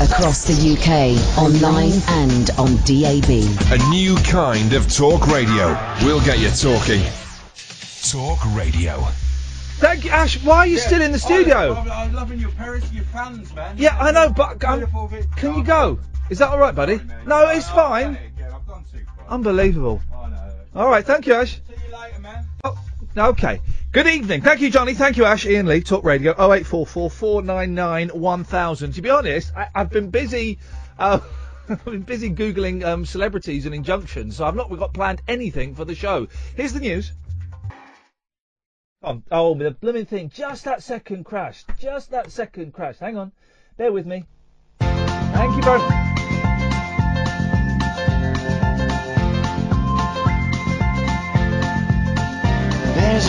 across the UK, online and on DAB. A new kind of talk radio. We'll get you talking. Talk radio. Thank you, Ash. Why are you still in the studio? I'm, I'm loving your parents and your fans, man. yeah, I know, but um, can you go? Is that all right, buddy? No, it's fine. Unbelievable. All right, thank you, Ash. See you later, man. Oh, okay. Good evening. Thank you, Johnny. Thank you, Ash. Ian Lee, Talk Radio, 0844 499 1000. To be honest, I, I've been busy. Uh, I've been busy Googling um, celebrities and injunctions, so I've not got planned anything for the show. Here's the news. Oh, oh, the blooming thing. Just that second crashed. Just that second crashed. Hang on. Bear with me. Thank you very much. There's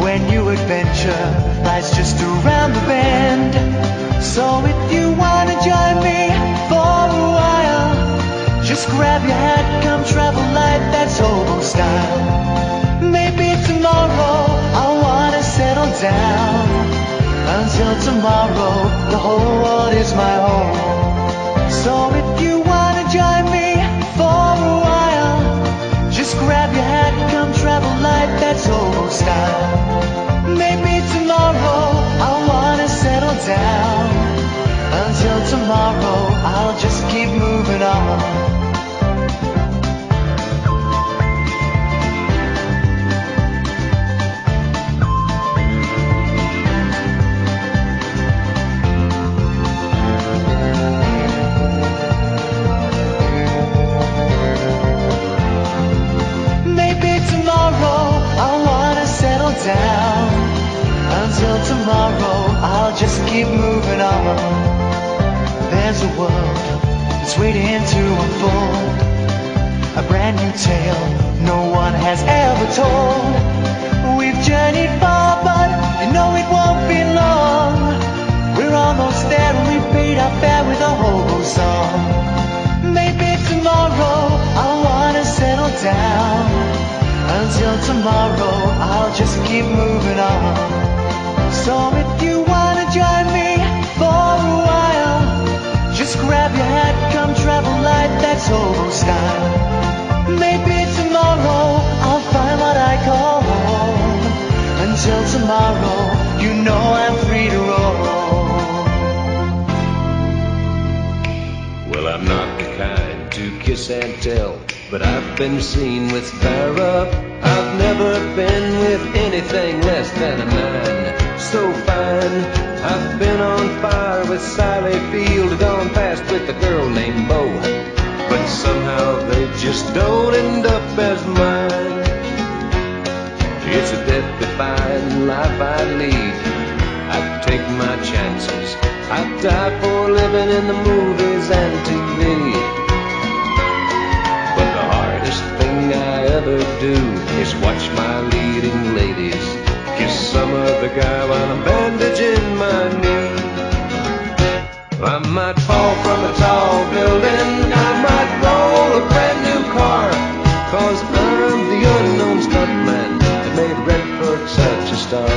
when new adventure lies just around the bend. So if you wanna join me for a while, just grab your hat, come travel like that's old style. Maybe tomorrow I wanna settle down. Until tomorrow, the whole world is my home. So if you wanna join me for a while, just grab your hat, come travel like that's old style. Maybe tomorrow I wanna settle down. Until tomorrow, I'll just keep moving on. Maybe tomorrow I wanna settle down. Until tomorrow I'll just keep moving on. There's a world that's waiting to unfold. A brand new tale no one has ever told. We've journeyed far, but you know it won't be long. We're almost there and we paid our fare with a hobo song. Maybe tomorrow I wanna settle down. Until tomorrow, I'll just keep moving on. So if you wanna join me for a while, just grab your hat, come travel like that's old style. Maybe tomorrow I'll find what I call home. Until tomorrow, you know I'm free to roam. Well, I'm not the kind to kiss and tell, but I've been seen with fire up. I've never been with anything less than a nine. So fine, I've been on fire with Sally Field, gone fast with a girl named Bo. But somehow they just don't end up as mine. It's a death-defying life I lead. I take my chances. I die for living in the movies and TV. But the hardest thing I ever do is watch my leading ladies kiss some other guy while I'm bandaging my knee. I might fall from a tall building. I might roll a brand new car. Cause I'm the unknown stuntman that made Redford such a star.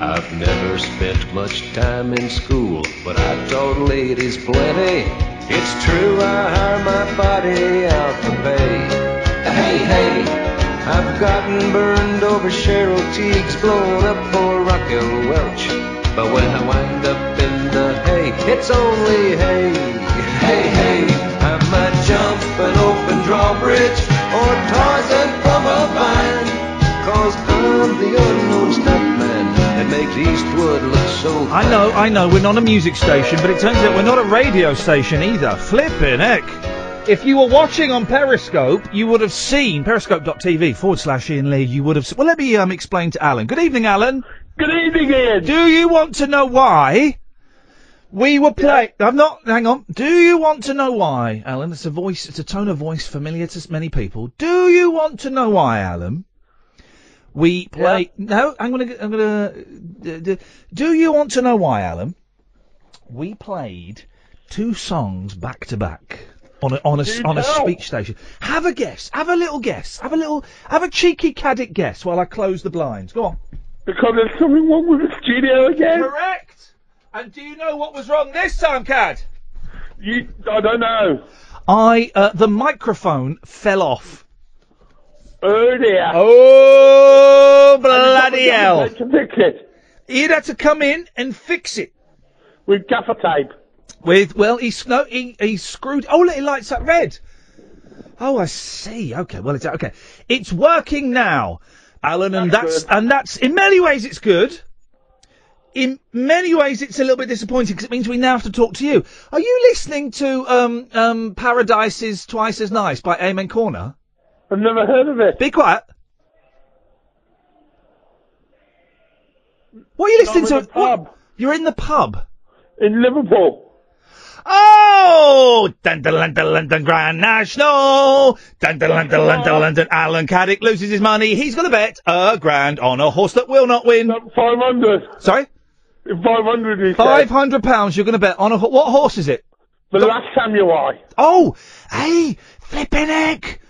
I've never spent much time in school, but I taught ladies plenty. It's true, I hire my body out for pay. Hey, hey, I've gotten burned over Cheryl Teague's, blown up for Raquel Welch. But when I wind up in the hay, it's only hay. Hey, hey, I might jump an open drawbridge or Tarzan from a vine. Cause I'm the unknown stuntman that makes Eastwood look so I know, I know, we're not a music station, but it turns out we're not a radio station either. Flippin' heck. If you were watching on Periscope, you would have seen periscope.tv forward slash Ian Lee. You would have. Se- well, let me um, explain to Alan. Good evening, Alan. Good evening, Ian. Do you want to know why we were playing? I'm not. Hang on. Do you want to know why, Alan? It's a voice. It's a tone of voice familiar to s- many people. Do you want to know why, Alan? We play. No, I'm gonna. I'm gonna. d- d- do you want to know why, Alan? We played two songs back to back on a on a s- Do on a tell. speech station. Have a guess. Have a little guess. Have a little. Have a cheeky caddick guess while I close the blinds. Go on. Because there's something wrong with the studio again. Correct. And do you know what was wrong this time, Cad? You, I don't know. I uh, the microphone fell off. Oh dear. Oh bloody hell! To fix it. He'd had to come in and fix it with gaffer tape. With well, he no, he, he screwed. Oh, look, it lights up red. Oh, I see. Okay, well, it's okay. It's working now, Alan, and that's, and that's in many ways it's good. In many ways, it's a little bit disappointing because it means we now have to talk to you. Are you listening to um, um, "Paradise Is Twice as Nice" by Amen Corner? I've never heard of it. Be quiet. What are you listening to? What- You're in the pub. In Liverpool. Oh, dun dun dun dun dun, dun Grand National, dun dun dun dun dun dun, dun, dun. Alan Caddick loses his money. He's going to bet a grand on a horse that will not win. Five hundred. Sorry. Five hundred. He Five said. hundred pounds. You're going to bet on a ho- what horse is it? The last samurai. Oh, hey, flippin' heck!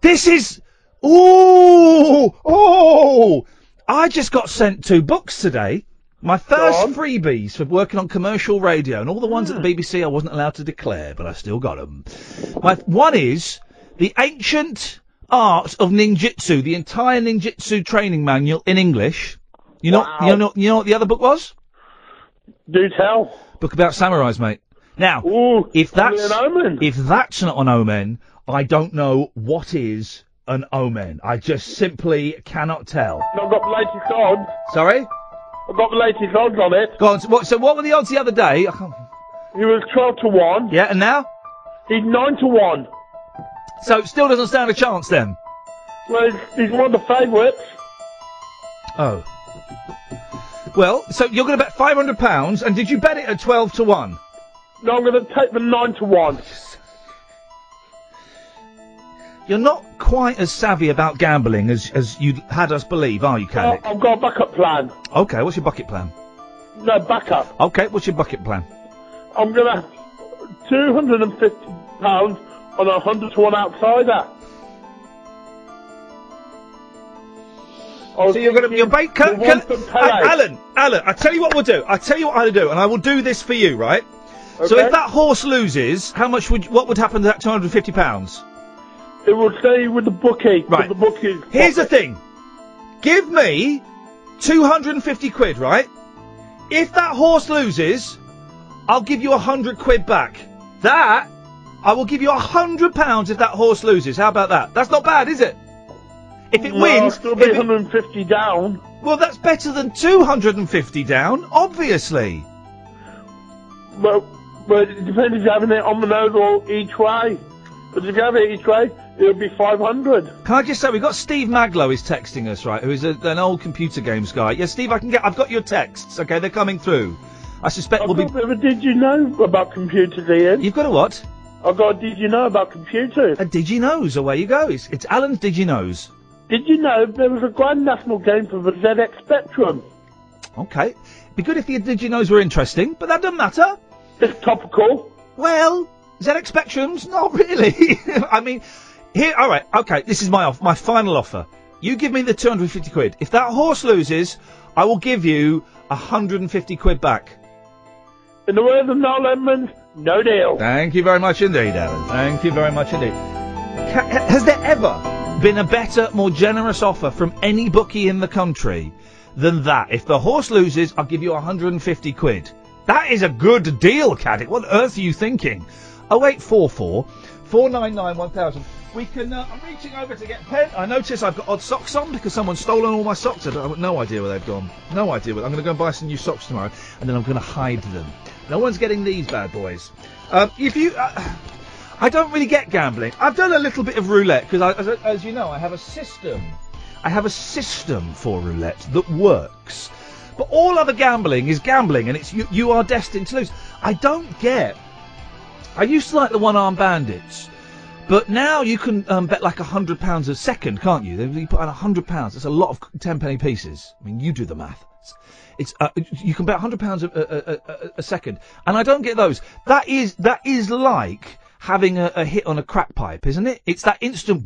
This is ooh oh! I just got sent two books today. My first freebies for working on commercial radio, and all the ones Hmm. at the BBC I wasn't allowed to declare, but I still got them. My one is the ancient art of ninjutsu, the entire ninjutsu training manual in English. You know, you know, you know what the other book was? Do tell. Book about samurais, mate. Now, if that's if that's not an omen, I don't know what is an omen. I just simply cannot tell. I've got the latest odds. Sorry. I've got the latest odds on it. Go on. So what, so what were the odds the other day? I can't... He was twelve to one. Yeah, and now he's nine to one. So it still doesn't stand a chance then. Well, he's- he's one of the favourites. Oh. Well, so you're going to bet five hundred pounds, and did you bet it at twelve to one? No, I'm going to take the nine to one. You're not quite as savvy about gambling as as you had us believe, are you, Caddick? I've got a backup plan. Okay, what's your bucket plan? No backup. Okay, what's your bucket plan? I'm gonna two hundred and fifty pounds on a hundred to one outsider. Oh, So you're going to you're ba- can, can, Hey, Alan, Alan, I tell you what we'll do. I tell you what I'll do, and I will do this for you, right? So Okay. if that horse loses, how much would what would happen to that two hundred and fifty pounds? It will stay with the bookie. Right. The bookie. Here's the thing. Give me 250 quid, right? If that horse loses, I'll give you 100 quid back. That, I will give you 100 pounds if that horse loses. How about that? That's not bad, is it? If it No, wins, still be if it- 150 down. Well, that's better than 250 down, obviously. But but it depends if you're having it on the nose or each way. But if you have it each way, it'll be five hundred. Can I just say we've got Steve Maglow is texting us right, who is a, an old computer games guy. Yeah, Steve, I can get. I've got your texts. Okay, they're coming through. I suspect we'll be. did you know about computers, Ian? You've got a what? I've got a did you know about computers. A did you knows? Away you go. It's, it's Alan's did you knows. Did you know there was a Grand National game for the ZX Spectrum? Okay, be good if the did you knows were interesting, but that doesn't matter. It's topical. Well, ZX Spectrums, not really. I mean, here. All right. Okay, this is my off. My final offer. You give me the two hundred fifty quid. If that horse loses, I will give you hundred and fifty quid back. In the words of Noel Edmonds, no deal. Thank you very much indeed, Alan. Thank you very much indeed. Ca- ha- has there ever been a better, more generous offer from any bookie in the country than that? If the horse loses, I'll give you 150 quid. That is a good deal, Caddick. What on earth are you thinking? Oh, 0844 499 1000. We can. Uh, I'm reaching over to get pen. I notice I've got odd socks on because someone's stolen all my socks. I don't- I've got no idea where they've gone. No idea. Where, I'm going to go and buy some new socks tomorrow, and then I'm going to hide them. No one's getting these bad boys. Um, if you, uh, I don't really get gambling. I've done a little bit of roulette because, as, as you know, I have a system. I have a system for roulette that works. But all other gambling is gambling, and it's you, you are destined to lose. I don't get. I used to like the one-armed bandits, but now you can um, bet like a hundred pounds a second, can't you? They- You put on a hundred pounds. That's a lot of c- ten penny pieces. I mean, you do the math. It's, it's uh, you can bet hundred pounds a, a, a- a, a second, and I don't get those. That is that is like having a, a hit on a crack pipe, isn't it? It's that instant.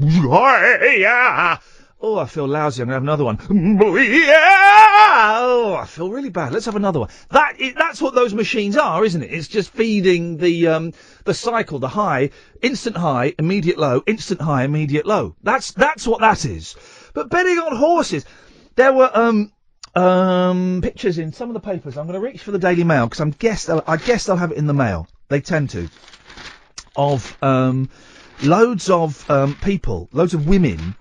Oh, I feel lousy. I'm gonna have another one. Oh, I feel really bad. Let's have another one. That is, that's what those machines are, isn't it? It's just feeding the um, the cycle, the high, instant high, immediate low, instant high, immediate low. That's that's what that is. But betting on horses, there were um, um, pictures in some of the papers. I'm going to reach for the Daily Mail because I'm guess they'll- I guess they'll have it in the mail. They tend to of um, loads of um, people, loads of women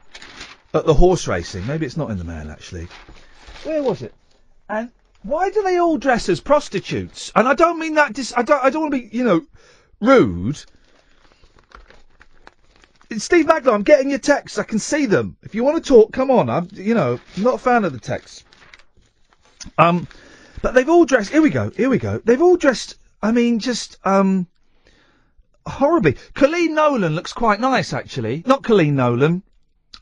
at the horse racing. Maybe it's not in the mail actually. Where was it? And why do they all dress as prostitutes? And I don't mean that. Dis- I don't. I don't want to be, you know, rude. It's Steve Baglow, I'm getting your texts. I can see them. If you want to talk, come on. I'm, you know, not a fan of the texts. Um, but they've all dressed. Here we go. Here we go. They've all dressed. I mean, just um, horribly. Colleen Nolan looks quite nice, actually. Not Colleen Nolan.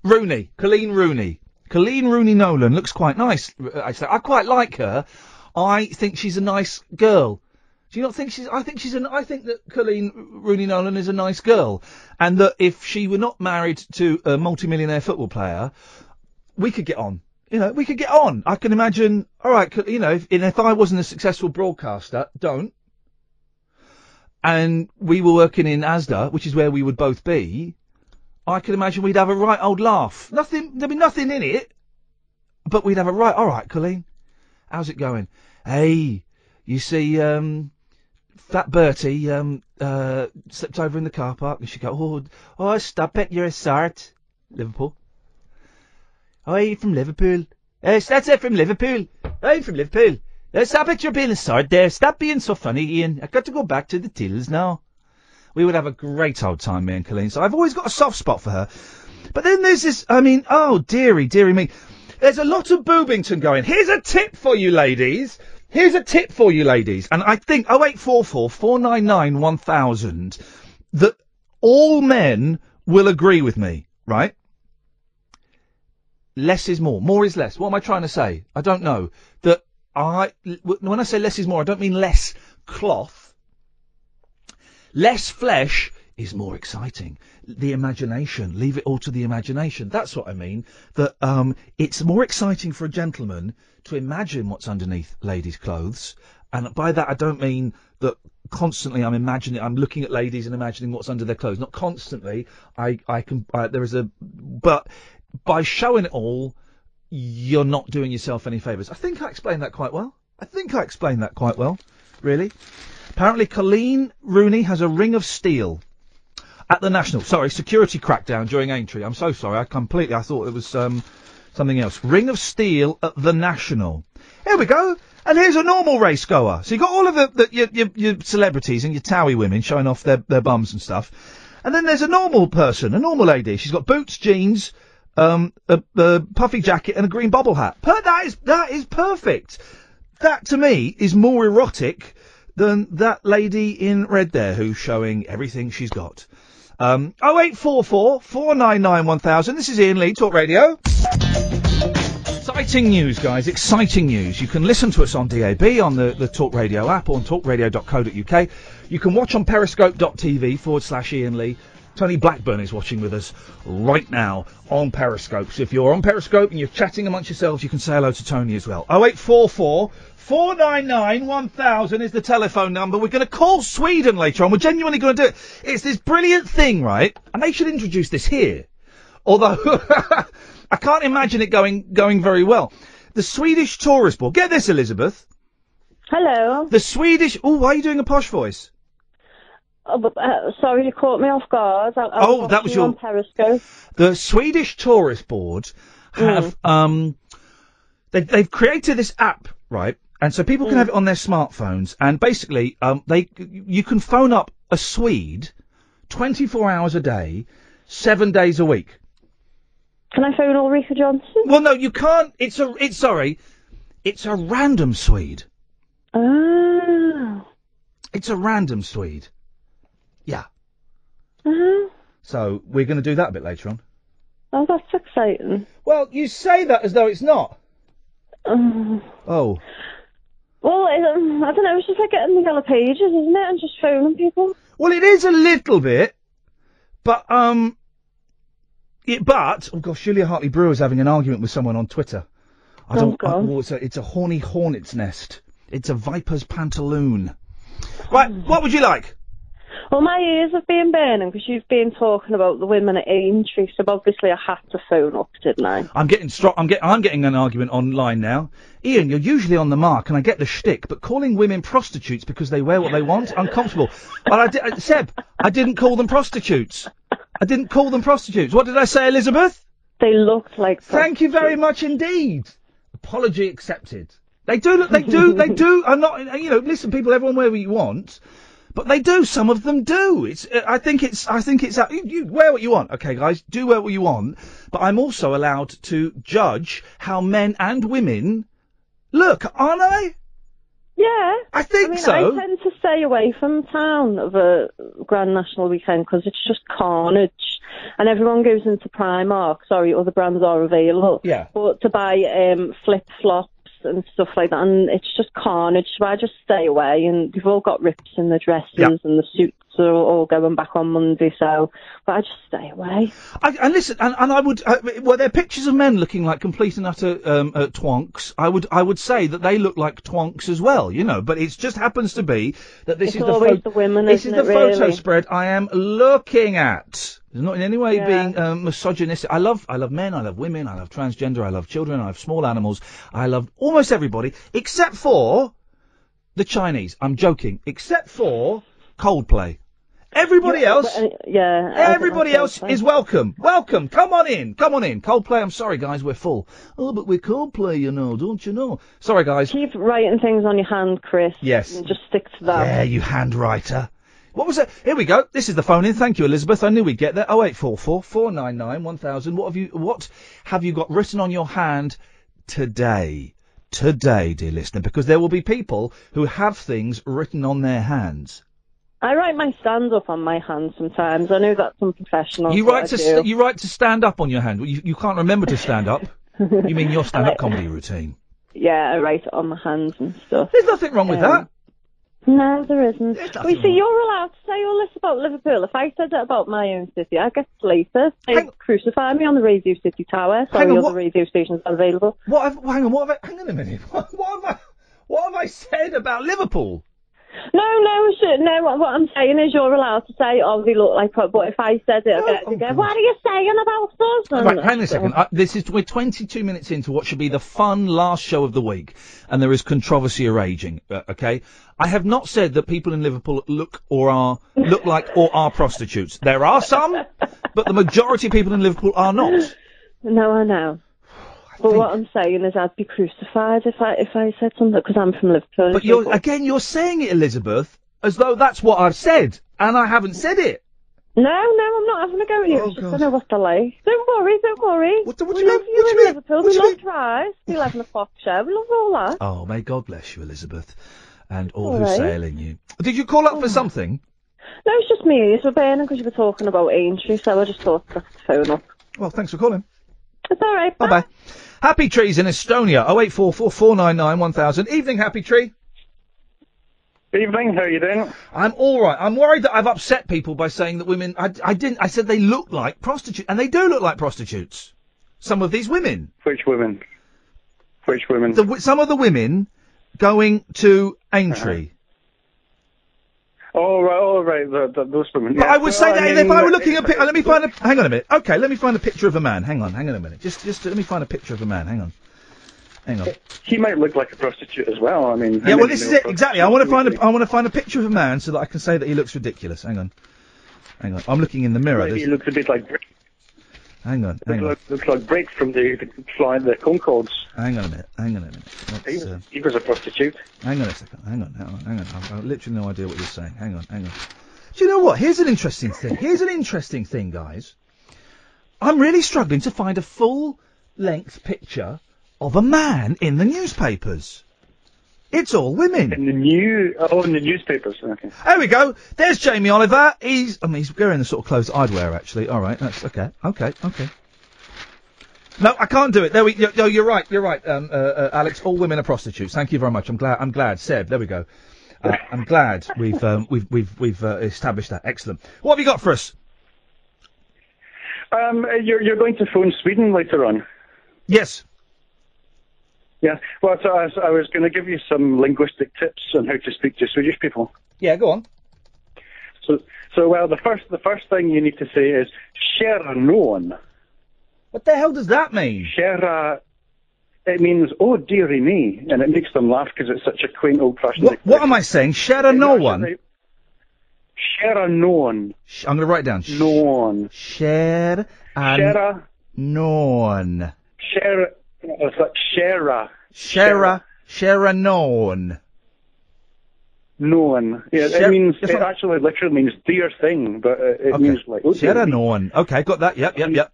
Rooney. Colleen Rooney. Colleen Rooney Nolan looks quite nice. r- I say I quite like her. I think she's a nice girl. Do you not think she's? I think she's an. I think that Colleen Rooney Nolan is a nice girl, and that if she were not married to a multimillionaire football player, we could get on. You know, we could get on. I can imagine. All right, c- you know, if, and if I wasn't a successful broadcaster, don't. And we were working in ASDA, which is where we would both be. I can imagine we'd have a right old laugh. Nothing, there'd be nothing in it, but we'd have a right. All right, Colleen, how's it going? Hey, you see, um, Fat Bertie um, uh, slipped over in the car park, and she go, "Oh, oh, stop it! You're a sart, Liverpool." Oh, you from Liverpool? Uh, that's it from Liverpool. I'm from Liverpool. Uh, stop it, you're being a sard there. Stop being so funny, Ian. I've got to go back to the tills now. We would have a great old time, me and Colleen. So I've always got a soft spot for her. But then there's this, I mean, oh, dearie, dearie me. There's a lot of Boobington going. Here's a tip for you, ladies. Here's a tip for you, ladies. And I think oh, 0844 499 1000 that all men will agree with me, right? less is more. More is less. What am I trying to say? I don't know. That I w- when I say less is more, I don't mean less cloth. Less flesh is more exciting. The imagination. Leave it all to the imagination. That's what I mean. That um, it's more exciting for a gentleman to imagine what's underneath ladies' clothes. And by that, I don't mean that constantly I'm imagining, I'm looking at ladies and imagining what's under their clothes. Not constantly. I, I can, I, there is a, but by showing it all, you're not doing yourself any favours. I think I explained that quite well. I think I explained that quite well, really. Apparently, Colleen Rooney has a ring of steel at the National. Sorry, security crackdown during entry. I'm so sorry. I completely, I thought it was um, something else. Ring of steel at the National. Here we go. And here's a normal race goer. So you got all of the, the your, your, your celebrities and your towie women showing off their, their bums and stuff. And then there's a normal person, a normal lady. She's got boots, jeans, um, a, a puffy jacket and a green bobble hat. Per- that is that is perfect. That to me is more erotic than that lady in red there who's showing everything she's got. Um, 0844 499 1000. This is Ian Lee, Talk Radio. Exciting news, guys. Exciting news. You can listen to us on DAB, on the, the Talk Radio app, or on talkradio.co.uk. You can watch on periscope.tv forward slash Ian Lee. Tony Blackburn is watching with us right now on Periscope. So if you're on Periscope and you're chatting amongst yourselves, you can say hello to Tony as well. 0844 499 1000 is the telephone number. We're going to call Sweden later on. We're genuinely going to do it. It's this brilliant thing, right? And they should introduce this here. Although I can't imagine it going going very well. The Swedish Tourist Board. Get this, Elizabeth. Hello. The Swedish. Oh, why are you doing a posh voice? Oh, but, uh, sorry, you caught me off guard. I, I Oh, that watching was you your- on Periscope. The Swedish Tourist Board have Mm. um, they, they've created this app, right? And so Mm. people can have it on their smartphones, and basically, um, they you can phone up a Swede 24 hours a day, seven days a week. Can I phone Ulrika Johnson? Well, no, you can't. It's a. It's sorry. It's a random Swede. Oh. It's a random Swede. Yeah. Oh, So we're going to do that a bit later on. oh that's exciting. Well, you say that as though it's not. Oh. Um, Well, it, um, I don't know. It's just like getting the yellow pages, isn't it? And just phoning people. Well, it is a little bit, but um, it, but oh gosh, Julia Hartley Brewer's having an argument with someone on Twitter. I Oh, don't. I- God. oh, it's, a, it's a horny hornet's nest. It's a viper's pantaloon. Right, what would you like? Well, my ears have been burning because you've been talking about the women at Aintree, so obviously I had to phone up, didn't I? I'm getting stro- I'm getting. I'm getting an argument online now. Ian, you're usually on the mark, and I get the shtick, but calling women prostitutes because they wear what they want, uncomfortable. But I di- uh, Seb, I didn't call them prostitutes. I didn't call them prostitutes. What did I say, Elizabeth? They looked like. Thank you very much indeed. Apology accepted. They do look. They do. they do. I'm not. You know. Listen, people. Everyone wear what you want, but they do. Some of them do. It's. uh, I think it's. I think it's. uh, You, you wear what you want. Okay, guys. Do wear what you want. But I'm also allowed to judge how men and women look, aren't I? Yeah. I think I mean, so. I tend to stay away from town of a Grand National weekend because it's just carnage. And everyone goes into Primark. Sorry, other brands are available. Yeah. But to buy um, flip flops and stuff like that, and it's just carnage. So I just stay away. And they've all got rips in their dresses, and the suits are all going back on Monday. So, but I just stay away. I, and listen, and, and I would, uh, were there pictures of men looking like complete and utter um, uh, twonks? I would, I would say that they look like twonks as well, you know. But it just happens to be that this It's is the, always pho- the women, this isn't is the it, photo really? spread I am looking at. It's not in any way Yeah. being um, misogynistic. I love, I love men, I love women, I love transgender, I love children, I love small animals, I love almost everybody except for the Chinese. I'm joking, except for Coldplay. Everybody Yeah, else, but, uh, yeah. I don't Everybody like else Coldplay. is welcome. Welcome. Come on in. Come on in. Coldplay. I'm sorry, guys. We're full. Oh, but we're Coldplay, you know. Don't you know? Sorry, guys. Keep writing things on your hand, Chris. Yes. And just stick to that. Yeah, you handwriter. What was that? Here we go. This is the phone in. Thank you, Elizabeth. I knew we'd get there. Oh, 0844 499 1000. What have you, what have you got written on your hand today? Today, dear listener, because there will be people who have things written on their hands. I write my stands up on my hand sometimes. I know that's unprofessional. You but write I to do. st- you write to stand up on your hand. You, you can't remember to stand up. you mean your stand up comedy routine? Yeah, I write it on my hands and stuff. Um, There's nothing wrong with that. No, there isn't. We nothing see, wrong. you're allowed to say all this about Liverpool. If I said that about my own city, I get slated. They crucify me on the Radio City Tower. Sorry, Hang on, other what- radio stations are available. What? Have, hang on. What have I? Hang on a minute. What, what have I? What have I said about Liverpool? No, no, shit, no. What, what I'm saying is, you're allowed to say, "Oh, they look like," but if I said it, I get to go, "What are you saying about us?" And oh, Right, hang on a second. Uh, this is we're 22 minutes into what should be the fun last show of the week, and there is controversy raging. Uh, okay, I have not said that people in Liverpool look or are look like or are prostitutes. There are some, but the majority of people in Liverpool are not. No, I know. But what I'm saying is, I'd be crucified if I if I said something because I'm from Liverpool. But you're again, you're saying it, Elizabeth, as though that's what I've said, and I haven't said it. No, no, I'm not having a go at you. it's just I know Oh, what they're like. Don't worry, don't worry. What, we love you in Liverpool. we love Drive. We love the Fox Show. We love all that. Oh, may God bless you, Elizabeth, and all, All who right. sail in you. Did you call up for something? No, it's just me. It's burning because you were talking about Aintree, so I just thought I'd phone up. Well, thanks for calling. It's all right. Bye bye. Happy Trees in Estonia, 0844 499 1000. Evening, Happy Tree. Evening, how you doing? I'm all right. I'm worried that I've upset people by saying that women. I, I didn't. I said they look like prostitutes, and they do look like prostitutes. Some of these women. Which women? Which women? The, wi- some of the women going to Uh-huh. Aintree. Oh, right, oh, right, the, the, those women. But yeah. I would say Well, that I if mean, I were looking at, pi- let me find a. Hang on a minute. Okay, let me find a picture of a man. Hang on, hang on a minute. Just, just let me find a picture of a man. Hang on, hang on. He might look like a prostitute as well. I mean. Yeah, well, this is it exactly. I want to find a, I want to find a picture of a man so that I can say that he looks ridiculous. Hang on, hang on. I'm looking in the mirror. Maybe he There's- looks a bit like Brick- Hang on, hang on, looks, looks like Brick from the, the flying the Concords. hang on a minute. Hang on a minute. He Let's, was, uh, he was a prostitute. hang on a second. Hang on, hang on, hang on. I've, I've literally no idea what you're saying. Hang on, hang on. Do you know what? Here's an interesting thing. Here's an interesting thing, guys. I'm really struggling to find a full length picture of a man in the newspapers. It's all women. In the new, oh, in the newspapers. Okay. There we go. There's Jamie Oliver. He's, I mean, he's wearing the sort of clothes I'd wear, actually. All right, that's okay. Okay, okay. No, I can't do it. There we. No, no, you're right. You're right, um, uh, uh, Alex. All women are prostitutes. Thank you very much. I'm glad. I'm glad. Seb, there we go. Uh, I'm glad we've um, we've we've we've uh, established that. Excellent. What have you got for us? Um, you're you're going to phone Sweden later on. Yes. Yeah. Well, so I was, I was going to give you some linguistic tips on how to speak to Swedish people. Yeah, go on. So, so well, the first the first thing you need to say is "Shernon." What the hell does that mean? Shera. It means "Oh dearie me," and it makes them laugh because it's such a quaint old-fashioned. What, what am I saying? Share a no one. Sheranon. Sh- I'm going to write down. Sh- Non. Share a Shera. non. Shera. uh, It's like Shera. Share a non. Non. Yeah, Sher- it means it's it not- actually literally means dear thing, but uh, it means like oh, dear Share a me. non. Okay, got that. Yep, Um, yep, yep.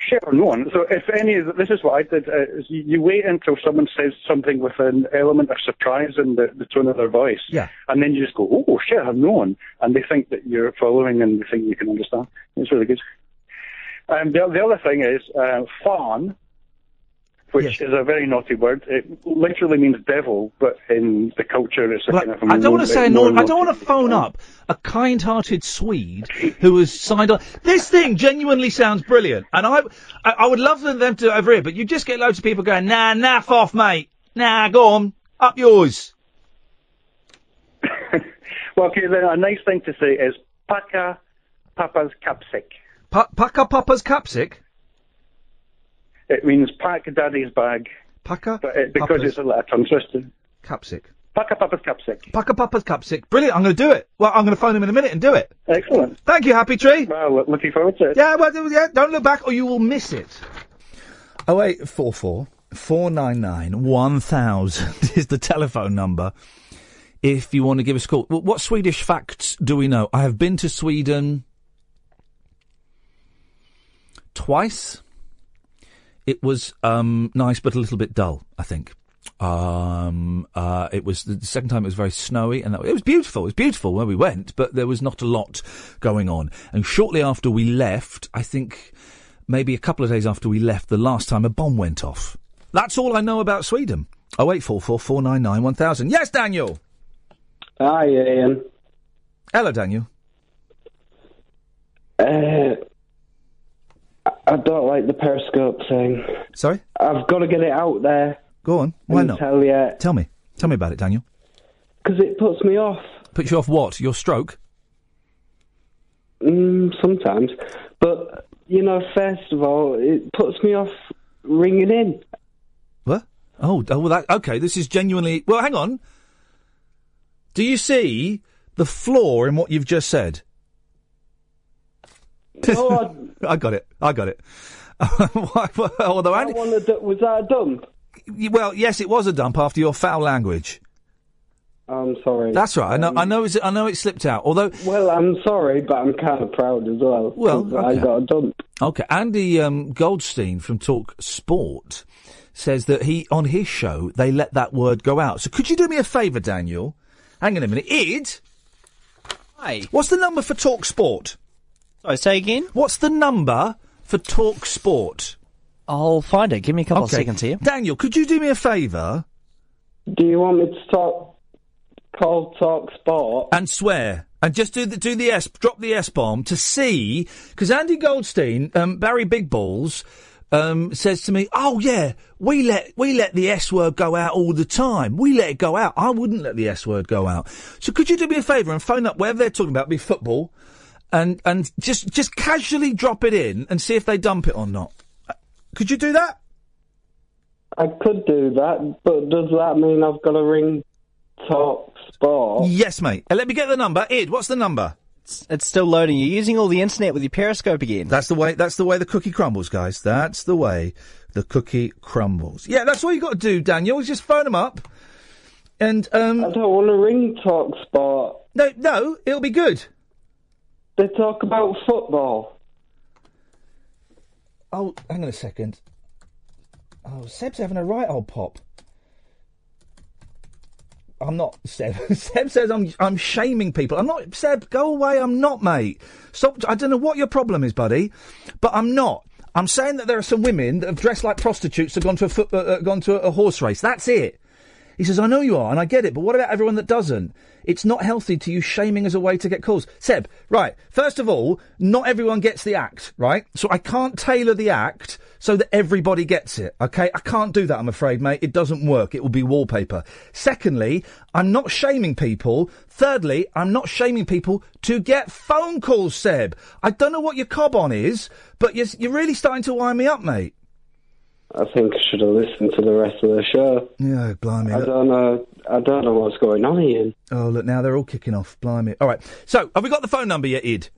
Sure, no one. So if any, this is what I did, uh, is you, you wait until someone says something with an element of surprise in the, the tone of their voice. Yeah. And then you just go, oh, shit, I've known. And they think that you're following and they think you can understand. It's really good. Um, the, the other thing is, uh, fawn, which is a very naughty word. It literally means devil, but in the culture it's a Like, kind of... I don't want to say no. I don't want want to phone up a kind-hearted Swede who has signed on. This thing genuinely sounds brilliant, and I, I, I would love for them to over here. But you just get loads of people going, nah, naff off, mate. Nah, go on, up yours. Well, okay, then a nice thing to say is paka papa's capsic. Pa- Paka Papa's capsic. It means pack daddy's bag. Paka? But it, because Papa's- it's a letter tongue twister. Capsic. Pack a papa's capsic. Paka Papa's capsic. Brilliant. I'm going to do it. Well, I'm going to phone him in a minute and do it. Excellent. Thank you, Happy Tree. Well, look- looking forward to it. Yeah, well, do- yeah, don't look back or you will miss it. 0844 499 1000 is the telephone number if you want to give us a call. Wh- What Swedish facts do we know? I have been to Sweden twice. It was um, nice, but a little bit dull, I think. Um, uh, it was the second time. It was very snowy, and that, it was beautiful. It was beautiful where we went, but there was not a lot going on. And shortly after we left, I think maybe a couple of days after we left the last time, a bomb went off. That's all I know about Sweden. Oh eight four four four nine nine one thousand. Yes, Daniel. Hi, Ian. Hello, Daniel. Uh, I- I don't like the Periscope thing. Sorry? I've got to get it out there. Go on. Why and not? Tell you, Tell me. Tell me about it, Daniel. because it puts me off Puts you off what? Your stroke? mm, sometimes. But, you know, first of all, it puts me off ringing in. What? Oh, d- oh, well, that okay. This is genuinely. Well, hang on. Do you see the flaw in what you've just said? I got it. I got it. Although Andy, was that a dump? Well, yes, it was a dump after your foul language. I'm sorry. That's right. I know. I know. It's, I know it slipped out. Although, Well, I'm sorry, but I'm kind of proud as well. Well, 'cause I okay. got a dump. Okay, Andy um, Goldstein from Talk Sport says that he on his show they let that word go out. So could you do me a favour, Daniel? Hang on a minute, Id. Hi. What's the number for Talk Sport? Sorry, say again. What's the number for Talk Sport? I'll find it. Give me a couple of seconds here. Daniel, could you do me a favour Do you want me to talk? Call Talk Sport. and swear? And just do the do the s drop the s bomb to see because Andy Goldstein, um, Barry Big Balls, um, says to me, "Oh yeah, we let we let the s word go out all the time. We let it go out. I wouldn't let the s word go out. So could you do me a favour and phone up wherever they're talking about, be football, and and just just casually drop it in and see if they dump it or not. Uh, Could you do that? I could do that, but does that mean I've got to ring Talk Sport? Yes, mate. Uh, let me get the number. Id, what's the number? Oh. It's still loading. You're using all the internet with your Periscope again. That's the way. That's the way the cookie crumbles, guys. That's the way the cookie crumbles. Yeah, that's all you got to do, Daniel. Is just phone them up And um, I don't want to ring talk sport. No, no, it'll be good. They talk about football. Oh, hang on a second. Oh, Seb's having a right old pop. I'm not Seb. Seb says I'm I'm shaming people. I'm not Seb. Go away. I'm not, mate. Stop. I don't know what your problem is, buddy, but I'm not. I'm saying that there are some women that have dressed like prostitutes that have gone to a foot, uh, uh, gone to a, a horse race. That's it. He says I know you are, and I get it, but what about everyone that doesn't? It's not healthy to use shaming as a way to get calls. Seb, right? First of all, not everyone gets the act, right? So I can't tailor the act so that everybody gets it. Okay, I can't do that. I'm afraid, mate. It doesn't work. It will be wallpaper. Secondly, I'm not shaming people. Thirdly, I'm not shaming people to get phone calls. Seb, I don't know what your cob on is, but you're, you're really starting to wind me up, mate. I think I should have listened to the rest of the show. Yeah, blimey. I don't know. I don't know what's going on, Ian. Oh, look, now they're all kicking off. Blimey. All right. So, have we got the phone number yet, Id?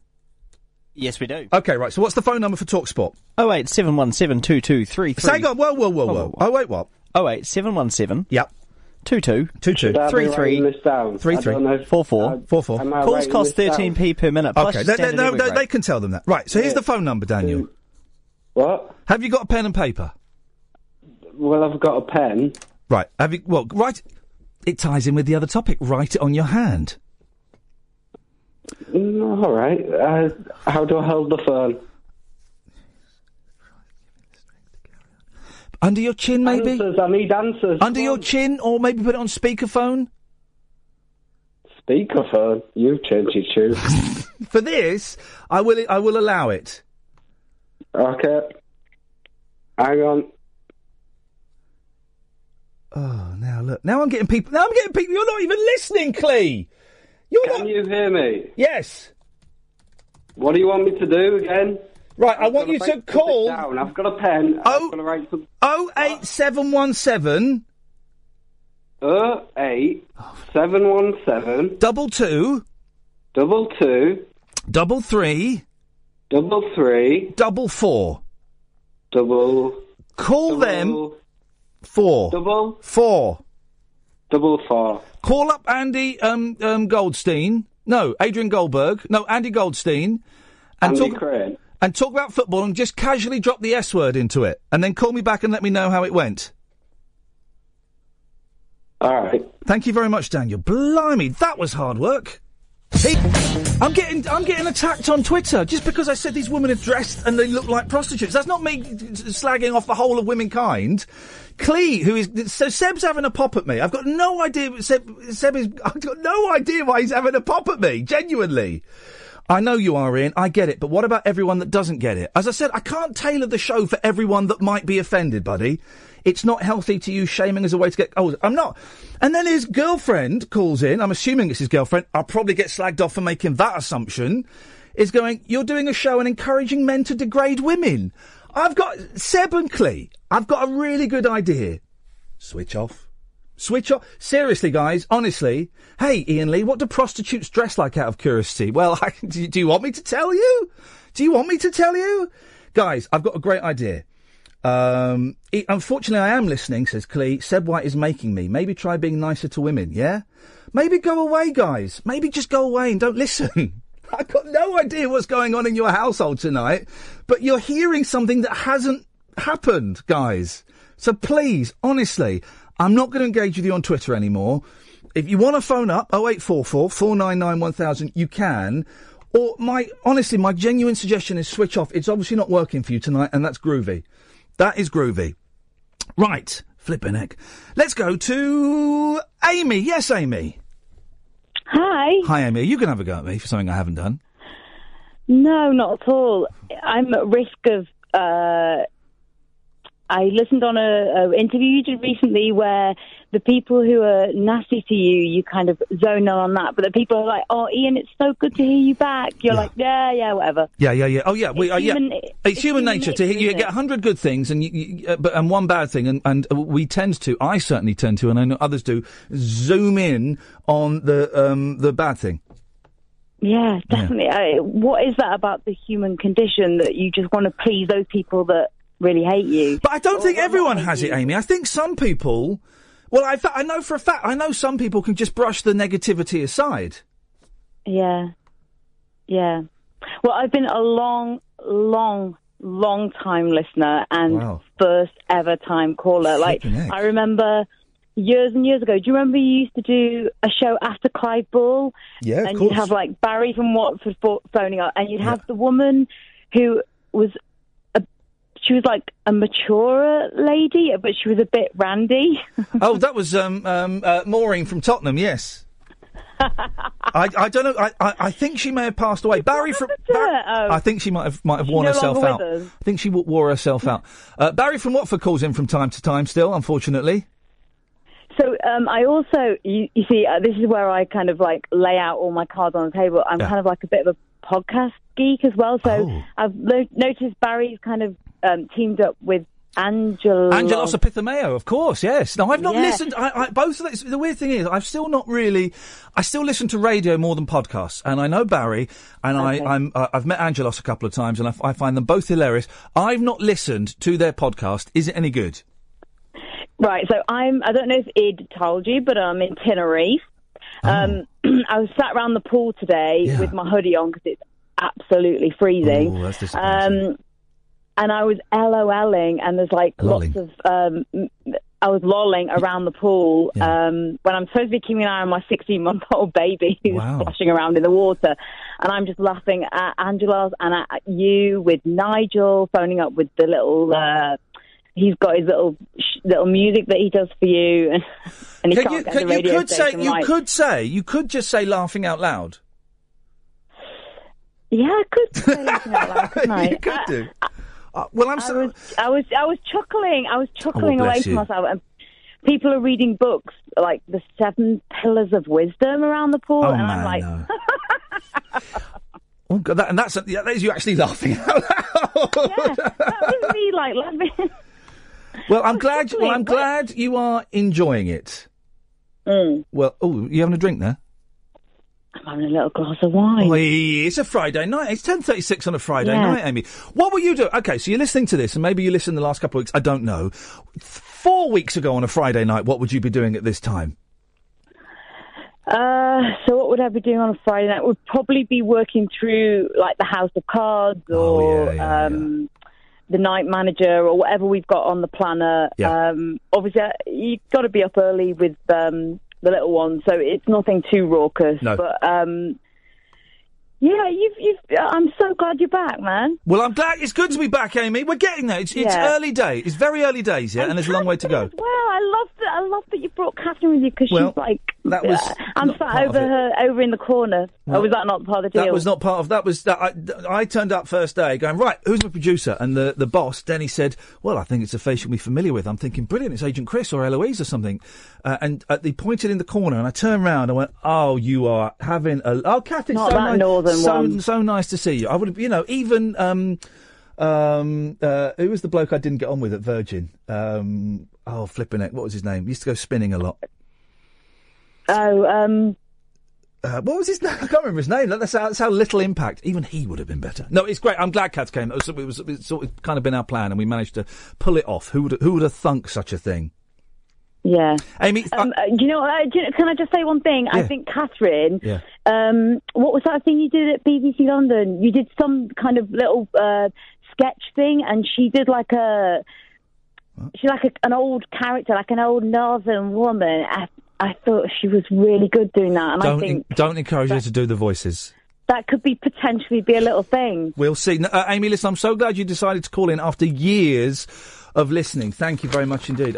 Yes, we do. Okay, right. So, what's the phone number for TalkSpot? Oh eight seven one seven two two three three. Hang on. Whoa, whoa, whoa, whoa. Oh, wait, what? Oh eight seven one seven. Yep. Two two two two Should I be three three writing this down? Three, I three. don't know if- four four four four. Am I Calls writing cost this down? thirteen p per minute. Plus okay, your they, they, standard no, delivery they, rate. they can tell them that. Right. So, here's Yeah. the phone number, Daniel. What? Have you got a pen and paper? Well, I've got a pen. Right. Have you? Well, right. It ties in with the other topic. Write it on your hand. Mm, all right. Uh, how do I hold the phone? Under your chin, maybe. Answers. I need answers. Under your chin, or maybe put it on speakerphone. Speakerphone. You've changed your tune. For this, I will. I will allow it. okay. Hang on. Oh, now look. Now I'm getting people. Now I'm getting people. You're not even listening, Clee. You're Can not. you hear me? Yes. What do you want me to do again? Right. I want Gotta you write to something call Down. I've got a pen. Oh. I've got to write some. oh eight seven one seven Uh, eight seven one seven double two double two double three double three double four. double Call them double four double four. double four. Call up Andy um, um, Goldstein. No, Adrian Goldberg. No, Andy Goldstein. And Andy talk Crane. and talk about football and just casually drop the S word into it, and then call me back and let me know how it went. All right. Thank you very much, Daniel. Blimey, that was hard work. See, I'm getting I'm getting attacked on Twitter just because I said these women are dressed and they look like prostitutes. That's not me slagging off the whole of womankind. Clee, who is so Seb's having a pop at me. I've got no idea. what Seb, Seb is I've got no idea why he's having a pop at me. Genuinely. I know you are in. I get it, but what about everyone that doesn't get it? As I said, I can't tailor the show for everyone that might be offended, buddy. It's not healthy to use shaming as a way to get. Oh, I'm not. And then his girlfriend calls in. I'm assuming it's his girlfriend. I'll probably get slagged off for making that assumption. Is going. You're doing a show and encouraging men to degrade women. I've got Seb and Clee. I've got a really good idea. Switch off. Switch off. Seriously, guys, honestly. Hey, Ian Lee, what do prostitutes dress like out of curiosity? Well, I, do, you- do you want me to tell you? Do you want me to tell you? Guys, I've got a great idea. Um, it- unfortunately, I am listening, says Clee. Seb White is making me. Maybe try being nicer to women, yeah? Maybe go away, guys. Maybe just go away and don't listen. I've got no idea what's going on in your household tonight, but you're hearing something that hasn't happened, guys. So please, honestly, I'm not going to engage with you on Twitter anymore. If you want to phone up 0844 499 1000, you can. Or my, honestly, my genuine suggestion is switch off. It's obviously not working for you tonight, and that's groovy. That is groovy. Right, flippin' heck. Let's go to Amy. Yes, Amy. Hi. Hi, Amy. Are you going to have a go at me for something I haven't done? No, not at all. I'm at risk of. Uh, I listened on a, a interview you did recently where the people who are nasty to you, you kind of zone in on that, but the people are like, "Oh, Ian, it's so good to hear you back." You're like, "Yeah, yeah, whatever." Yeah, yeah, yeah. Oh, yeah. We, It's uh, yeah. human- it's, it's human, human nature to nature, you isn't get it? a hundred good things and you, you, uh, but and one bad thing, and and we tend to. I certainly tend to, and I know others do. Zoom in on the um the bad thing. Yeah, definitely. I, what is that about the human condition that you just want to please those people that really hate you? But I don't think everyone has it, Amy. I think some people Well, I, fa- I know for a fact, I know some people can just brush the negativity aside. Yeah. Yeah. Well, I've been a long, long, long time listener and Wow. first ever time caller. Like, Flippin' heck. I remember years and years ago, do you remember you used to do a show after Clive Ball? Yeah, of And course. you'd have, like, Barry from Watford pho- phoning up, and you'd have the woman who was. a She was like a mature lady, but she was a bit randy. oh, that was um, um, uh, Maureen from Tottenham, yes. I, I don't know. I, I, I think she may have passed away. Barry from Bar- Um, I think she might have might have She's worn no herself longer out. with us. I think she w- wore herself out. Uh, Barry from Watford calls in from time to time, still, unfortunately. So um, I also, you, you see, uh, this is where I kind of like lay out all my cards on the table. I'm Yeah. kind of like a bit of a podcast geek as well. So I've lo- noticed Barry's kind of um, teamed up with Angela. Angelos Epithameo, of course, yes. No, I've not Yeah. listened. I, I, both of those. The weird thing is, I've still not really. I still listen to radio more than podcasts, and I know Barry, and Okay. I, I'm. Uh, I've met Angelos a couple of times, and I, f- I find them both hilarious. I've not listened to their podcast. Is it any good? Right. So I'm. I don't know if Ed told you, but I'm in Tenerife. Um, I was sat around the pool today with my hoodie on because it's absolutely freezing. Ooh, that's um, and I was LOLing, and there's like Lolling. lots of. Um, m- I was lolling around the pool um, when I'm supposed to be keeping an eye on my 16 month old baby who's Wow. splashing around in the water. And I'm just laughing at Angela's and at at you with Nigel phoning up with the little. Uh, he's got his little sh- little music that he does for you, and, and he Can can't you, get can- the radio you could say. station You right. could say. You could just say laughing out loud. Yeah, I could say laughing out loud, couldn't I? you could do. Uh, well, I'm. I was, I was I was chuckling. I was chuckling Oh, bless away from you. myself. And people are reading books like the Seven Pillars of Wisdom around the pool, Oh, and man, I'm like, Oh God, that, and that's yeah, that is you actually laughing out that was me like laughing. Well, I'm glad. Well, Exactly. I'm glad you are enjoying it. Well, oh, you having a drink there? Mm. I'm having a little glass of wine. it's a Friday night. It's ten thirty-six on a Friday Yeah. night, Amy. What were you doing? Okay, so you're listening to this, and maybe you listened the last couple of weeks. I don't know. Th- Four weeks ago on a Friday night, what would you be doing at this time? Uh, so what would I be doing on a Friday night? Would probably be working through like the House of Cards or Oh, um, the Night Manager or whatever we've got on the planner. Yeah. Um, obviously, uh, you've got to be up early with um, the little ones, so it's nothing too raucous. No. But um, yeah, you've, you've. I'm so glad you're back, man. Well, I'm glad it's good to be back, Amy. We're getting there. It's, it's Yeah. early day. It's very early days, yeah, and there's a long way to go. Well, I love that. I love that you brought Catherine with you because Well, she's like. that was I'm not part sat of over it. her, over in the corner. Well, or Oh, was that not part of the deal? That was not part of that. Was that I, th- I turned up first day going right? Who's my producer? And the the boss Denny said, "Well, I think it's a face you'll be familiar with." I'm thinking, brilliant, it's Agent Chris or Eloise or something. Uh, and uh, they pointed in the corner, and I turned round and went, "Oh, you are having a oh, Kath, it's Not so that nice, northern so one. so nice to see you." I would have, you know, even um um uh, who was the bloke I didn't get on with at Virgin? Um, oh, flipping it, what was his name? He used to go spinning a lot. Oh, um. Uh, what was his name? I can't remember his name. That's how, that's how little impact. Even he would have been better. No, it's great. I'm glad Cats came. It was, it was, it's sort of kind of been our plan, and we managed to pull it off. Who would who would have thunk such a thing? Yeah. Amy, Um, uh, do you know, uh, do you know? Can I just say one thing? I Yeah. think Catherine. Yeah. Um, what was that thing you did at BBC London? You did some kind of little uh, sketch thing, and she did like a. She like a, an old character, like an old northern woman. I, I thought she was really good doing that, and I don't think en- don't encourage her to do the voices. that could be potentially be a little thing. We'll see. No, uh, Amy, listen, I'm so glad you decided to call in after years of listening. Thank you very much indeed.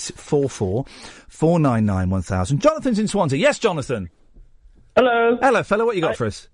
0844 499 1000. Jonathan's in Swansea. Yes, Jonathan. Hello. Hello, fella. What you got for us?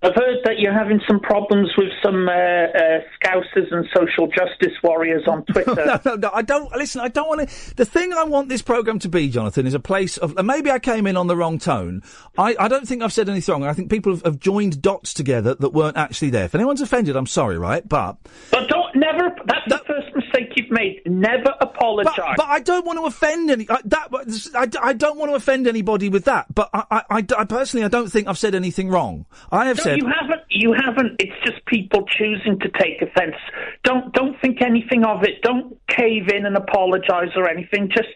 I've heard that you're having some problems with some uh, uh, scousers and social justice warriors on Twitter. no, no, I don't. Listen, I don't want to. The thing I want this program to be, Jonathan, is a place of. and Maybe I came in on the wrong tone. I, I don't think I've said anything wrong. I think people have, have joined dots together that weren't actually there. If anyone's offended, I'm sorry, right? But but don't never. That's the first mistake you've made. Never apologise. But, but I don't want to offend any. I, that I, d- I don't want to offend anybody with that. But I, I, I d- I personally I don't think I've said anything wrong. I have No, said you haven't. You haven't. It's just people choosing to take offence. Don't don't think anything of it. Don't cave in and apologise or anything. Just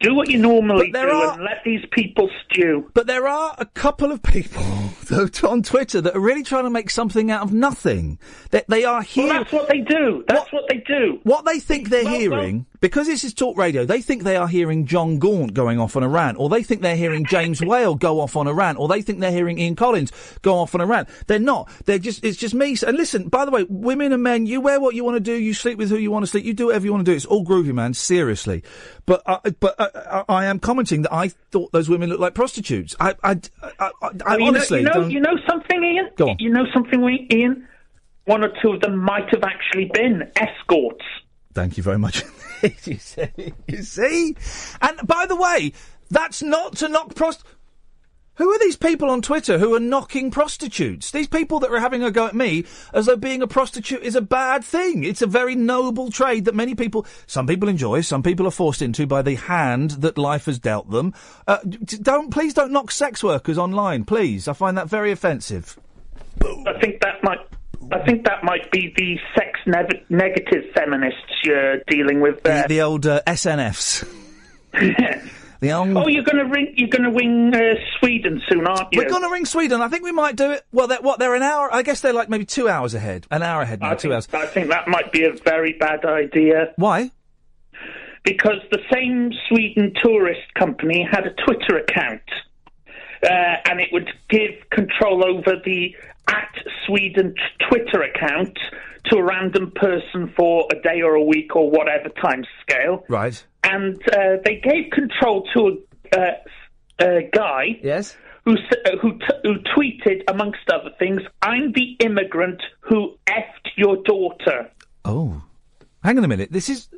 Do what you normally But there do are- and let these people stew. But there are a couple of people that, on Twitter that are really trying to make something out of nothing. That they, are here. that's what they do. That's what, they do. What they think they're hearing, because this is talk radio, they think they are hearing John Gaunt going off on a rant, or they think they're hearing James Whale go off on a rant, or they think they're hearing Ian Collins go off on a rant. They're not. They're just. It's just me. And listen, by the way, women and men, you wear what you want to do, you sleep with who you want to sleep, you do whatever you want to do. It's all groovy, man. Seriously. But uh, but uh, I I am commenting that I thought those women looked like prostitutes. I I, I, I, I Well, you know- honestly you know, don't. you know something, Ian. Go on. You know something, we- Ian. One or two of them might have actually been escorts. Thank you very much. you see, you see, and by the way, that's not to knock prost. Who are these people on Twitter who are knocking prostitutes? These people that are having a go at me as though being a prostitute is a bad thing. It's a very noble trade that many people, some people enjoy, some people are forced into by the hand that life has dealt them. Uh, d- don't, please don't knock sex workers online, please. I find that very offensive. I think that might. I think that might be the sex nev- negative feminists you're dealing with there. The old uh, SNFs. the old Oh, you're going to ring. You're going to ring uh, Sweden soon, aren't you? We're going to ring Sweden. I think we might do it. Well, they're, what? They're an hour. I guess they're like maybe two hours ahead. An hour ahead now. I two think, hours. I think that might be a very bad idea. Why? Because the same Sweden tourist company had a Twitter account, uh, and it would give control over the at Sweden t- Twitter account to a random person for a day or a week or whatever time scale. Right. and uh, they gave control to a, uh, a guy. Yes. Who s- uh, who, t- who tweeted amongst other things? I'm the immigrant who effed your daughter. Oh, hang on a minute. This is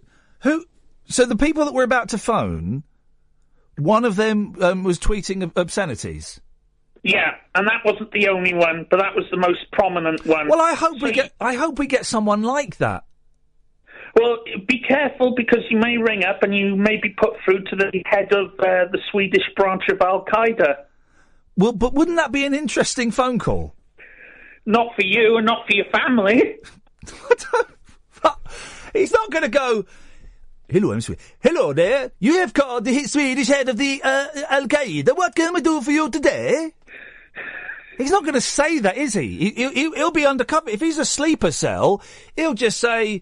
who? So the people that we're about to phone, one of them um, was tweeting ob- obscenities. Yeah, and that wasn't the only one, but that was the most prominent one. Well, I hope we get. I hope we get someone like that. Well, be careful because you may ring up and you may be put through to the head of uh, the Swedish branch of Al Qaeda. Well, but wouldn't that be an interesting phone call? Not for you and not for your family. He's not going to go. Hello, I'm Swedish. Hello there. You have called the Swedish head of the uh, Al Qaeda. What can we do for you today? He's not going to say that, is he? He- he- he- He'll be undercover. If he's a sleeper cell, he'll just say,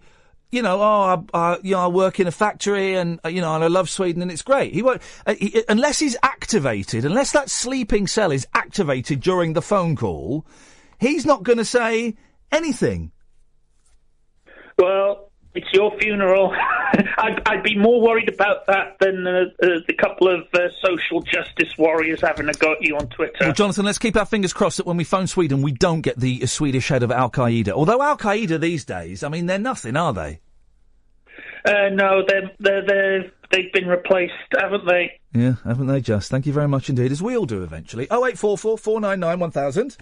you know, oh, I, I, you know, I work in a factory and, uh, you know, and I love Sweden and it's great. He won't, uh, he, unless he's activated, unless that sleeping cell is activated during the phone call, he's not going to say anything. Well, it's your funeral. I'd, I'd be more worried about that than uh, uh, the couple of uh, social justice warriors having a go at you on Twitter. Well, Jonathan, let's keep our fingers crossed that when we phone Sweden, we don't get the uh, Swedish head of Al Qaeda. Although Al Qaeda these days, I mean, they're nothing, are they? Uh, no, they're, they're, they're, they've been replaced, haven't they? Yeah, haven't they just? Thank you very much indeed, as we all do eventually. 0844 499 1000.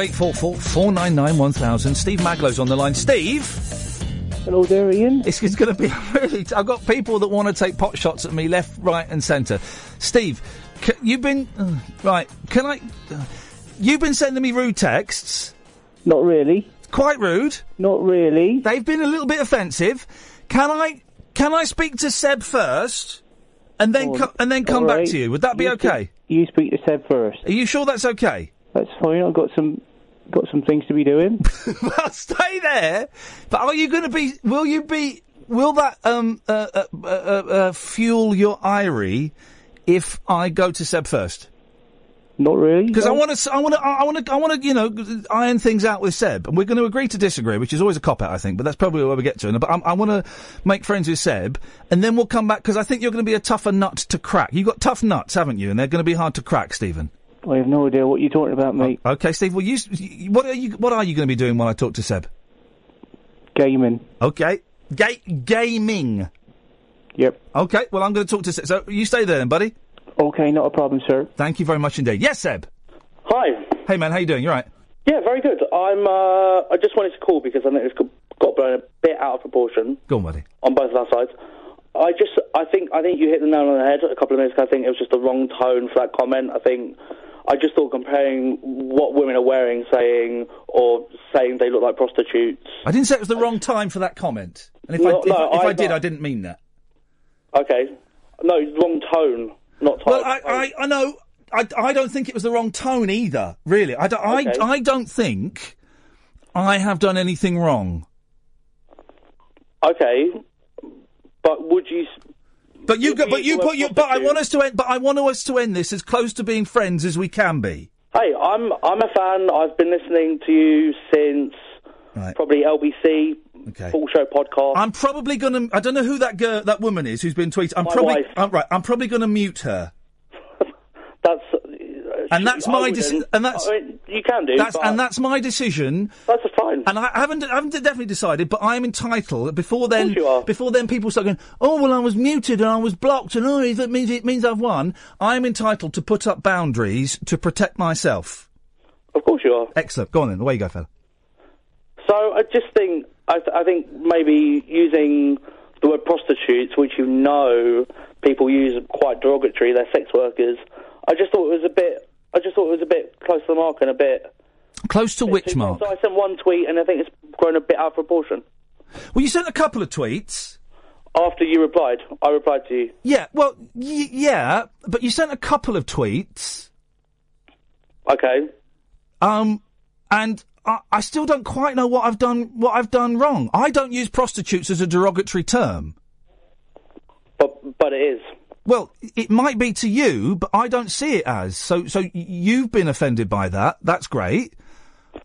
0844 499 1000. Steve Maglow's on the line. Steve? Hello there, Ian. It's, it's going to be really. T- I've got people that want to take pot shots at me left, right, and centre. Steve, c- you've been. uh, right, can I. uh, you've been sending me rude texts. Not really. Quite rude. Not really. They've been a little bit offensive. Can I. Can I speak to Seb first, and then co- and then come back to you? Would that be okay? you speak to Seb first. Are you sure that's okay? That's fine. I've got some got some things to be doing. well, stay there. But are you going to be? Will you be? Will that um uh, uh, uh, uh, uh, fuel your ire if I go to Seb first? Not really. Because I no. want to, I want to, I want to, I want to, you know, iron things out with Seb, and we're going to agree to disagree, which is always a cop out, I think. But that's probably where we get to. And but I'm, I want to make friends with Seb, and then we'll come back because I think you're going to be a tougher nut to crack. You've got tough nuts, haven't you? And they're going to be hard to crack, Stephen. I have no idea what you're talking about, mate. Okay, Steve. Well, you, s- you- what are you, what are you going to be doing when I talk to Seb? Gaming. Okay. Ga- gaming. Yep. Okay. Well, I'm going to talk to Seb. So you stay there, then, buddy. Okay, not a problem, sir. Thank you very much indeed. Yes, Seb. Hi. Hey, man. How you doing? You all right? Yeah, very good. I'm. Uh, I just wanted to call because I think it's got- got blown a bit out of proportion Go on, buddy. on both of our sides. I just. I think. I think you hit the nail on the head a couple of minutes ago. I think it was just the wrong tone for that comment. I think. I just thought comparing what women are wearing, saying or saying they look like prostitutes. I didn't say it was the wrong time for that comment. And if I No, if, I, no, if I, I- did, I didn't mean that. Okay. No, wrong tone, not tone. Well, I, I, I know. I, I don't think it was the wrong tone either. Really, I don't. Okay. I, I don't think I have done anything wrong. Okay, but would you? But you, go, but you put your. But I want us to end. But I want us to end this as close to being friends as we can be. Hey, I'm I'm a fan. I've been listening to you since probably LBC Okay. full show podcast. I'm probably gonna. I don't know who that girl, that woman is who's been tweeting. I'm My probably. wife. I'm right. I'm probably gonna mute her. that's. uh, And that's I my wouldn't. decision. And that's I mean, you can do. That's, but and that's my decision. That's fine. And I I haven't, I haven't definitely decided, but I am entitled. Before then, before then, people start going, "Oh well, I was muted and I was blocked, and oh, that means it means I've won." I am entitled to put up boundaries to protect myself. Of course you are. Excellent. Go on then. Away you go, fella. So I just think I, th- I think maybe using the word prostitutes, which you know people use quite derogatory, they're sex workers. I just thought it was a bit. I just thought it was a bit close to the mark and a bit. Close to which mark? So I sent one tweet, and I think it's grown a bit out of proportion. Well, you sent a couple of tweets. After you replied, I replied to you. Yeah. Well, y- yeah, but you sent a couple of tweets. Okay. Um, and I, I still don't quite know what I've done. What I've done wrong. I don't use prostitutes as a derogatory term. But but it is. Well, it might be to you, but I don't see it as. So, so y- you've been offended by that. That's great.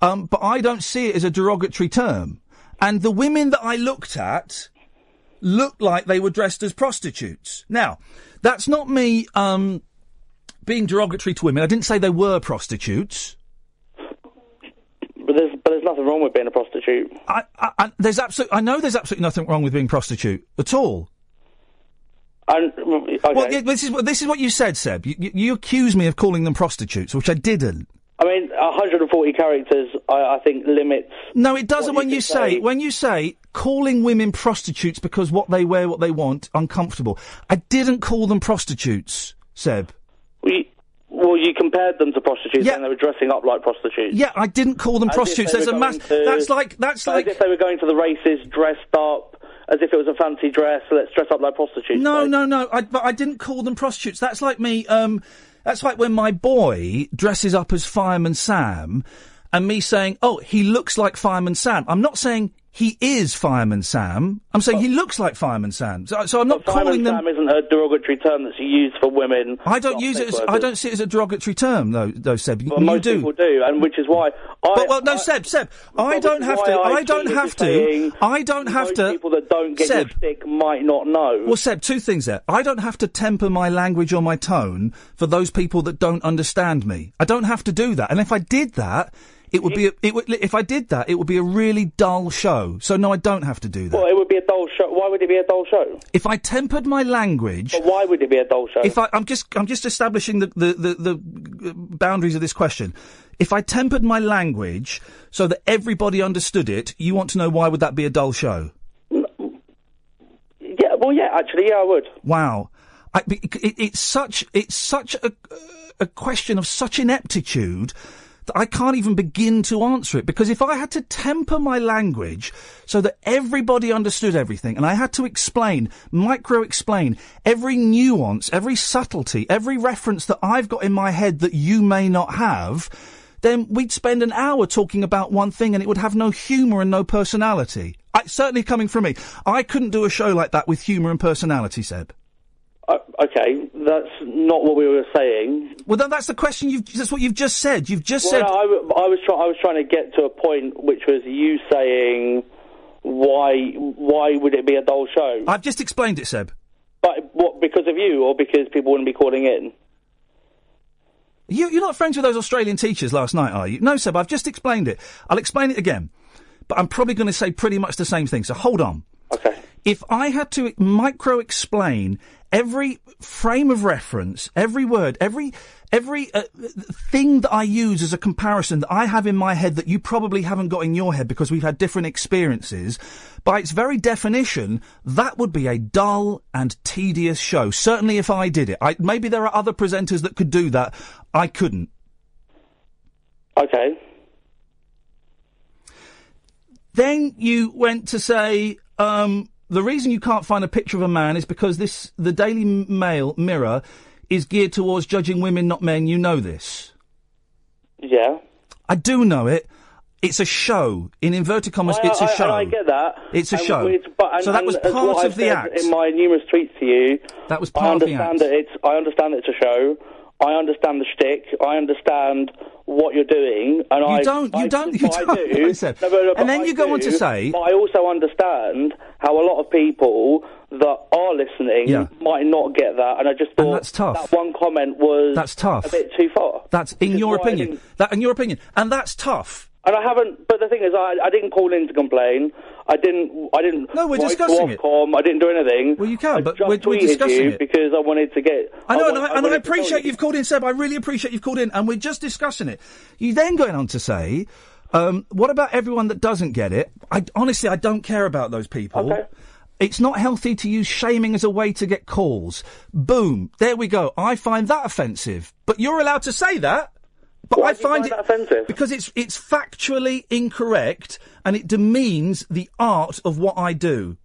Um, but I don't see it as a derogatory term. And the women that I looked at looked like they were dressed as prostitutes. Now, that's not me, um, being derogatory to women. I didn't say they were prostitutes. But there's but there's nothing wrong with being a prostitute. I, I, I there's absolute, I know there's absolutely nothing wrong with being prostitute at all. And okay. Well, yeah, this is what this is what you said, Seb. You, you, you accused me of calling them prostitutes, which I didn't. I mean, 140 characters. I, I think limits. No, it doesn't. when you say, when you say calling women prostitutes because what they wear, what they want, uncomfortable. I didn't call them prostitutes, Seb. We, well, you compared them to prostitutes, and they were dressing up like prostitutes. Yeah, I didn't call them As if prostitutes. they There's a were mass. going to- That's like that's as like. if they were going to the races dressed up, as if it was a fancy dress. So let's dress up like prostitutes. No, no, no. I, but I didn't call them prostitutes. That's like me. Um, that's like when my boy dresses up as Fireman Sam, and me saying, "Oh, he looks like Fireman Sam." I'm not saying he is Fireman Sam. I'm saying he looks like Fireman Sam. So, so I'm not calling Fireman them. Sam isn't a derogatory term that's used for women. I don't not use it. As, sex I workers. don't see it as a derogatory term, though. Though Seb, But you most do. people do, and which is why. I, but well, no, Seb, Seb, I Well, don't which is have why to. I I don't tweeted have to. saying I don't have most to. People that don't get Seb. your stick might not know. Well, Seb, two things there. I don't have to temper my language or my tone for those people that don't understand me. I don't have to do that. And if I did that, it would be a, it would, if I did that, it would be a really dull show. So no, I don't have to do that. Well, it would be a dull show. Why would it be a dull show? If I tempered my language, But why would it be a dull show? if I, I'm just I'm just establishing the the, the the uh, boundaries of this question. If I tempered my language so that everybody understood it, you want to know why would that be a dull show? yeah, well, yeah, actually, yeah, I would. Wow, I, be- it, it's such it's such a a question of such ineptitude that I can't even begin to answer it because if I had to temper my language so that everybody understood everything and I had to explain, micro explain every nuance, every subtlety, every reference that I've got in my head that you may not have, then we'd spend an hour talking about one thing and it would have no humour and no personality. I, certainly coming from me, I couldn't do a show like that with humour and personality, Seb. Uh, okay, that's not what we were saying. Well, then that's the question. You've, that's what you've just said. You've just said. well, no, I, w- I was trying. I was trying to get to a point which was you saying why why would it be a dull show? I've just explained it, Seb. But what because of you or because people wouldn't be calling in? You, you're not friends with those Australian teachers last night, are you? No, Seb, I've just explained it. I'll explain it again. But I'm probably going to say pretty much the same thing, so hold on. Okay. If I had to micro explain every frame of reference, every word, every every uh, thing that I use as a comparison that I have in my head that you probably haven't got in your head because we've had different experiences, by its very definition, that would be a dull and tedious show. Certainly, if I did it, I, maybe there are other presenters that could do that. I couldn't. Okay. Then you went to say um, the reason you can't find a picture of a man is because this the Daily Mail Mirror is geared towards judging women, not men. You know this. Yeah. I do know it. It's a show. In inverted commas, I- it's a I- show. I, get that. It's a And show. it's- but- and- so that and was as part what of I've the said act. In my numerous tweets to you, that was I part of the understand act. that it's. I understand it's a show. I understand the shtick. I understand what you're doing, and You I don't, you I- don't, you but don't, I do. listen. No, but- And but then I you go on to do, say- but I also understand how a lot of people that are listening Yeah. might not get that, and I just thought that's tough. that one comment was That's tough. a bit too far. That's in your why I opinion. That in your opinion, and that's tough. And I haven't. But the thing is, I, I didn't call in to complain. I didn't. I didn't. No, we're write to discussing it. Ofcom, I didn't do anything. Well, you can, I but just we're- we're tweeted discussing you it. because I wanted to get. I know, wa- and I, and wanted I to tell appreciate you. you've called in, Seb. I really appreciate you've called in, and we're just discussing it. You then going on to say, um, what about everyone that doesn't get it? I honestly, I don't care about those people. It's not healthy to use shaming as a way to get calls. Boom. There we go. I find that offensive. But you're allowed to say that. But I find, it offensive because it's it's factually incorrect and it demeans the art of what I do.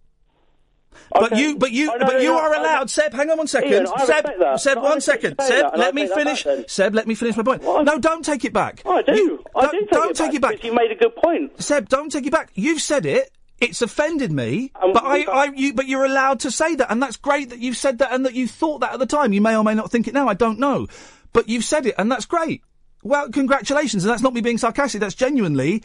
But you, but you, Oh, no, but no, you no, are I- allowed. Seb, hang on one second. Ian, I Seb, respect that. Seb, No, I one respect second. that, Seb, and I let me take that finish. back then. Oh, Seb, let me finish my point. No, don't take it back. I do. You- I don't, do take don't it take back, it back. You made a good point. Seb, don't take it back. You've said it. It's offended me, but I, I, you, but you're allowed to say that, and that's great that you've said that and that you thought that at the time. You may or may not think it now. I don't know, but you've said it, and that's great. Well, congratulations, and that's not me being sarcastic. That's genuinely.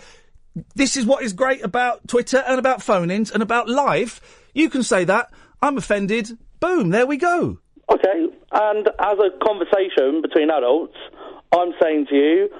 This is what is great about Twitter and about phone-ins and about life. You can say that. I'm offended. Boom. There we go. Okay. And as a conversation between adults, I'm saying to you,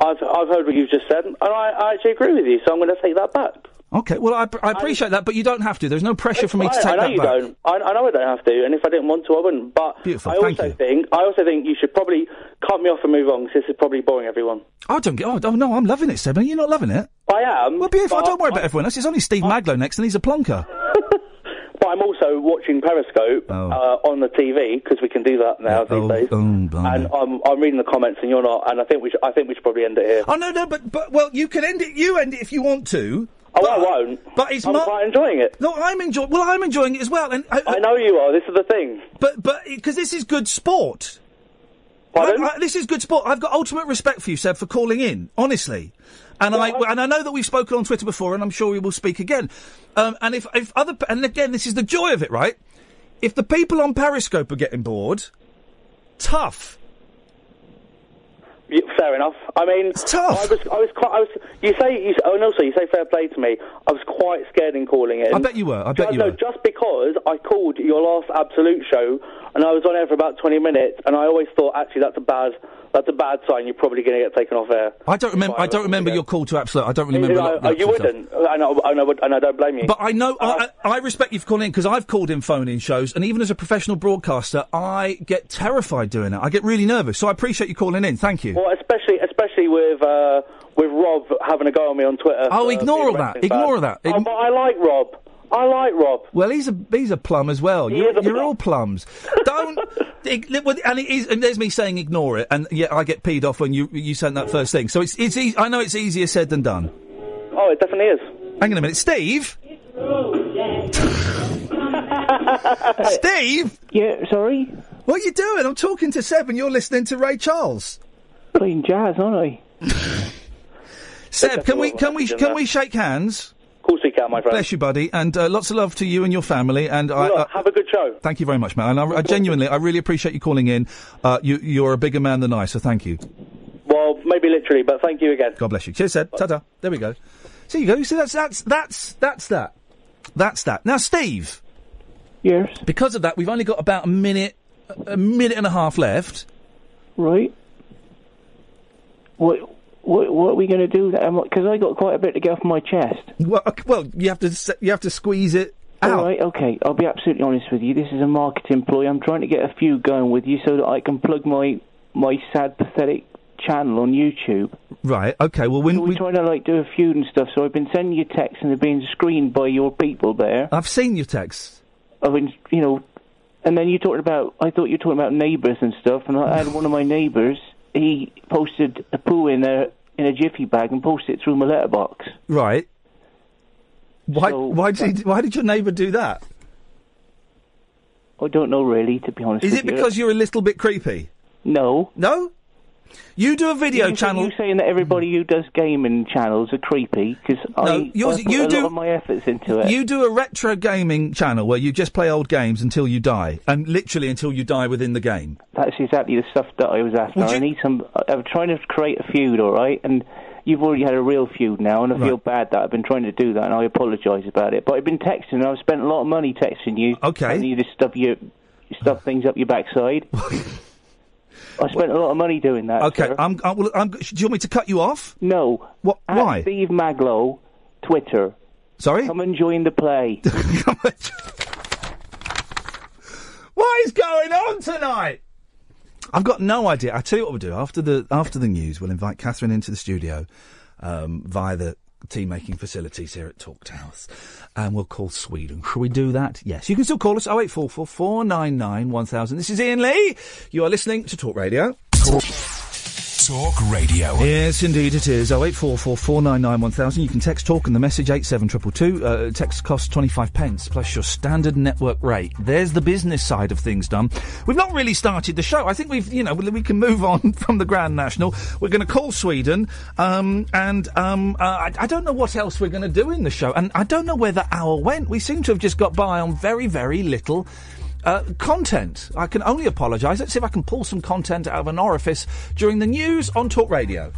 I've I've heard what you've just said, and I, I actually agree with you. So I'm going to take that back. Okay. Well, I, I appreciate that, but you don't have to. There's no pressure for me to I, take I know that you back. don't. I, I know I don't have to, and if I didn't want to, I wouldn't. But Beautiful, I thank also think I also think you should probably cut me off and move on because this is probably boring everyone. I don't get. Oh, oh, no, I'm loving it, Seb. Are you not loving it? I am. Well, beautiful. Don't worry oh. about everyone else. It's only Steve Maglow next, and he's a plonker. But I'm also watching Periscope Oh. uh, on the TV because we can do that now these days. and I'm, I'm reading the comments, and you're not. And I think we should, I think we should probably end it here. Oh no, no, but but well, you can end it. You end it if you want to. Oh, I won't. But it's I'm not quite enjoying it. No, I'm enjoying. Well, I'm enjoying it as well. And I, I know you are. This is the thing. But but because this is good sport. I- I- this is good sport. I've got ultimate respect for you, Seb, for calling in. Honestly. And I, and I know that we've spoken on Twitter before, and I'm sure we will speak again. Um, and if, if other p- and again, this is the joy of it, right? If the people on Periscope are getting bored, tough. Y fair enough. I mean, I was, I was quite. I was. You say, you, s- oh, and also you say fair play to me. I was quite scared in calling it. I bet you were. I bet Ju- you no, were. just because I called your last Absolute show, and I was on air for about twenty minutes, and I always thought, actually, that's a bad, that's a bad sign. You're probably going to get taken off air. I don't remember. I don't remember your call to absolute. I don't really remember. a lot of Oh, You, know, the uh, you actual stuff. wouldn't, and I, and, I would, and I don't blame you. But I know Oh. I, I respect you for calling in because I've called in phone-in shows, and even as a professional broadcaster, I get terrified doing it. I get really nervous. So I appreciate you calling in. Thank you. Well, especially, especially with uh, with Rob having a go on me on Twitter. Oh, for ignore being all a that. wrestling fan. Ignore that. Oh, but I like Rob. I like Rob. Well, he's a he's a plum as well. He You're, is a you're all plums. Don't. ig- li- well, and, it is, and there's me saying ignore it, and yet I get peed off when you you sent that first thing. So it's it's eas I know it's easier said than done. Oh, it definitely is. Hang on a minute, Steve. Steve. Yeah, sorry. What are you doing? I'm talking to Seb, and you're listening to Ray Charles. Playing jazz, aren't I? Seb, can we can we can we shake hands? Of course we can, my friend. Bless you, buddy, and uh, lots of love to you and your family. And I, uh, Look, have a good show. Thank you very much, man. And I, I genuinely, I really appreciate you calling in. Uh, you, you're a bigger man than I, so thank you. Well, maybe literally, but thank you again. God bless you. Cheers, Ed. Ta-da. There we go. So you go. So that's that's that's that's that. That's that. Now, Steve. Yes. Because of that, we've only got about a minute, a minute and a half left. Right. What what what are we going to do? Because I got quite a bit to get off my chest. Well, ok- well, you have to s- you have to squeeze it out. All right, okay. I'll be absolutely honest with you. This is a marketing ploy. I'm trying to get a few going with you so that I can plug my my sad, pathetic channel on YouTube. Right. Okay. Well, when we're trying to like do a feud and stuff, so I've been sending you texts and they're being screened by your people there. I've seen your texts. I've been, you know, and then you talked about. I thought you were talking about neighbours and stuff, and I had one of my neighbours. He posted a poo in a in a jiffy bag and posted it through my letterbox. Right. Why? why did Why did your neighbour do that? I don't know really, to be honest. Is with it you. because you're a little bit creepy? No. No? You do a video you, channel. You saying that everybody who does gaming channels are creepy? Because I, yours- I put you a do- lot of my efforts into it. You do a retro gaming channel where you just play old games until you die, and literally until you die within the game. That's exactly the stuff that I was after. Would I you- need some. I- I'm trying to create a feud, all right? And you've already had a real feud now, and I feel bad that I've been trying to do that, and I apologise about it. But I've been texting, and I've spent a lot of money texting you. Okay. And you just stuff your stuff things up your backside. I spent a lot of money doing that. Okay, sir. I'm, I'm, well, I'm. Do you want me to cut you off? No. What? Why? Steve Maglow, Twitter. Sorry. Come and join the play. What is going on tonight? I've got no idea. I tell you what we'll do after the after the news. We'll invite Catherine into the studio um, via the tea making facilities here at Talk Towers, and we'll call Sweden. Shall we do that? Yes. You can still call us 0844 499 1000. This is Ian Lee. You are listening to Talk Radio. Talk Radio. Yes, indeed it is. Oh, 0844 499 1000. You can text talk and the message 87222. Uh, text costs 25 pence plus your standard network rate. There's the business side of things done. We've not really started the show. I think we've, you know, we can move on from the Grand National. We're going to call Sweden. Um, and um, uh, I, I don't know what else we're going to do in the show. And I don't know where the hour went. We seem to have just got by on very, very little uh, content. I can only apologise. Let's see if I can pull some content out of an orifice during the news on Talk Radio.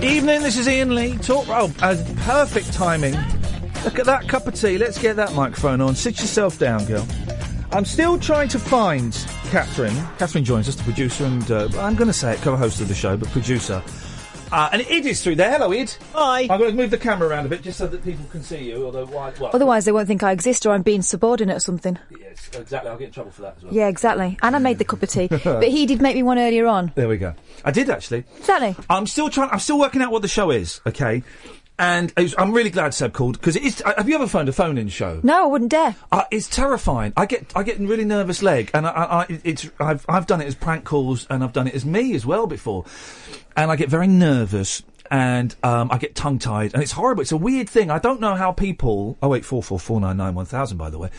Evening, this is Ian Lee. Talk. Oh, uh, perfect timing. Look at that cup of tea. Let's get that microphone on. Sit yourself down, girl. I'm still trying to find Catherine. Catherine joins us, the producer and uh, I'm going to say it, co-host of the show, but producer. Uh, and Id is through there. Hello, Id. Hi. I'm going to move the camera around a bit just so that people can see you. Although, why? Well, Otherwise, they won't think I exist or I'm being subordinate or something. Yes, exactly. I'll get in trouble for that as well. Yeah, exactly. And I made the cup of tea, but he did make me one earlier on. There we go. I did actually. Exactly. I'm still trying. I'm still working out what the show is. Okay, and it was- I'm really glad Seb called because it is. uh, Have you ever phoned a phone-in show? No, I wouldn't dare. Uh, it's terrifying. I get I get a really nervous leg, and I, I, I it's I've I've done it as prank calls, and I've done it as me as well before, and I get very nervous, and um, I get tongue tied, and it's horrible. It's a weird thing. I don't know how people. Oh wait, four four four nine nine one thousand. By the way,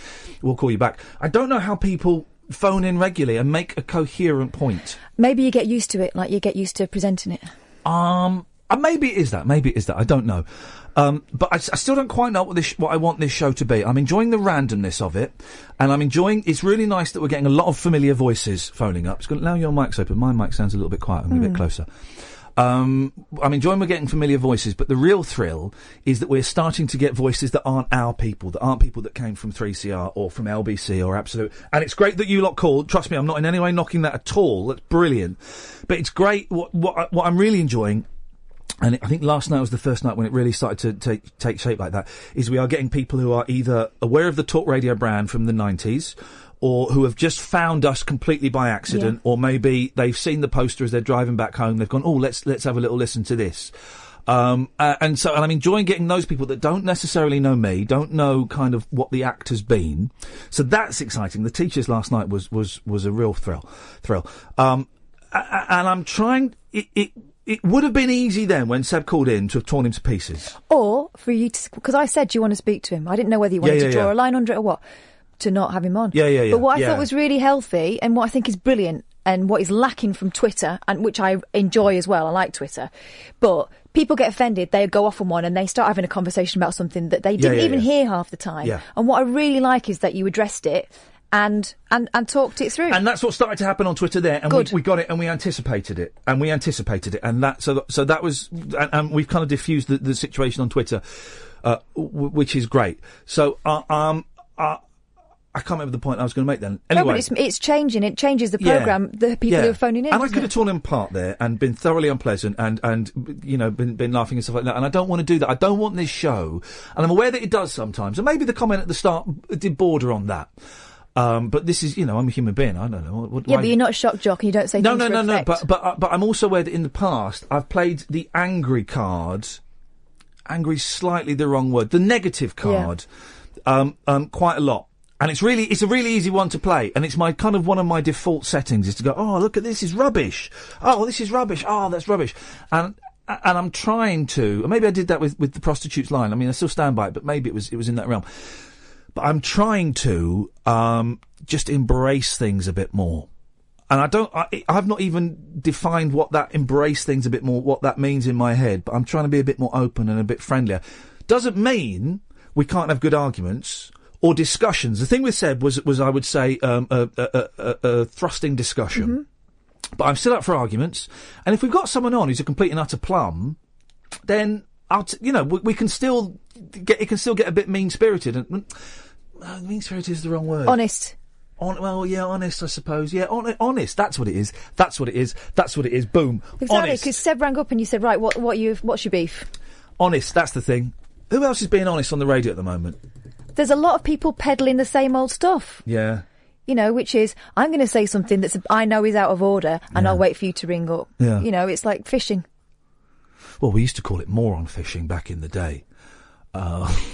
we'll call you back. I don't know how people phone in regularly and make a coherent point. Maybe you get used to it, like you get used to presenting it. Um, uh, maybe it is that. Maybe it is that. I don't know. Um, but I, s- I still don't quite know what this what I want this show to be. I'm enjoying the randomness of it, and I'm enjoying. It's really nice that we're getting a lot of familiar voices phoning up. It's going to now your mic's open. My mic sounds a little bit quiet. I'm going to Hmm. get closer. Um, I'm enjoying we're getting familiar voices, but the real thrill is that we're starting to get voices that aren't our people, that aren't people that came from 3CR or from LBC or Absolute. And it's great that you lot called. Trust me, I'm not in any way knocking that at all. That's brilliant. But it's great. What what I- what I'm really enjoying and I think last night was the first night when it really started to take take shape like that. Is we are getting people who are either aware of the talk radio brand from the nineties, or who have just found us completely by accident, or maybe they've seen the poster as they're driving back home. They've gone, oh, let's let's have a little listen to this. Um, uh, and so, and I'm enjoying getting those people that don't necessarily know me, don't know kind of what the act has been. So that's exciting. The teachers last night was was was a real thrill, thrill. Um, a- a- and I'm trying. It, it it would have been easy then when Seb called in to have torn him to pieces. Or for you to, because I said, do you want to speak to him? I didn't know whether you Yeah, wanted yeah, to draw yeah. a line under it or what, to not have him on. Yeah, yeah, yeah, But what I yeah. thought was really healthy and what I think is brilliant and what is lacking from Twitter, and which I enjoy as well, I like Twitter, but people get offended, they go off on one and they start having a conversation about something that they Yeah, didn't yeah, even yeah. hear half the time. Yeah. And what I really like is that you addressed it and, and, and talked it through. And that's what started to happen on Twitter there, and we, Good. we got it, and we anticipated it, and we anticipated it, and that so so that was, and, and we've kind of diffused the, the situation on Twitter, uh, w- which is great. So uh, um, uh, I can't remember the point I was going to make then. No, Anyway, but it's, it's changing. It changes the Yeah. program. The people Yeah. who are phoning And in. I doesn't could have it? torn him apart there and been thoroughly unpleasant and, and you know, been, been laughing and stuff like that. And I don't want to do that. I don't want this show. And I'm aware that it does sometimes. And maybe the comment at the start did border on that. Um, but this is, you know, I'm a human being. I don't know. What, what do Yeah, I- but you're not a shock jock, and you don't say no, things no, for no, no. effect. But but uh, but I'm also aware that in the past I've played the angry card. Angry, is slightly the wrong word. The negative card, um, um, quite a lot. And it's really, it's a really easy one to play. And it's my kind of one of my default settings is to go, oh, look at this is rubbish. Oh, this is rubbish. Oh, that's rubbish. And and I'm trying to. Maybe I did that with with the prostitutes line. I mean, I still stand by it, but maybe it was it was in that realm. but I'm trying to um, just embrace things a bit more. And I don't, I, I've not even defined what that embrace things a bit more, what that means in my head, but I'm trying to be a bit more open and a bit friendlier. Doesn't mean we can't have good arguments or discussions. The thing with Seb was, was I would say, um, a, a, a, a, a thrusting discussion. But I'm still up for arguments. And if we've got someone on who's a complete and utter plum, then I'll t- you know we, we can still get it can still get a bit mean spirited and mean spirited is the wrong word. Honest. On, well, yeah, honest, I suppose. Yeah, on, honest. That's what it is. That's what it is. That's what it is. Boom. Exactly, Honest. because Seb rang up and you said, right, what, what you, what's your beef? Honest. That's the thing. Who else is being honest on the radio at the moment? There's a lot of people peddling the same old stuff, Yeah. you know, which is, I'm going to say something that's I know is out of order and I'll wait for you to ring up. Yeah. You know, it's like fishing. Well, we used to call it moron fishing back in the day. Uh,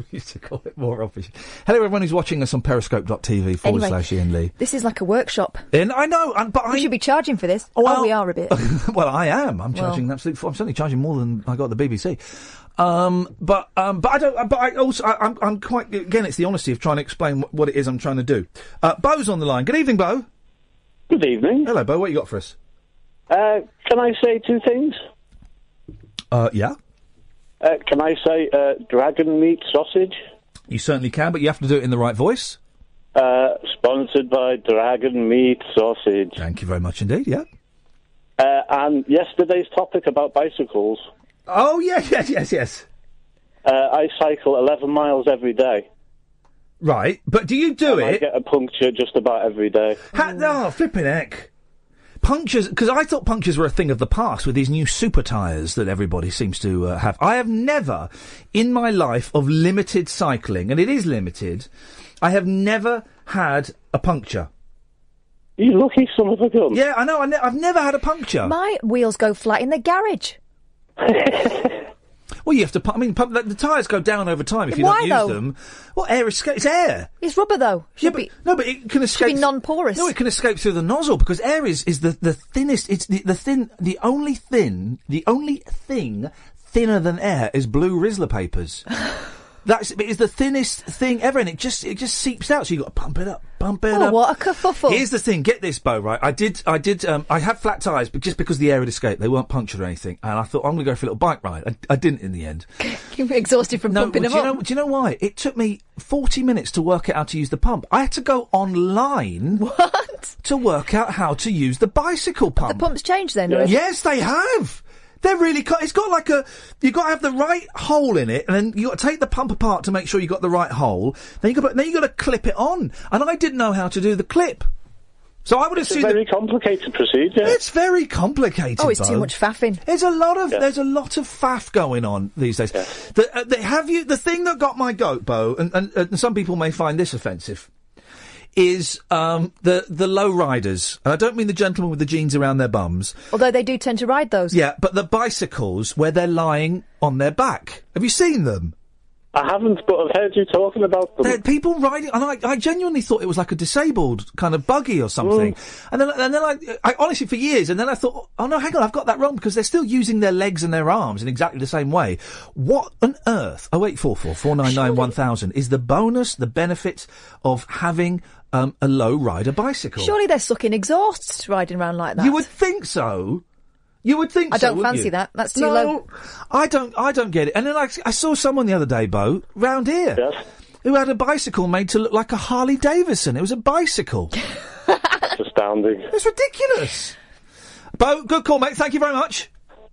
we used to call it moron fishing. Hello, everyone who's watching us on periscope.tv forward Anyway. slash Ian Lee. This is like a workshop. And I know, and, but we I. should be charging for this. oh, we are a bit. well, I am. I'm Well- charging an absolute. I'm certainly charging more than I got at the BBC. Um, but um, but I don't. But I also I, I'm I'm quite again. It's the honesty of trying to explain wh- what it is I'm trying to do. Uh, Bo's on the line. Good evening, Bo. Good evening. Hello, Bo. What you got for us? Uh, can I say two things? Uh, yeah. Uh, can I say uh, dragon meat sausage? You certainly can, but you have to do it in the right voice. Uh, sponsored by Dragon Meat Sausage. Thank you very much indeed. Yeah. Uh, and yesterday's topic about bicycles. Oh yes, yes, yes, yes. Uh, I cycle 11 miles every day. Right, but do you do it? I get a puncture just about every day. Ha- oh, flipping heck. Punctures, because I thought punctures were a thing of the past with these new super tyres that everybody seems to uh, have. I have never, in my life of limited cycling, and it is limited, I have never had a puncture. You lucky son of a gun. Yeah, I know. I ne- I've never had a puncture. My wheels go flat in the garage. well, you have to. pu- I mean, pump, the, the tyres go down over time if you Why, don't use though? them. Well, air escape. It's air. It's rubber though. Yeah, but, no, but it can escape. be non-porous. No, it can escape through the nozzle because air is, is the, the thinnest. It's the, the thin, the only thin, the only thing thinner than air is blue Rizzler papers. That's it is the thinnest thing ever, and it just it just seeps out. So you have got to pump it up, pump it Oh, up. what a kerfuffle. Here's the thing. Get this, Bo. Right, I did. I did. Um, I had flat tires, but just because the air had escaped, they weren't punctured or anything. And I thought I'm going to go for a little bike ride. I, I didn't in the end. you were exhausted from No, pumping well, them do you up. know? Do you know why? It took me forty minutes to work out how to use the pump. I had to go online. What? To work out how to use the bicycle pump. the pumps change then. or is it- Yes, they have. They're really. Co- it's got like a. You got to have the right hole in it, and then you got to take the pump apart to make sure you got the right hole. Then you got. Then you got to clip it on, and I didn't know how to do the clip. So I would have It's a seen. very complicated procedure. It's very complicated. Oh, it's too Bo. much faffing. There's a lot of there's a lot of faff going on these days. The, uh, the, have you the thing that got my goat, Bo, and, and, and some people may find this offensive, is um, the the low riders. And I don't mean the gentlemen with the jeans around their bums. Although they do tend to ride those. Yeah, but the bicycles where they're lying on their back. Have you seen them? I haven't, but I've heard you talking about them. There are people riding, and I, I genuinely thought it was like a disabled kind of buggy or something. Mm. And then, and then I, I honestly for years, and then I thought, oh no, hang on, I've got that wrong because they're still using their legs and their arms in exactly the same way. What on earth? Oh wait, four four four nine nine one thousand is the bonus, the benefit of having um, a low rider bicycle. Surely they're sucking exhausts riding around like that. You would think so. You would think I so, don't wouldn't fancy you? that. That's too No, low. I don't. I don't get it. And then I, I saw someone the other day, Bo, round here, who had a bicycle made to look like a Harley Davidson. It was a bicycle. It's astounding. it's ridiculous. Bo, good call, mate. Thank you very much.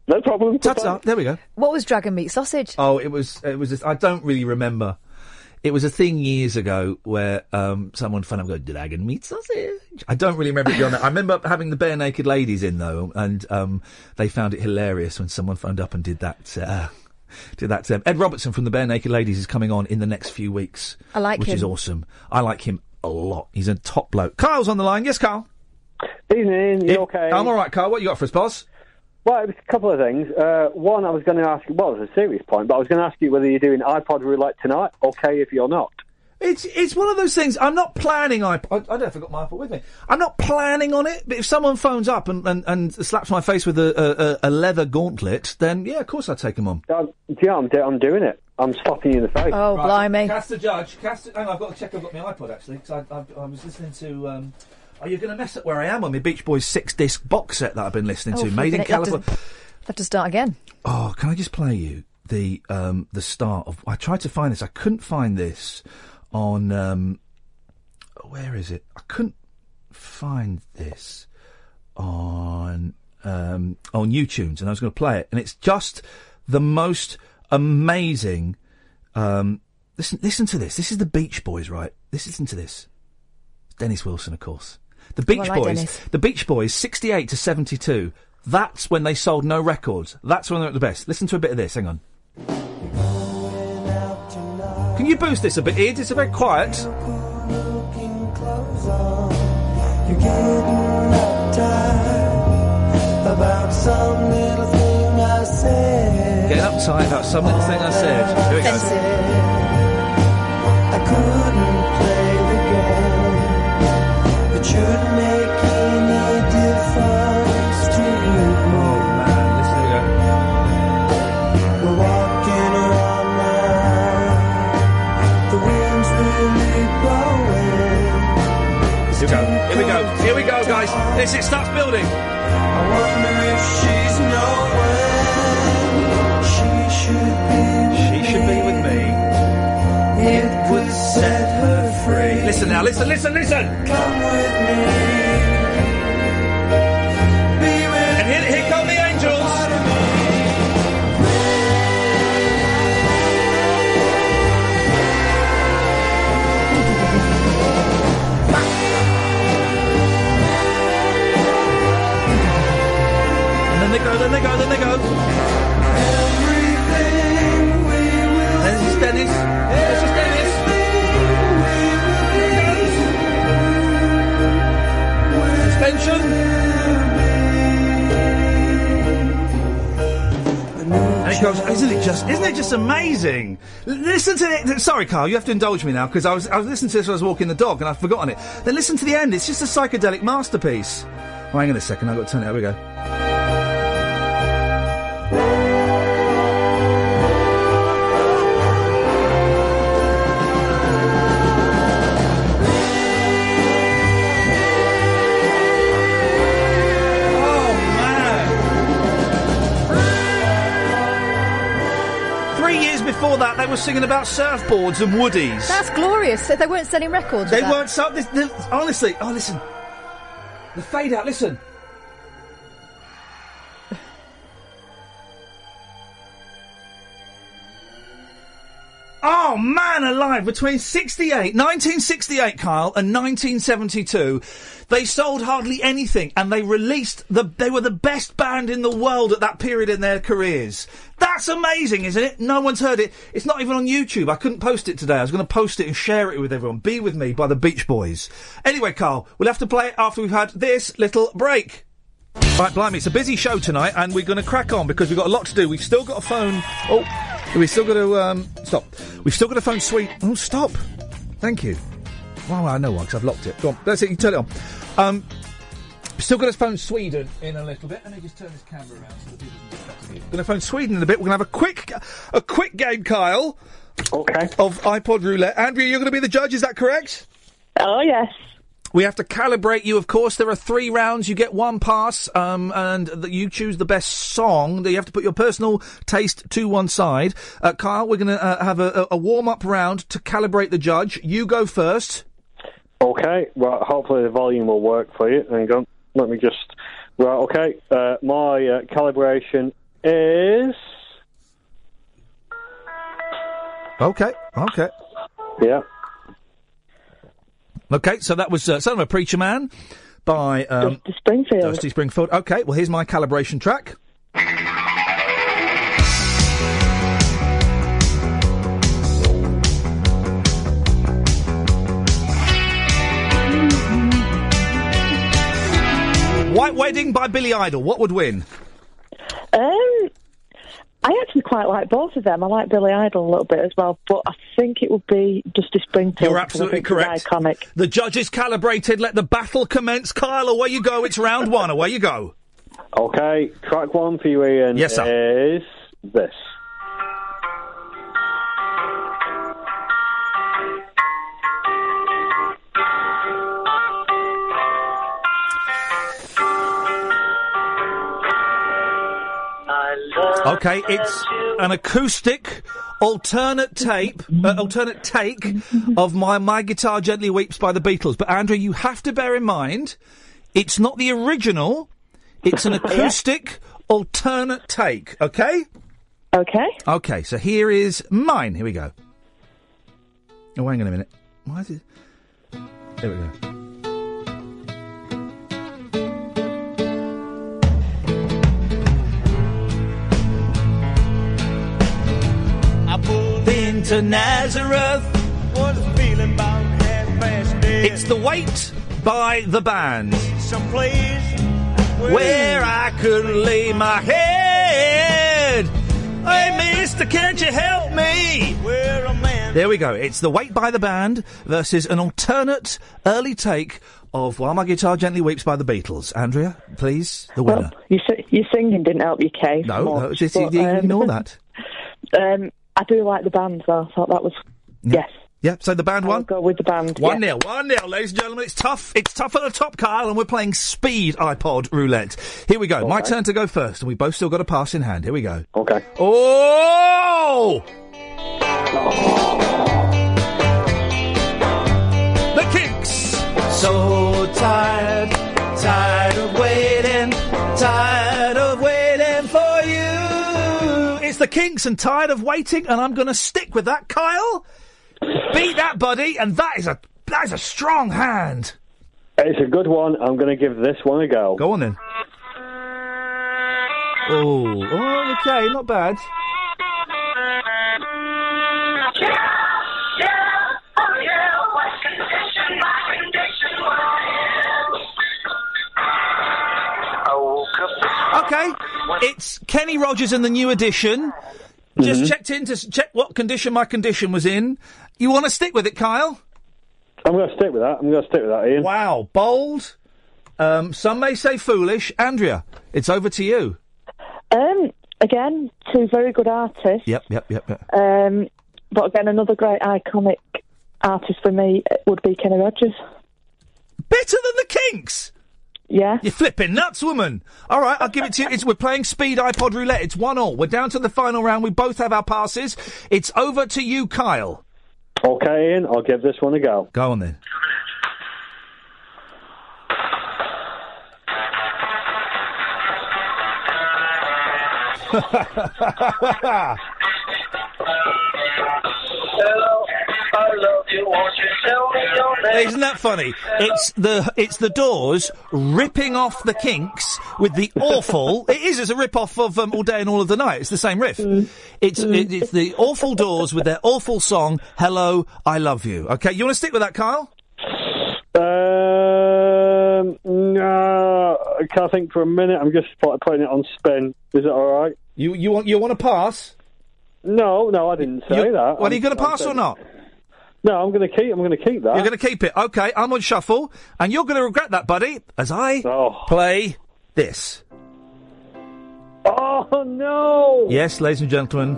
No problem. Ta-ta. There we go. What was dragon meat sausage? Oh, it was. It was. I I don't really remember. It was a thing years ago where um, someone found out, go, dragon meat sausage. I don't really remember it beyond that. I remember having the bare naked ladies in though, and um, they found it hilarious when someone phoned up and did that. Uh, did that to them. Ed Robertson from the Bare Naked Ladies is coming on in the next few weeks. I like which him. is awesome. I like him a lot. He's a top bloke. Carl's on the line. Yes, Carl. Evening, you okay? I'm all right, Carl. What you got for us, boss? Well, it was a couple of things. Uh, one, I was going to ask, well, it's a serious point, but I was going to ask you whether you're doing iPod roulette tonight. Okay, if you're not. It's it's one of those things. I'm not planning. I I, I don't know if I got my iPod with me. I'm not planning on it. But if someone phones up and, and, and slaps my face with a, a a- a leather gauntlet, then yeah, of course I take them on. Um, Yeah, I'm, do- I'm doing it. I'm slapping you in the face. Right, Cast the judge. Cast. Hang on, I've got to check. I've got my iPod actually because I, I I was listening to. Um, are you going to mess up where I am on my Beach Boys six disc box set that I've been listening Oh, to, made flipping in it, you'll have to- California? Have to start again. Oh, can I just play you the um, the start of? I tried to find this. I couldn't find this on. Um, where is it? I couldn't find this on um, on YouTunes, and I was going to play it, and it's just the most amazing. Um, listen, listen to this. This is the Beach Boys, right? This, listen to this. Dennis Wilson, of course. The Beach Well, hi, Boys. Dennis. The Beach Boys, 68 to 72. That's when they sold no records. That's when they're at the best. Listen to a bit of this. Hang on. Can you boost this a bit, Ed? It's a bit quiet. About some little thing I said. Get uptight about some little thing I said. Here we go. I couldn't play the game. It shouldn't make any difference to you. Oh man, listen to We're walking around now. The wind's really blowing. Here we go. Here we go. Here we go, guys. This it starts building. I wonder if she's knowing she should be. She should be with me. It would set her free. Listen now, listen, listen, listen. Come with me. Be with and here, here come the angels. And then they go, then they go, then they go. There's just Dennis. There's just Dennis. Suspension. And it goes, isn't it just, isn't it just amazing? L- Listen to it. Sorry, Carl, you have to indulge me now because I was, I was listening to this when I was walking the dog and I've forgotten it. Then listen to the end. It's just a psychedelic masterpiece. Oh, hang on a second. I've got to turn it. Here we go. Three years before that, they were singing about surfboards and woodies. That's glorious. They weren't selling records. They with that. weren't so. This, this, honestly, oh listen, the fade out. Listen. Oh man alive, between 68, 1968, Kyle, and 1972, they sold hardly anything and they released the, they were the best band in the world at that period in their careers. That's amazing, isn't it? No one's heard it. It's not even on YouTube. I couldn't post it today. I was going to post it and share it with everyone. Be with me by the Beach Boys. Anyway, Carl, we'll have to play it after we've had this little break. Right, blimey, it's a busy show tonight, and we're going to crack on because we've got a lot to do. We've still got a phone. Oh, we've still got to um, stop. We've still got a phone suite. Oh, stop. Thank you. Wow, I know why because I've locked it. Go on, that's it. You turn it on. Um, still got to phone Sweden in a little bit. Let me just turn this camera around so the people can get back to you. Going to phone Sweden in a bit. We're going to have a quick, a quick game, Kyle. Okay. Of iPod roulette. Andrea, you're going to be the judge. Is that correct? Oh yes. We have to calibrate you, of course. There are three rounds. You get one pass, um, and th- you choose the best song. You have to put your personal taste to one side. Uh, Kyle, we're going to uh, have a, a- a warm up round to calibrate the judge. You go first. Okay, well, hopefully the volume will work for you. Hang on, let me just. Right, okay, uh, my uh, calibration is. Okay, okay. Yeah. Okay, so that was uh, Son of a Preacher Man by um, Dusty Springfield. Dusty Springfield. Okay, well, here's my calibration track. White Wedding by Billy Idol. What would win? Um, I actually quite like both of them. I like Billy Idol a little bit as well, but I think it would be Dusty Springfield. because You're I absolutely think he's correct. Iconic. The judge is calibrated. Let the battle commence. Kyle, away you go. It's round one. Away you go. Okay, track one for you, Ian. Yes, sir. Is this? Okay, it's an acoustic alternate tape, uh, alternate take of my My Guitar Gently Weeps by the Beatles. But Andrew, you have to bear in mind, it's not the original. It's an acoustic alternate take. Okay. Okay. Okay. So here is mine. Here we go. Oh, hang on a minute. Why is it? There we go. I pulled into Nazareth. Was feeling about half past dead. It's the wait by the band. Someplace where I could lay my head. Hey, mister, can't you help me? Where a man There we go. It's the Wait by the Band versus an alternate early take of While My Guitar Gently Weeps by the Beatles. Andrea, please, the winner. You si- your singing didn't help your case. no, much, no, just, but, um, ignore that. Um, I do like the band, though. I thought that was yes. Yep. So the band won. Go with the band. One yeah. nil, one nil, ladies and gentlemen. It's tough. It's tough at the top, Kyle, and we're playing speed iPod roulette. Here we go. My turn to go first, and we both still got a pass in hand. Here we go. Okay. Oh! The kicks. So tired, tired of waiting, tired of waiting for you. It's the Kinks and tired of waiting, and I'm going to stick with that, Kyle. Beat that, buddy, and that is a that is a strong hand. It's a good one. I'm going to give this one a go. Go on then. Oh, oh okay, not bad. Okay, it's Kenny Rogers and the new edition. Just Mm-hmm. checked in to s- check what condition my condition was in. You want to stick with it, Kyle? I'm going to stick with that. I'm going to stick with that, Ian. Wow, bold. Um, some may say foolish. Andrea, it's over to you. Um, again, two very good artists. Yep, yep, yep, yep. Um, but again, another great iconic artist for me uh, would be Kenny Rogers. Better than the Kinks. Yeah. You're flipping nuts, woman. All right, I'll give it to you. It's, we're playing speed iPod roulette. It's one all. We're down to the final round. We both have our passes. It's over to you, Kyle. Okay, Ian. I'll give this one a go. Go on then. Isn't that funny? It's the it's the Doors ripping off the Kinks with the awful. it is. It's a rip off of um, All Day and All of the Night. It's the same riff. It's it, it's the awful Doors with their awful song "Hello, I Love You." Okay, you want to stick with that, Kyle? Um, no, I can't think for a minute. I'm just pu- putting it on spin. Is it all right? You you want you want to pass? No, no, I didn't say You- that. What are you I'm- going to I'm pass or saying- not? No, I'm going to keep. I'm going to keep that. You're going to keep it. Okay, I'm on shuffle, and you're going to regret that, buddy, as I play this. Oh no! Yes, ladies and gentlemen.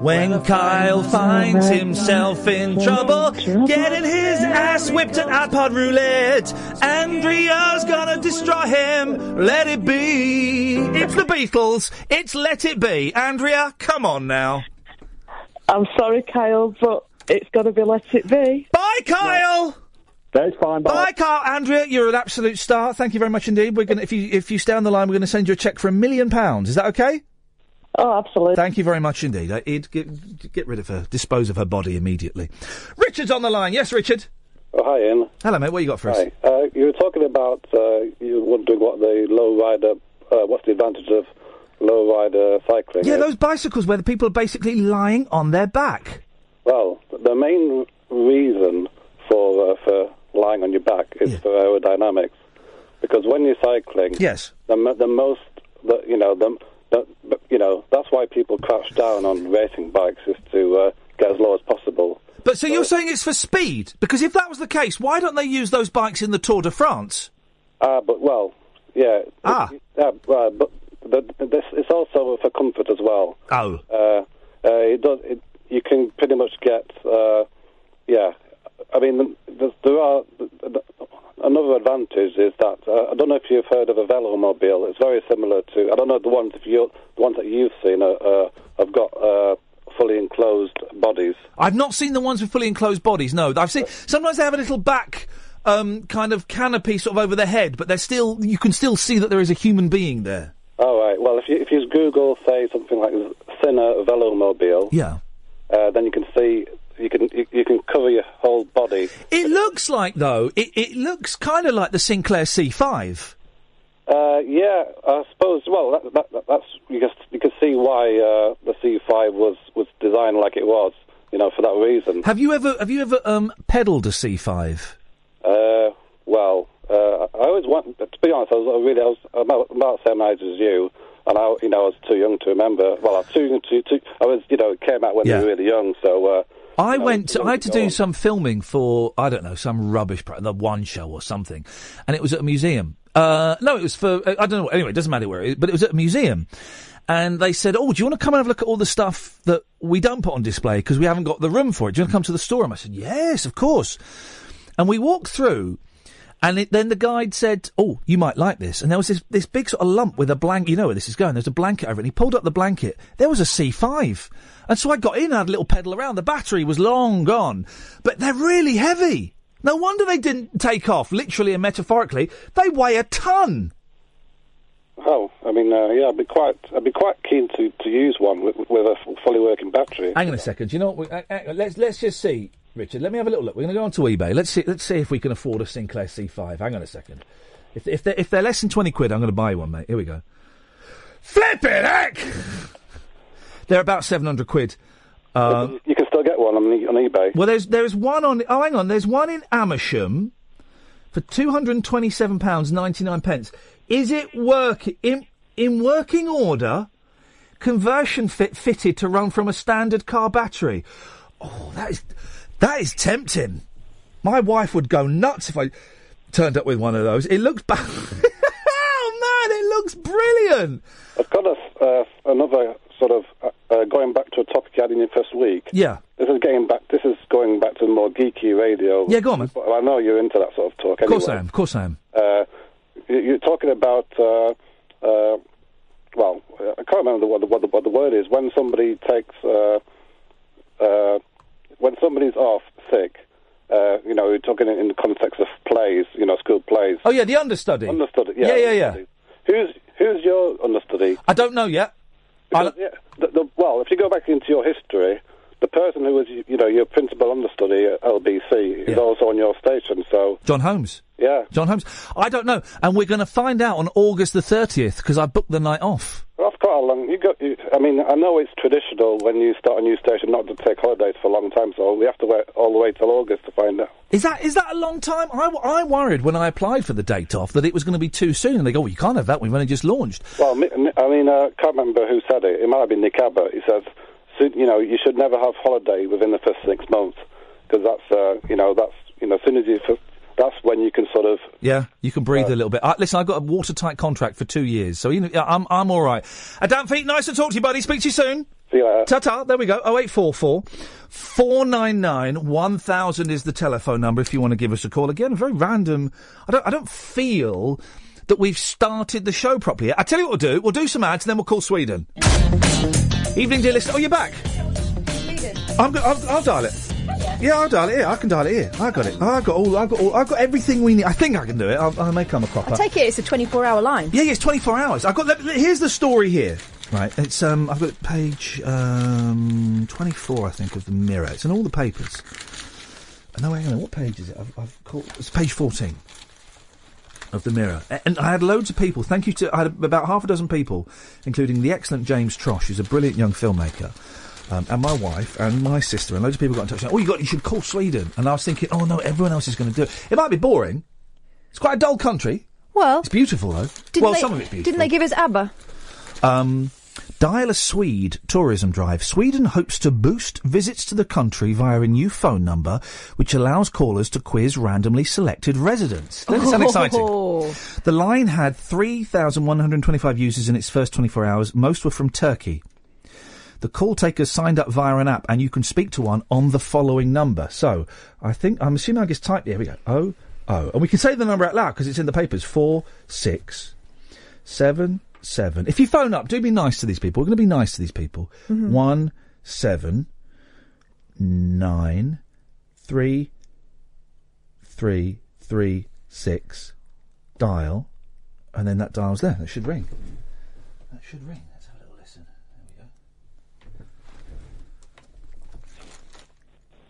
When Kyle finds himself in trouble, getting his ass whipped at iPod roulette, Andrea's gonna destroy him. Let it be. It's the Beatles. It's Let It Be. Andrea, come on now. I'm sorry, Kyle, but it's got to be Let It Be. Bye, Kyle. That's fine. Bye. Bye, Carl. Andrea, you're an absolute star. Thank you very much indeed. We're gonna if you if you stay on the line, we're gonna send you a check for a million pounds. Is that okay? Oh, absolutely. Thank you very much indeed. Uh, Id, get, get rid of her. Dispose of her body immediately. Richard's on the line. Yes, Richard. Oh, hi, Ian. Hello, mate. What you got for us? Hi. Uh, you were talking about uh, you wondering what the low rider, uh, what's the advantage of low rider cycling? Yeah, is. those bicycles where the people are basically lying on their back. Well, the main reason for uh, for lying on your back is for aerodynamics. because when you're cycling, Yes. the, mo- the most the, you know the, the but, you know that's why people crash down on racing bikes is to uh, get as low as possible. But so you're saying it's for speed? Because if that was the case, why don't they use those bikes in the Tour de France? Ah, but well, yeah, ah, yeah, uh, but the, this it's also for comfort as well. Oh, Uh, uh, it does. It, you can pretty much get, uh, yeah. I mean, there's, there are another advantage is that uh, I don't know if you've heard of a velomobile. It's very similar to I don't know the ones if you the ones that you've seen uh, uh, have got uh, fully enclosed bodies. I've not seen the ones with fully enclosed bodies. No, I've seen sometimes they have a little back um, kind of canopy sort of over the head, but they're still you can still see that there is a human being there. All right. Well, if you if you Google say something like thinner velomobile, yeah, uh, then you can see you can you, you can cover your whole body. It looks like though it, it looks kind of like the Sinclair C5. Uh, yeah, I suppose. Well, that, that, that, that's you can you can see why uh, the C5 was was designed like it was, you know, for that reason. Have you ever have you ever um, pedalled a C5? Uh, well, uh, I always want to be honest. I was really I was about, about the same age as you, and I you know I was too young to remember. Well, I was too young to, too, I was you know it came out when Yeah. we were really young, so. Uh, I went. To, I had to do some filming for I don't know some rubbish, pro- the one show or something, and it was at a museum. Uh, no, it was for I don't know. Anyway, it doesn't matter where, it is, but it was at a museum, and they said, "Oh, do you want to come and have a look at all the stuff that we don't put on display because we haven't got the room for it? Do you want to come to the store?" And I said, "Yes, of course." And we walked through, and it, then the guide said, "Oh, you might like this." And there was this this big sort of lump with a blanket. You know where this is going. There's a blanket over it. And he pulled up the blanket. There was a C5, and so I got in. I had a little pedal around. The battery was long gone, but they're really heavy. No wonder they didn't take off, literally and metaphorically. They weigh a ton. Oh, I mean, uh, yeah, I'd be quite, I'd be quite keen to, to use one with, with a f- fully working battery. Hang on a second. You know what? We, uh, uh, let's let's just see, Richard. Let me have a little look. We're going to go onto eBay. Let's see. Let's see if we can afford a Sinclair C5. Hang on a second. If if they're, if they're less than twenty quid, I'm going to buy one, mate. Here we go. Flip it, heck! They're about seven hundred quid. Uh, You can still get one on, e- on eBay. well, there's there's one on. Oh, hang on. There's one in Amersham for two hundred and twenty-seven pounds ninety-nine pence. Is it work in in working order? Conversion fit fitted to run from a standard car battery. Oh, that is that is tempting. My wife would go nuts if I turned up with one of those. It looks bad. oh man, it looks brilliant. I've got a f uh, another sort of uh, uh, going back to a topic you had in your first week. Yeah. This is getting back. This is going back to more geeky radio. Yeah, go on, man. But I know you're into that sort of talk. Of course I anyway. am. Of course I am. Uh, you- you're talking about. Uh, uh, well, I can't remember what the, what, the, what the word is. When somebody takes, uh, uh, when somebody's off sick, uh, you know, you're talking in the context of plays, you know, school plays. Oh yeah, the understudy. Understudy, yeah, Yeah, yeah, yeah. Who's who's your understudy? I don't know yet. Because, yeah, the, the, well, if you go back into your history, the person who was, you you know, your principal understudy at LBC is also on your station. So, John Holmes. yeah. John Holmes. I don't know, and we're going to find out on August the thirtieth because I booked the night off. Well, that's quite a long. You got. You, I mean, I know it's traditional when you start a new station not to take holidays for a long time, so we have to wait all the way till August to find out. Is that is that a long time? I, w- I worried when I applied for the date off that it was going to be too soon, and they go, "Well, you can't have that. We've only just launched." Well, mi- mi- I mean, uh, I can't remember who said it. It might have been Nick Abbott. He says, so- you know, you should never have holiday within the first six months because that's, uh, you know, that's, you know, as soon as you, f- that's when you can sort of Yeah, you can breathe a little bit. Uh, listen, I've got a watertight contract for two years, so you know, I'm I'm all right. Adam Feet, nice to talk to you, buddy. Speak to you soon. See you later. Ta-ta. There we go. Oh, 0844 499 1000 is the telephone number if you want to give us a call. Again, a very random. I don't I don't feel that we've started the show properly. I tell you what we'll do. We'll do some ads and then we'll call Sweden. Evening, dear listener. Oh, you're back. I'm go- I'll, I'll dial it. Yeah, I'll dial it here. I can dial it here. I got it. I got all. I got all. I've got everything we need. I think I can do it. I, I may come a cropper. I take it it's a 24 hour line. Yeah, yeah, it's 24 hours. I've got. Let, let- here's the story here. Right, it's um, I've got page um 24, I think, of the Mirror. It's in all the papers. Uh, No, hang on. What page is it? I've, I've called. It's page 14 of the Mirror, A- and I had loads of people. Thank you to I had about half a dozen people, including the excellent James Trosh, who's a brilliant young filmmaker, um, and my wife and my sister, and loads of people got in touch. saying, Oh, you got you should call Sweden, and I was thinking, oh no, everyone else is going to do it. It might be boring. It's quite a dull country. Well, It's beautiful though. didn't well, they, some of it's beautiful. Didn't they give us ABBA? Um, dial a Swede tourism drive. Sweden hopes to boost visits to the country via a new phone number, which allows callers to quiz randomly selected residents. Doesn't it sound Oh. exciting? The line had 3,125 users in its first 24 hours. Most were from Turkey. The call takers signed up via an app, and you can speak to one on the following number. So I think I'm assuming I just typed. Here we go. Oh, oh, and we can say the number out loud because it's in the papers. Four, six, seven, seven. If you phone up, do be nice to these people. We're going to be nice to these people. Mhm. One, seven, nine, three, three, three, six. Dial, and then that dial's there. It should ring. That should ring. Let's have a little listen.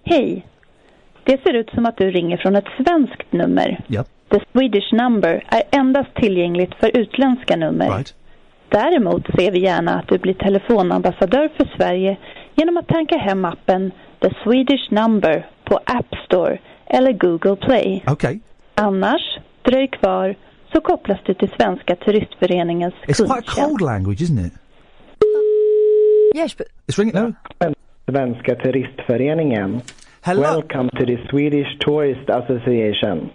Hej. Det ser ut som att du ringer från ett svenskt nummer. Japp. The Swedish number är endast tillgängligt för utländska nummer. Right. Däremot ser vi gärna att du blir telefonambassadör för Sverige genom att tanka hem appen The Swedish number på App Store eller Google Play. Okay. Annars, dröj kvar så kopplas du till Svenska Turistföreningens It's quite a kundtjänst. cold language, isn't it? Yes, but It's ringing now. Svenska Turistföreningen. Hello. Welcome to the Swedish Tourist Association.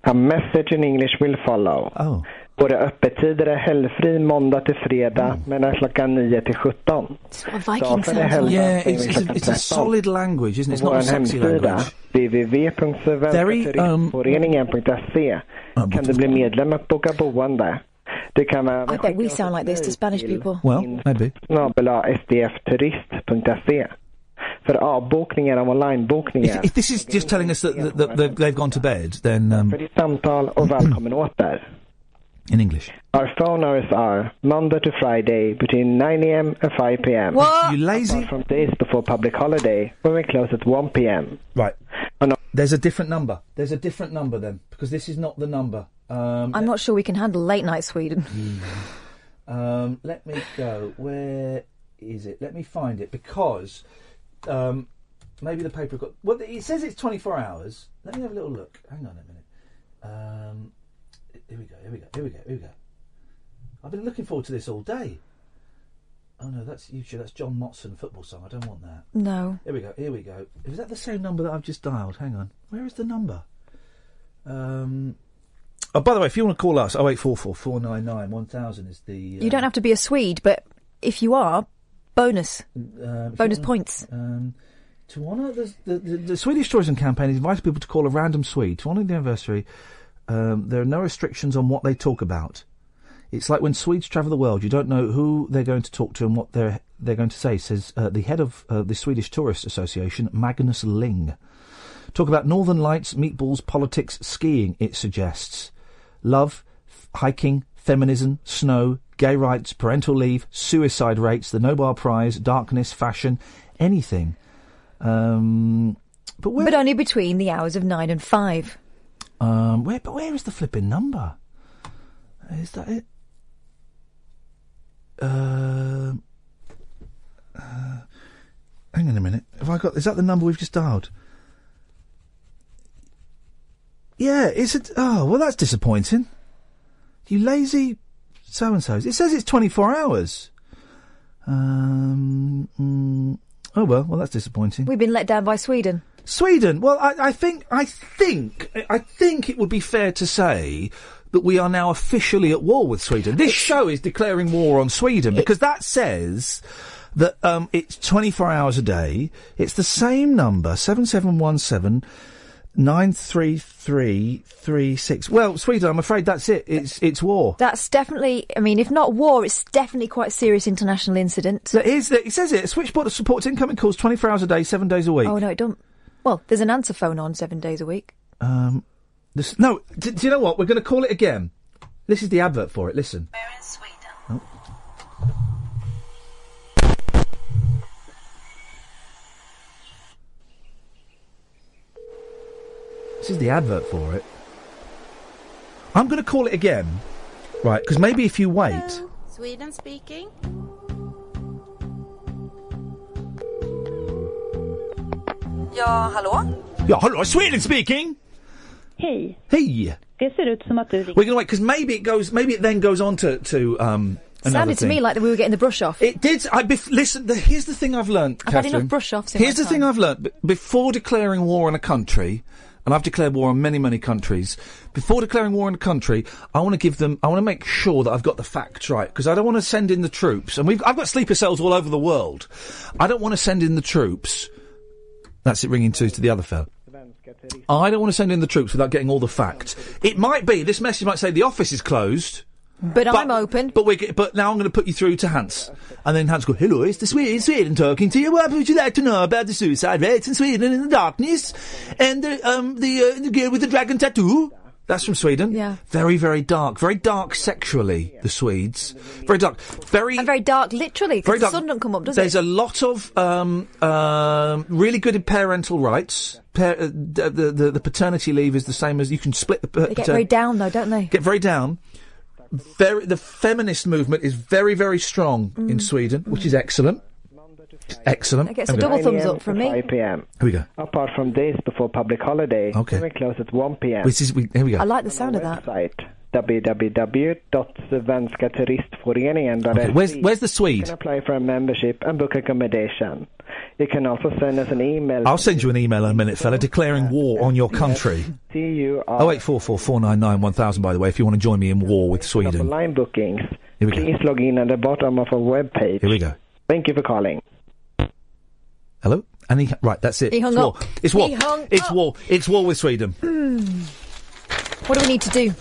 A message in English will follow. Oh. Våra öppettider är helgfri måndag till fredag Mm. mellan klockan 9 till 17. Staten är helgdag Yeah, stängd it's, it's, a, klockan it's a 13. solid language, isn't it? It's På not vår a sexy hemsida language. um, www.svenskaturistföreningen.se Oh, kan du bli medlem och boka boende. Du kan I även bet we sound like this to Spanish people. Well, maybe. snabel sdfturist.se för avbokningar av onlinebokningar. If this is just telling us that, that, that they've, they've gone to bed, then um, För ditt samtal och välkommen åter. in English. Our phone hours are Monday to Friday between 9 a.m. and 5 p.m. What? You lazy? Apart from days before public holiday when we close at 1 p.m. Right. There's a different number. There's a different number then, because this is not the number. Um, I'm not sure we can handle late night Sweden. Um, let me go. Where is it? Let me find it because um, maybe the paper got. Well, it says it's 24 hours. Let me have a little look. Hang on a minute. Um, here we go. Here we go. Here we go. Here we go. I've been looking forward to this all day. Oh no, that's you. That's John Motson football song. I don't want that. No. Here we go. Here we go. Is that the same number that I've just dialed? Hang on. Where is the number? Um. Oh, by the way, if you want to call us, 0844 499 1000 is the. Uh, You don't have to be a Swede, but if you are, bonus. um, if bonus you want- points. Um, to honour the, the, the, the Swedish tourism campaign invites people to call a random Swede to honour the anniversary. Um, there are no restrictions on what they talk about. It's like when Swedes travel the world; you don't know who they're going to talk to and what they're they're going to say. Says uh, the head of uh, the Swedish Tourist Association, Magnus Ling. Talk about northern lights, meatballs, politics, skiing. It suggests love, f- hiking, feminism, snow, gay rights, parental leave, suicide rates, the Nobel Prize, darkness, fashion, anything. Um, but where, But only between the hours of nine and five. um, where, but where is the flipping number? Is that it? Um, uh, hang on a minute. Have I got? Is that the number we've just dialed? Yeah. Is it? Oh, well, that's disappointing. You lazy so and so's. It says it's twenty four hours. Um. mm, oh well. Well, that's disappointing. We've been let down by Sweden. Sweden. Well, I, I think I think I think it would be fair to say that we are now officially at war with Sweden. This show is declaring war on Sweden because that says that um, it's 24 hours a day. It's the same number seven seven one seven. Nine three three three six. Well, Sweden, I'm afraid that's it. It's it's war. That's definitely, I mean, if not war, it's definitely quite a serious international incident. So here's the, it says it. Switchboard supports incoming calls 24 hours a day, seven days a week. Oh, no, it don't. Well, there's an answer phone on seven days a week. Um, this, no, d- do you know what? We're going to call it again. This is the advert for it. Listen. Oh. This is the advert for it. I'm going to call it again. Right, because maybe if you wait. Sweden speaking. Ja, hallå? Ja, hello, Sweden speaking! Hej. Hey. Det ser ut som att du ringer. We're gonna wait because maybe it goes. Maybe it then goes on to to um. Another Sounded to thing. me like that we were getting the brush off. It did. I bef- listen. The, here's the thing I've learned. I've had Catherine. enough brush offs in Here's my the thing I've learned. B- before declaring war on a country, and I've declared war on many, many countries. Before declaring war on a country, I want to give them. I want to make sure that I've got the facts right because I don't want to send in the troops. And we've. I've got sleeper cells all over the world. I don't want to send in the troops. That's it. Ringing two to the other fella. I don't want to send in the troops without getting all the facts. It might be this message might say the office is closed. But, I'm open. But we but now I'm going to put you through to Hans, and then Hans go, "Hello, it's the Sweden, Sweden talking to you. What would you like to know about the suicide rates in Sweden in the darkness, and the um the, uh, the girl with the dragon tattoo?" That's from Sweden. Yeah. Very very dark, very dark sexually. The Swedes, very dark, very And very dark, literally, very because the dark. sun don't come up, does There's it? a lot of um, um, really good in parental rights. Pa- uh, d- the, the the paternity leave is the same as you can split the. pa- They get patern- very down, though, don't they? Get very down. Very, the feminist movement is very very strong in Mm. Sweden, which is excellent. It's excellent. That gets There a we go. double thumbs up from me. 5 p.m. Here we go. Apart from days before public holiday, Okay. we close at 1 p.m. Which is we, here we go. I like the sound of that. Site www.svenskaterroristföreningen. Okay, where's- where's the Swede? E. You can apply for a membership and book accommodation. You can also send us an email. I'll send you an email in a minute, fella, declaring war on your country. you Oh eight four four four nine nine one thousand. By the way, if you want to join me in war with Sweden, online bookings. Here we go. Please log in at the bottom of our webpage. here we go. Thank you for calling. Hello? And he, right, that's it. He hung it's war. up. It's war. He hung it's up. war. It's war with Sweden. Hmm. What do we need to do?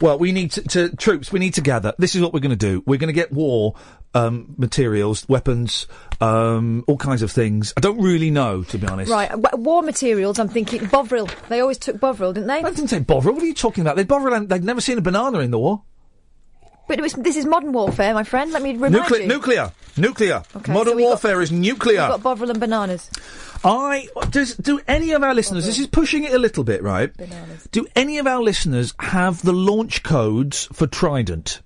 Well, we need to, to troops. We need to gather. This is what we're going to do. We're going to get war um, materials, weapons, um, all kinds of things. I don't really know, to be honest. Right, w- war materials. I'm thinking Bovril. They always took Bovril, didn't they? I didn't say Bovril. What are you talking about? They Bovril. and- They'd never seen a banana in the war. But it was, this is modern warfare, my friend. Let me remind Nuclear. you. Nuclear. Nuclear. Okay, Modern so we got- warfare is We've nuclear. got Bovril and bananas. I does do any of our listeners? This is pushing it a little bit, right? Do any of our listeners have the launch codes for Trident?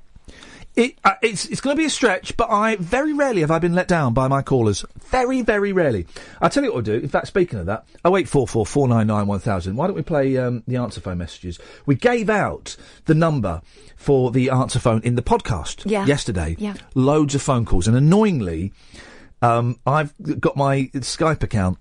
It, uh, it's it's going to be a stretch, but I very rarely have I been let down by my callers. Very very rarely. I will tell you what I'll do. In fact, speaking of that, oh eight four four four nine nine one thousand. Why don't we play um, the answer phone messages? We gave out the number for the answer phone in the podcast Yeah. yesterday Yeah. loads of phone calls, and annoyingly, um, I've got my Skype account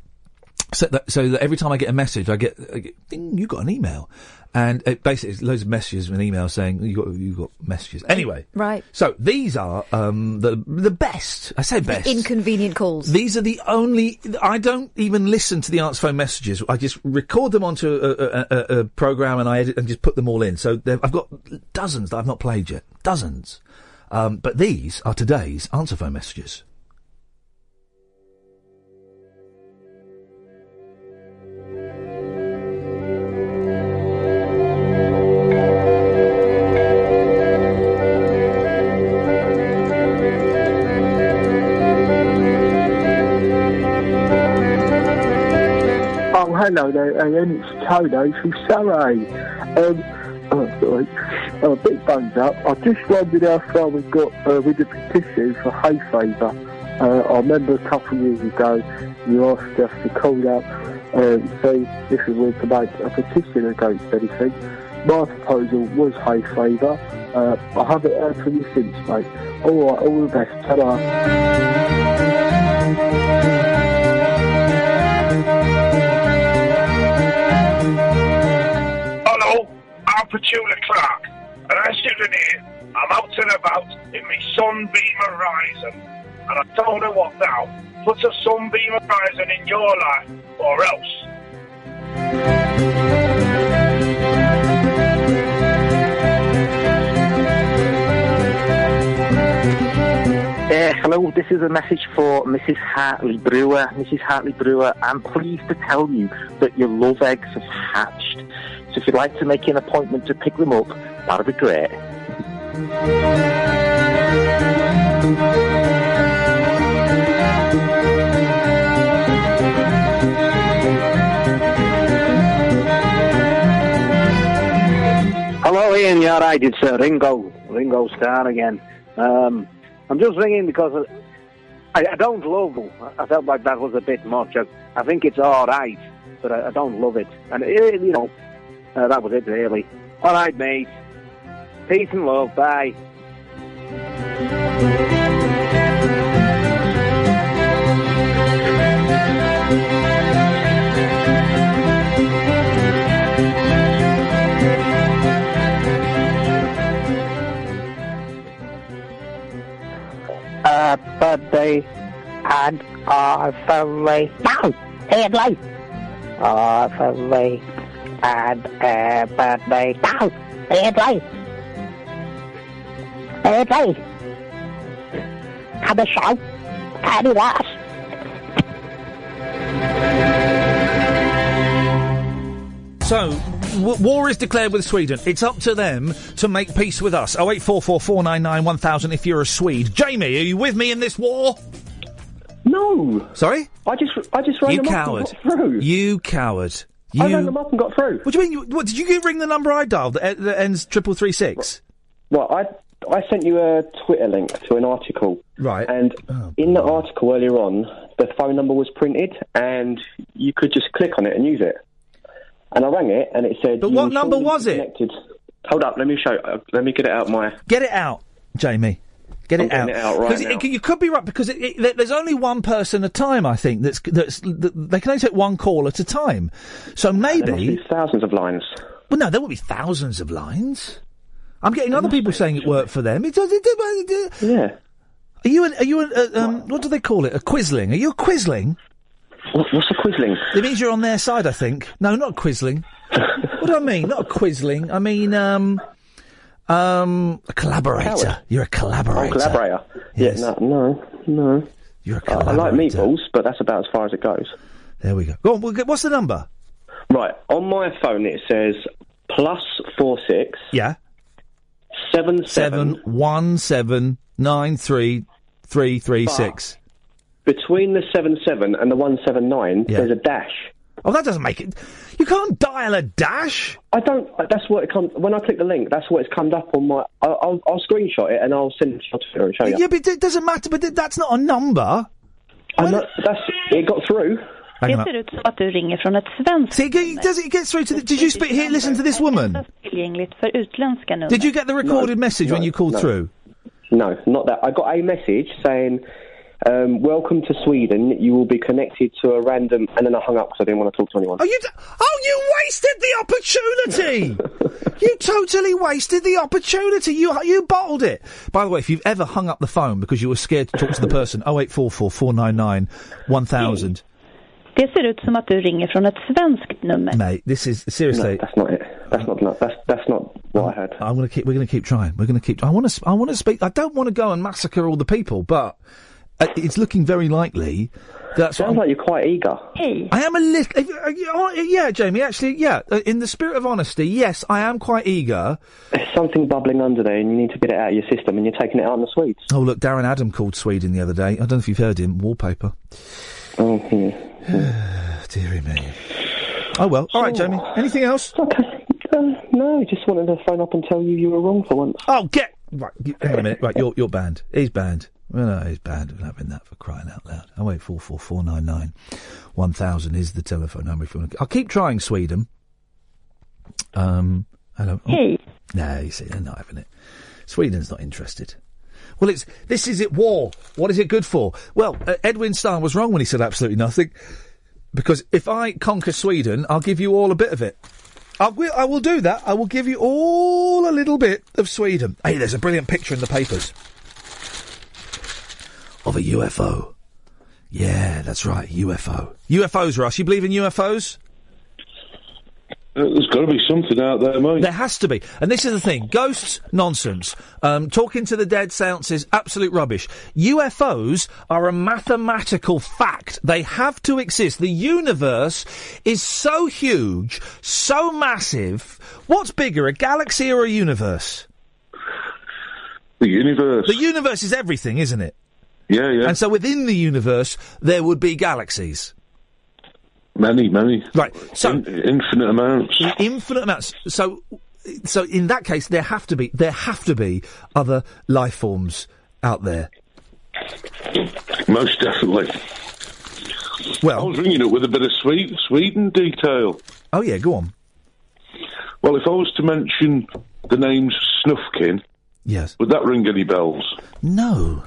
set that, so that every time I get a message, I get, I get ding, you got an email, and it basically it's loads of messages and emails saying you got you got messages. Anyway, Right. so these are um, the the best. I say best. Inconvenient calls. These are the only. I don't even listen to the answer phone messages. I just record them onto a, a, a, a program and I edit and just put them all in. So there- I've got dozens that I've not played yet. Dozens. Um, but these are today's answer phone messages. Oh, hello there, Ian. It's Tony from Surrey. Um, oh, sorry. I'm a bit bunged up. I just wondered how far we got uh, with the petition for hay fever. Uh, I remember a couple of years ago you asked us to call up and say if we were to make a petition against anything. My proposal was hay fever. Uh, I haven't heard from you since, mate. All right, all the best. ta Hello, I'm Petula Clark, a resident here. I'm out and about in my sunbeam horizon, and I don't know what now. Put a sunbeam horizon in your life, or else. Uh, hello, this is a message for Mrs. Hartley Brewer. Mrs. Hartley Brewer, I'm pleased to tell you that your love eggs have hatched. So if you'd like to make an appointment to pick them up, that'd be great. Hello, Ian. You're right. It's uh, Ringo, Ringo Starr again. Um, I'm just ringing because I, I don't love. I felt like that was a bit much. I, I think it's all right, but I, I don't love it. And, eh, you know, uh, that was it, really. All right, mate. Peace and love. Bye. uh, buddy and our family. No, Henley. Our family and uh, buddy. No, Henley. Henley. Come and show. Can you ask? So, w- war is declared with Sweden. It's up to them to make peace with us. 0844 499 1000 if you're a Swede. Jamie, are you with me in this war? No. Sorry? I just, I just rang you them coward. up and got through. You coward. You... I rang them up and got through. What do you mean? You, what, did you get- ring the number I dialed that, that ends triple three six? Well, I, I sent you a Twitter link to an article. Right. Oh, And in the article earlier on, the phone number was printed, and you could just click on it and use it. And I rang it, and it said. But what number was it? Hold up, let me show. Uh, let me get it out my. Get it out, Jamie. Get I'm it out. getting it out right 'Cause it- now. it- you could be right because it, it, there- there's only one person at a time. I think that's that's that, they can only take one call at a time. So maybe thousands of lines. Well, no, there won't be thousands of lines. I'm getting other people saying it worked for them. It does. It, does- it, does- Yeah. Are you an, are you an, uh, um, what do they call it? A quisling? Are you a quisling? what's a quisling? It means you're on their side, I think. No, not a quisling. what do I mean? Not a quisling. I mean um, um, a collaborator. Coward. You're a Oh, collaborator. collaborator. Yes. Yeah, no, no, no. You're a I like meatballs, but that's about as far as it goes. There we go. Go on. we'll get- What's the number? Right, on my phone it says plus four six Yeah. seven Seven one seven nine three three three six. Between the seven seven and the one seven nine, there's a dash. Oh, that doesn't make it. You can't dial a dash. I don't. That's what it comes when I click the link. That's what it's come up on my. I'll, I'll, I'll screenshot it and I'll send it to you and show you. Yeah, but it doesn't matter. But th- that's not a number. I know, that's it got through. Hang Det on. ser ut som att du ringer från ett svenskt See, it ge- does it, it gets through to the. Did you speak here? Listen to this woman. tillgängligt för utländska nummer. Did you get the recorded message when you called no. through? No, not that. I got a message saying, um, "Welcome to Sweden. You will be connected to a random." And then I hung up because I didn't want to talk to anyone. Oh, you. D- oh, you wasted the opportunity. you totally wasted the opportunity. You you bottled it. By the way, if you've ever hung up the phone because you were scared to talk to the person, oh eight four four four nine nine one thousand. Det ser ut som att du ringer från ett svenskt nummer. Mate, this is seriously. that's not it. That's not, not that's that's not what I heard. I'm gonna keep. We're gonna keep trying. We're gonna keep. I want to. I want to speak. I don't want to go and massacre all the people, but uh, it's looking very likely. That's sounds like you're quite eager. Hey. I am a little. if- uh, you- oh, Yeah, Jamie. Actually, yeah. uh, In the spirit of honesty, yes, I am quite eager. There's something bubbling under there, and you need to get it out of your system, and you're taking it out on the Swedes. Oh look, Darren Adam called Sweden the other day. I don't know if you've heard him. Wallpaper. Oh, dearie me. Oh well. All right, Jamie. Anything else? Okay. Uh, no, I just wanted to phone up and tell you you were wrong for once. Oh, get right. you- Hang on a minute. Right, you're you're banned. He's banned. Well, no, he's banned. We're having that for crying out loud. Oh wait, four four four nine nine one thousand is the telephone number if you want. to... I'll keep trying Sweden. Um, hello. Oh. Hey. No, you see, they're not having it. Sweden's not interested. Well, it's this is it war. What is it good for? Well, uh, Edwin Starr was wrong when he said absolutely nothing, because if I conquer Sweden, I'll give you all a bit of it. I will, I will do that. I will give you all a little bit of Sweden. Hey, there's a brilliant picture in the papers of a UFO. Yeah, that's right, UFO. UFOs, Rush. You believe in UFOs? There's got to be something out there, mate. There has to be. And this is the thing ghosts, nonsense. Um, talking to the dead seances, absolute rubbish. UFOs are a mathematical fact. They have to exist. The universe is so huge, so massive. What's bigger, a galaxy or a universe? The universe. The universe is everything, isn't it? Yeah, yeah. And so within the universe, there would be galaxies. Many, many. Right. So infinite amounts. Infinite amounts. So, so in that case, there have to be there have to be other life forms out there. Most definitely. Well, I was ringing up with a bit of Swe- Sweden detail. Oh yeah, go on. Well, if I was to mention the names Snufkin, yes, would that ring any bells? No.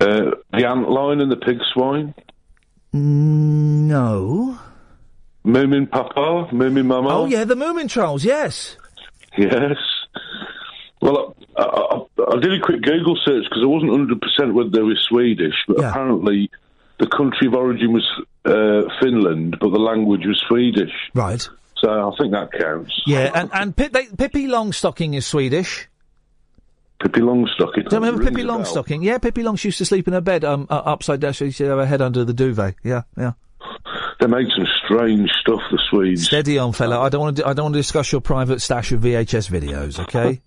Uh, the ant lion and the pig swine, No. Moomin Papa, Moomin Mama. Oh yeah, the Moomin Trolls. Yes. Yes. Well, I, I, I did a quick Google search because I wasn't 100% whether they were Swedish, but apparently the country of origin was uh, Finland, but the language was Swedish. Right. So I think that counts. Yeah, and and Pip, they, Pippi Longstocking is Swedish. Pippi Longstocking. Do you remember Pippi Rings a bell. Longstocking? Yeah, Pippi Longs used to sleep in her bed um, uh, upside down. She used to have her head under the duvet. Yeah, yeah. They make some strange stuff, the Swedes. Steady on, fella. I don't want to. I don't want to discuss your private stash of VHS videos. Okay.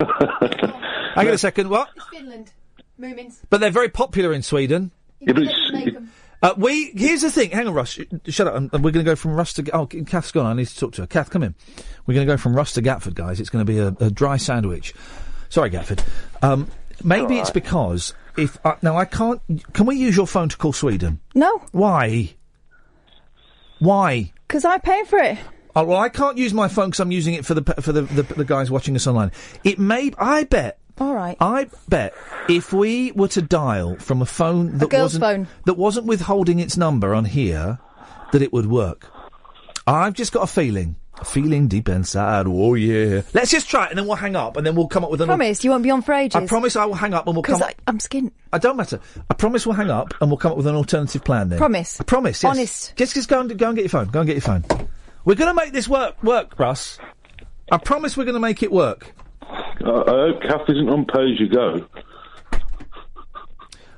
Hang on a second. What? Finland. Moomins. But they're very popular in Sweden. Uh, we here's the thing. Hang on, Russ. Sh- Shut up. And and we're going to go from Russ to. G- Oh, K- Kath's gone. I need to talk to her. Kath, come in. We're going to go from Russ to Gatford, guys. It's going to be a, a dry sandwich. Sorry, Gatford. Um, maybe it's because if I, now I can't. Can we use your phone to call Sweden? No. Why? Why? Because I pay for it. Oh, well, I can't use my phone because I'm using it for the pe- for the, the the guys watching us online. It may. I bet. All right. I bet if we were to dial from a phone that girl's wasn't phone. that wasn't withholding its number on here, that it would work. I've just got a feeling. A feeling deep inside. Oh yeah. Let's just try it, and then we'll hang up, and then we'll come up with an. Promise you won't be on for ages. I promise I will hang up and we'll come. Because Up, I'm skint. I don't matter. I promise we'll hang up and we'll come up with an alternative plan then. Promise. I promise. Yes. Honest. Just, just go and go and get your phone. Go and get your phone. We're going to make this work work, Russ. I promise we're going to make it work. I, I hope Kath isn't on pay as you go.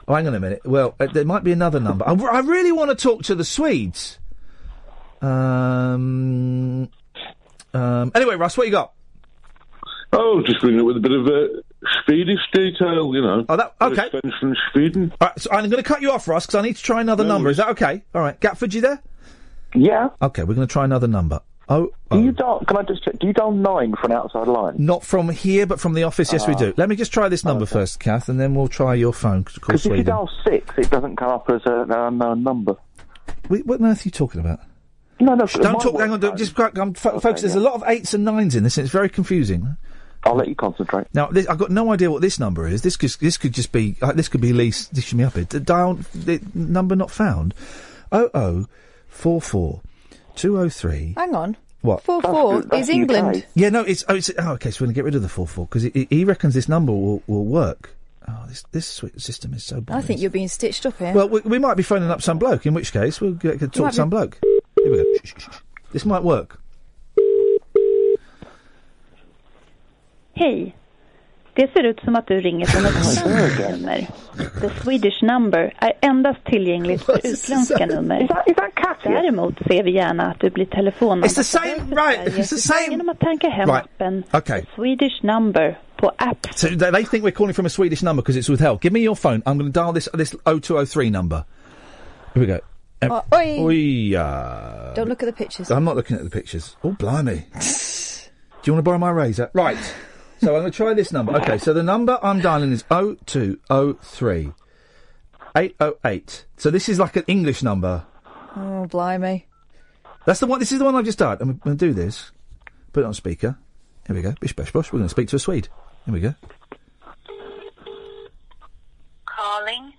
Oh, hang on a minute. Well, uh, there might be another number. I, I really want to talk to the Swedes. Um. Um. Anyway, Russ, what you got? Oh, just ringing up with a bit of uh, Swedish detail, you know. Oh, that okay. from Sweden. All right, so I'm going to cut you off, Russ, because I need to try another number. Is that okay? All right, Gatford, you there? Yeah. Okay, we're going to try another number. Oh, Do you dial? Can I just check? Do you dial nine for an outside line? Not from here, but from the office. Yes, we Ah. do. Let me just try this number first, Kath, and then we'll try your phone to call Because if you Sweden. dial six, it doesn't come up as a- an unknown number. Wait, what on earth are you talking about? No, no. Shh, don't talk. Hang on. Don't, just crack- I'm, fo- folks. There's a lot of eights and nines in this, and it's very confusing. I'll let you concentrate. Now, this, I've got no idea what this number is. This could, this could just be. Uh, this could be Lee's dishing me up. It dial the number not found. Oh oh four four two oh three. Hang on. What? Four four is England. Yeah, no, it's oh, it's oh, okay. So we're gonna get rid of the four four because he reckons this number will, will work. Oh, this this swi- system is so. I think you're being stitched up here. Well, we, we might be phoning up some bloke. In which case, we'll get, talk might to be- some bloke. Here we go. Shh, shh, shh, shh. This might work. Hej. Det ser ut som att du ringer från ett svenskt nummer. The Swedish number är endast tillgängligt för utländska nummer. Däremot ser vi gärna att du blir It's the telefonambassadör same, för Uh, right? Sverige It's the same. genom att tanka hem Right. appen Okay. Swedish number på app. So they, they think we're calling from a Swedish number because it's withheld. Give me your phone. I'm going to dial this this 0203 number. Here we go. Um, Oh, oi. oi, uh, Don't look at the pictures. I'm not looking at the pictures. Oh, blimey. Do you want to borrow my razor? Right. so I'm going to try this number. Okay, so the number I'm dialing is 0203 808. So this is like an English number. Oh, blimey. That's the one. This is the one I've just dialed. I'm going to do this. Put it on speaker. Here we go. Bish, bash, bosh. We're going to speak to a Swede. Here we go. Calling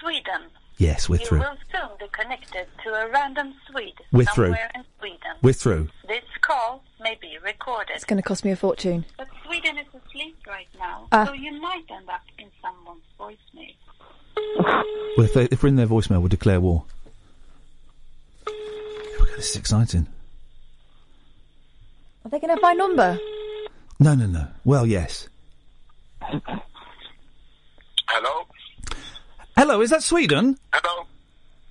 Sweden. Yes, we're you through. will soon be connected to a random Swede We're through. somewhere in Sweden. We're through. This call may be recorded. It's going to cost me a fortune. But Sweden is asleep right now, Ah. so you might end up in someone's voicemail. Well, if, they, if we're in their voicemail, we'll declare war. Here we go. This is exciting. Are they going to have my number? No, no, no. Well, yes. Hello? Hello, is that Sweden? Hello?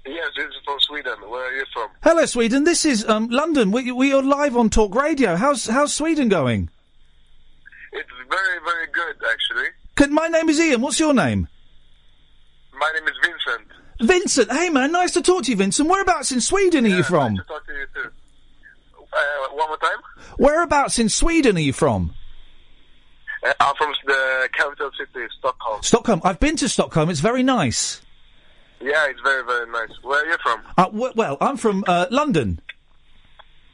Yes, this is from Sweden. Where are you from? Hello, Sweden. This is um, London. We, we are live on Talk Radio. How's how's Sweden going? It's very, very good, actually. Can, my name is Ian. What's your name? My name is Vincent. Vincent. Hey, man. Nice to talk to you, Vincent. Whereabouts in Sweden are you from? Nice to talk to you too. Uh, one more time. Whereabouts in Sweden are you from? Uh, I'm from the capital city, Stockholm. Stockholm. I've been to Stockholm. It's very nice. Yeah, it's very, very nice. Where are you from? Uh, w- well, I'm from uh, London.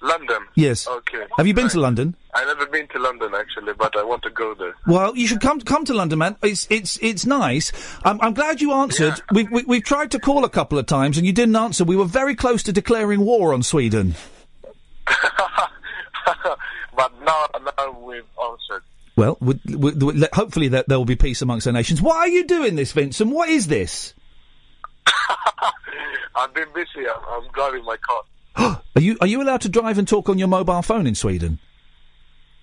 London. Yes. Okay. Have you been to London? I've never been to London actually, but I want to go there. Well, you should come come to London, man. It's it's it's nice. I'm, I'm glad you answered. We've we, we've tried to call a couple of times and you didn't answer. We were very close to declaring war on Sweden. but now, now we've answered. Well, would would- would- le- hopefully there, there will be peace amongst the nations. Why are you doing this, Vincent? What is this? I've been busy. I'm, I'm driving my car. are you are you allowed to drive and talk on your mobile phone in Sweden?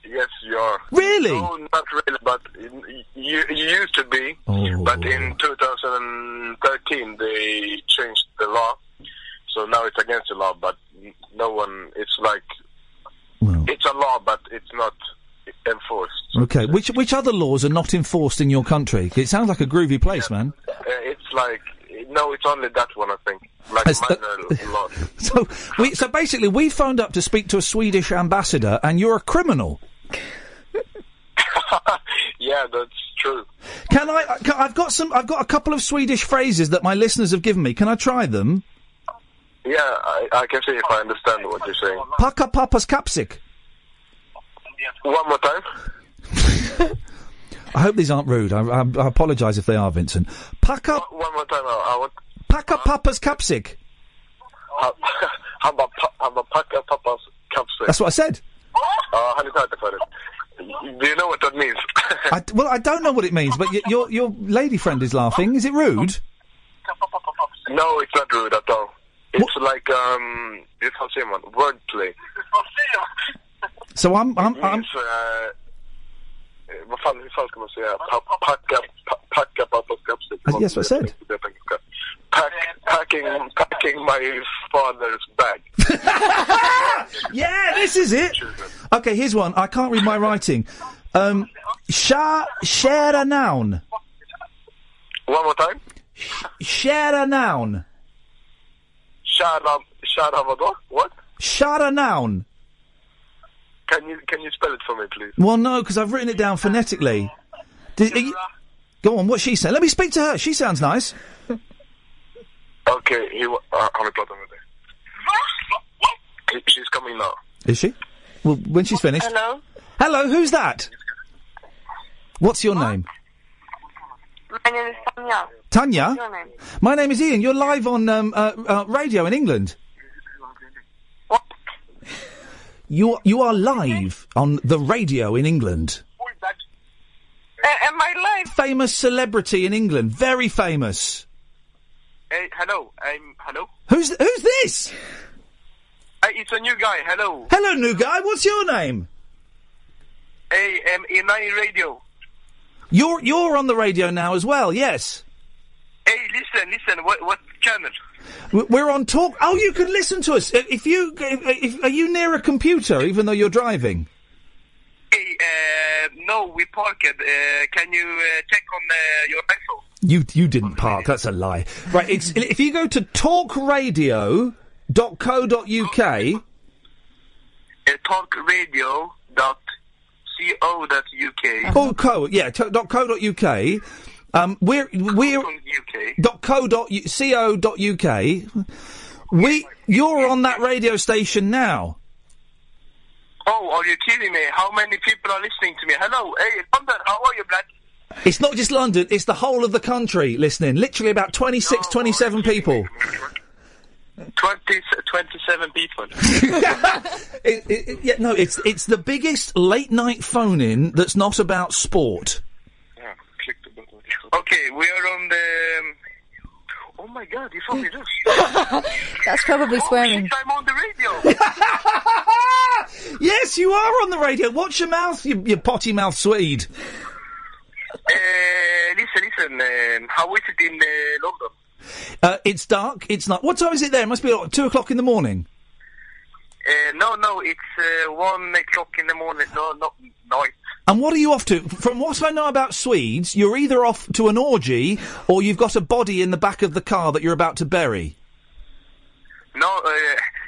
Yes, you are. Really? No, not really. But in- you, you used to be. Oh. But in 2013, they changed the law, so now it's against the law. But n- no one. It's like it's a law, but it's not enforced. Okay. Which which other laws are not enforced in your country? It sounds like a groovy place, man. Uh, it's like no, it's only that one. I think like That's the- minor law. So we so basically we phoned up to speak to a Swedish ambassador, and you're a criminal. Yeah, that's true. Can I? I- Can, I've got some. I've got a couple of Swedish phrases that my listeners have given me. Can I try them? Yeah, I, I can see if I understand what you're saying. Paka papas kapsik. One more time. I hope these aren't rude. I, I, I apologise if they are, Vincent. Paka One, one more time. I, I want. paka papas kapsik. ha- Hamba pa- hamba paka papa's capsule. That's what I said. Uh, how do you talk about it? Do you know what that means? I, well, I don't know what it means, but y- your your lady friend is laughing. Is it rude? no, it's not rude at all. It's like um, it's how say man, wordplay. So I'm I'm, I'm Means, uh, eh, vad fan, hur fan ska man säga? Uh, Pa- packa, pa- packa papas kapsel. Uh, yes, I said. Det tänker jag. Pack, packing, packing my father's bag. yeah, this is it. Okay, here's one. I can't read my writing. Um, sha share a noun. One more time. Share a noun. Shara, shara vadå? What? Share a noun. Can you, can you spell it for me, please? Well, no, because I've written it down phonetically. Did, are you- go on, what she said. Let me speak to her. She sounds nice. Okay, he, wa- uh, han vill prata med dig. He- She's coming now. Is she? Well, when she's finished. Hello, Hello, who's that? What's your name? my name is Tanya. Tanya? What's your name? My name is Ian. You're live on um, uh, uh, radio in England. You you are live on the radio in England. A- am I live? Famous celebrity in England, very famous. Hey, hello, I'm, hello? Who's who's this? Hey, it's a new guy, hello. Hello, new guy. What's your name? Hey, um, in my radio. You're you're on the radio now as well. Yes. Hey, listen, listen, what, what channel? W- We're on talk. Oh, you can listen to us. I- If you, uh, if, if, are you near a computer, even though you're driving? Hey, uh, no, we parked. Uh, can you uh, check on uh, your iPhone? You, you didn't park. That's a lie. Right. It's, if you go to talkradio.co.uk, Uh-huh. Uh, talkradio.co.uk. or co, yeah, to- dot co.uk, um, we're, we're, dot co dot u- co dot uk. We, you're on that radio station now. Oh, are you kidding me? How many people are listening to me? Hello, hey, London, how are you, Black? It's not just London, it's the whole of the country listening. Literally about 26, 27 people. 20, 27 people. It, it, it- yeah, no, it's it's the biggest late night phone in that's not about sport. Yeah, click the button. Okay, we are on the. um, Oh my god, you found me this. That's probably swearing. I'm on the radio. Yes, you are on the radio. Watch your mouth, you, you potty mouth Swede. uh, listen, listen, um, how is it in uh, London? Uh, it's dark. It's night. What time is it there? It must be like two o'clock in the morning. Uh, no, no, it's uh, one o'clock in the morning. No, not night. And what are you off to? From what I know about Swedes, you're either off to an orgy or you've got a body in the back of the car that you're about to bury. No, uh,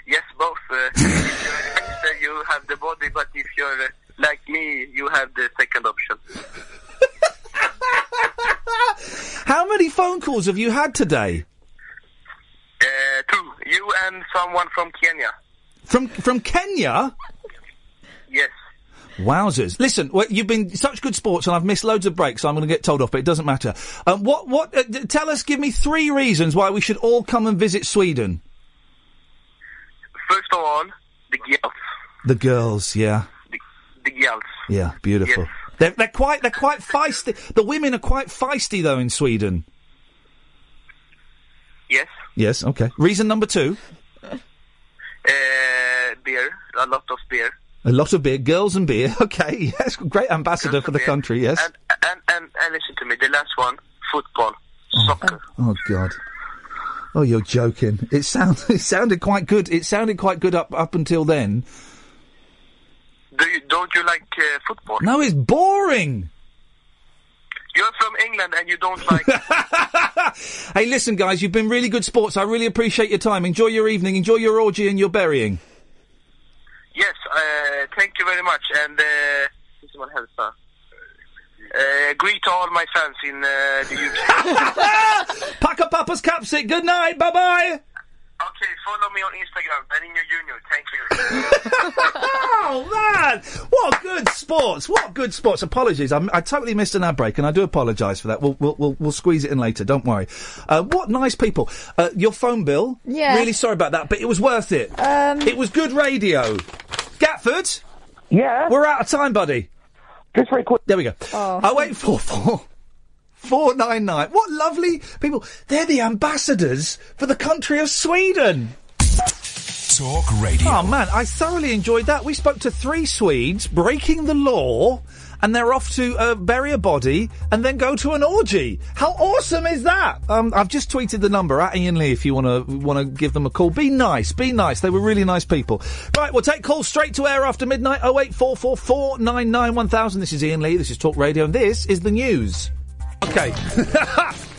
yes, both. Uh, if you're a gangster, you have the body, but if you're uh, like me, you have the second option. How many phone calls have you had today? Uh, someone from Kenya. From from Kenya? Yes. Wowzers! Listen, well, you've been such good sports, and I've missed loads of breaks, so I'm going to get told off. But it doesn't matter. Um, what? What? Uh, d- tell us. Give me three reasons why we should all come and visit Sweden. First of all, the girls. The girls, yeah, The girls. yeah, beautiful. They're, they're quite they're quite feisty. The women are quite feisty though in Sweden. Yes. Yes. Okay. Reason number two: Uh, beer. A lot of beer. a lot of beer, girls and beer. Okay. Yes. Great ambassador for the country. Yes. And, and, and, and listen to me, the last one, football. Oh, oh God. Oh, you're joking. It sound, it sounded quite good. It sounded quite good up up until then. Do you, don't you like uh, football? No, it's boring. You're from England and you don't like. Hey, listen, guys, you've been really good sports. I really appreciate your time. Enjoy your evening. Enjoy your orgy and your burying. yes, uh, thank you very much. And uh, this one helps, huh? uh, greet all my fans in uh, the UK. Pack up Papa's capsic. Good night. Bye bye. okay, follow me on Instagram, Benigno Junior. Thank you. oh man, what good sports! What good sports! Apologies, I, I totally missed an ad break, and I do apologise for that. We'll, we'll we'll we'll squeeze it in later. Don't worry. Uh, what nice people! Uh, your phone bill. Yeah. Really sorry about that, but it was worth it. Um. It was good radio. Gatford. Yeah. We're out of time, buddy. Just very quick. There we go. Oh. Oh wait, four four. Four nine nine. What lovely people! They're the ambassadors for the country of Sweden. Talk radio. Oh man, I thoroughly enjoyed that. We spoke to three Swedes breaking the law, and they're off to uh, bury a body and then go to an orgy. How awesome is that? Um, I've just tweeted the number at Ian Lee if you want to want to give them a call. Be nice, be nice. They were really nice people. Right, we'll take calls straight to air after midnight. Oh eight four four four nine nine one thousand. This is Ian Lee. This is Talk Radio, and this is the news. Okay.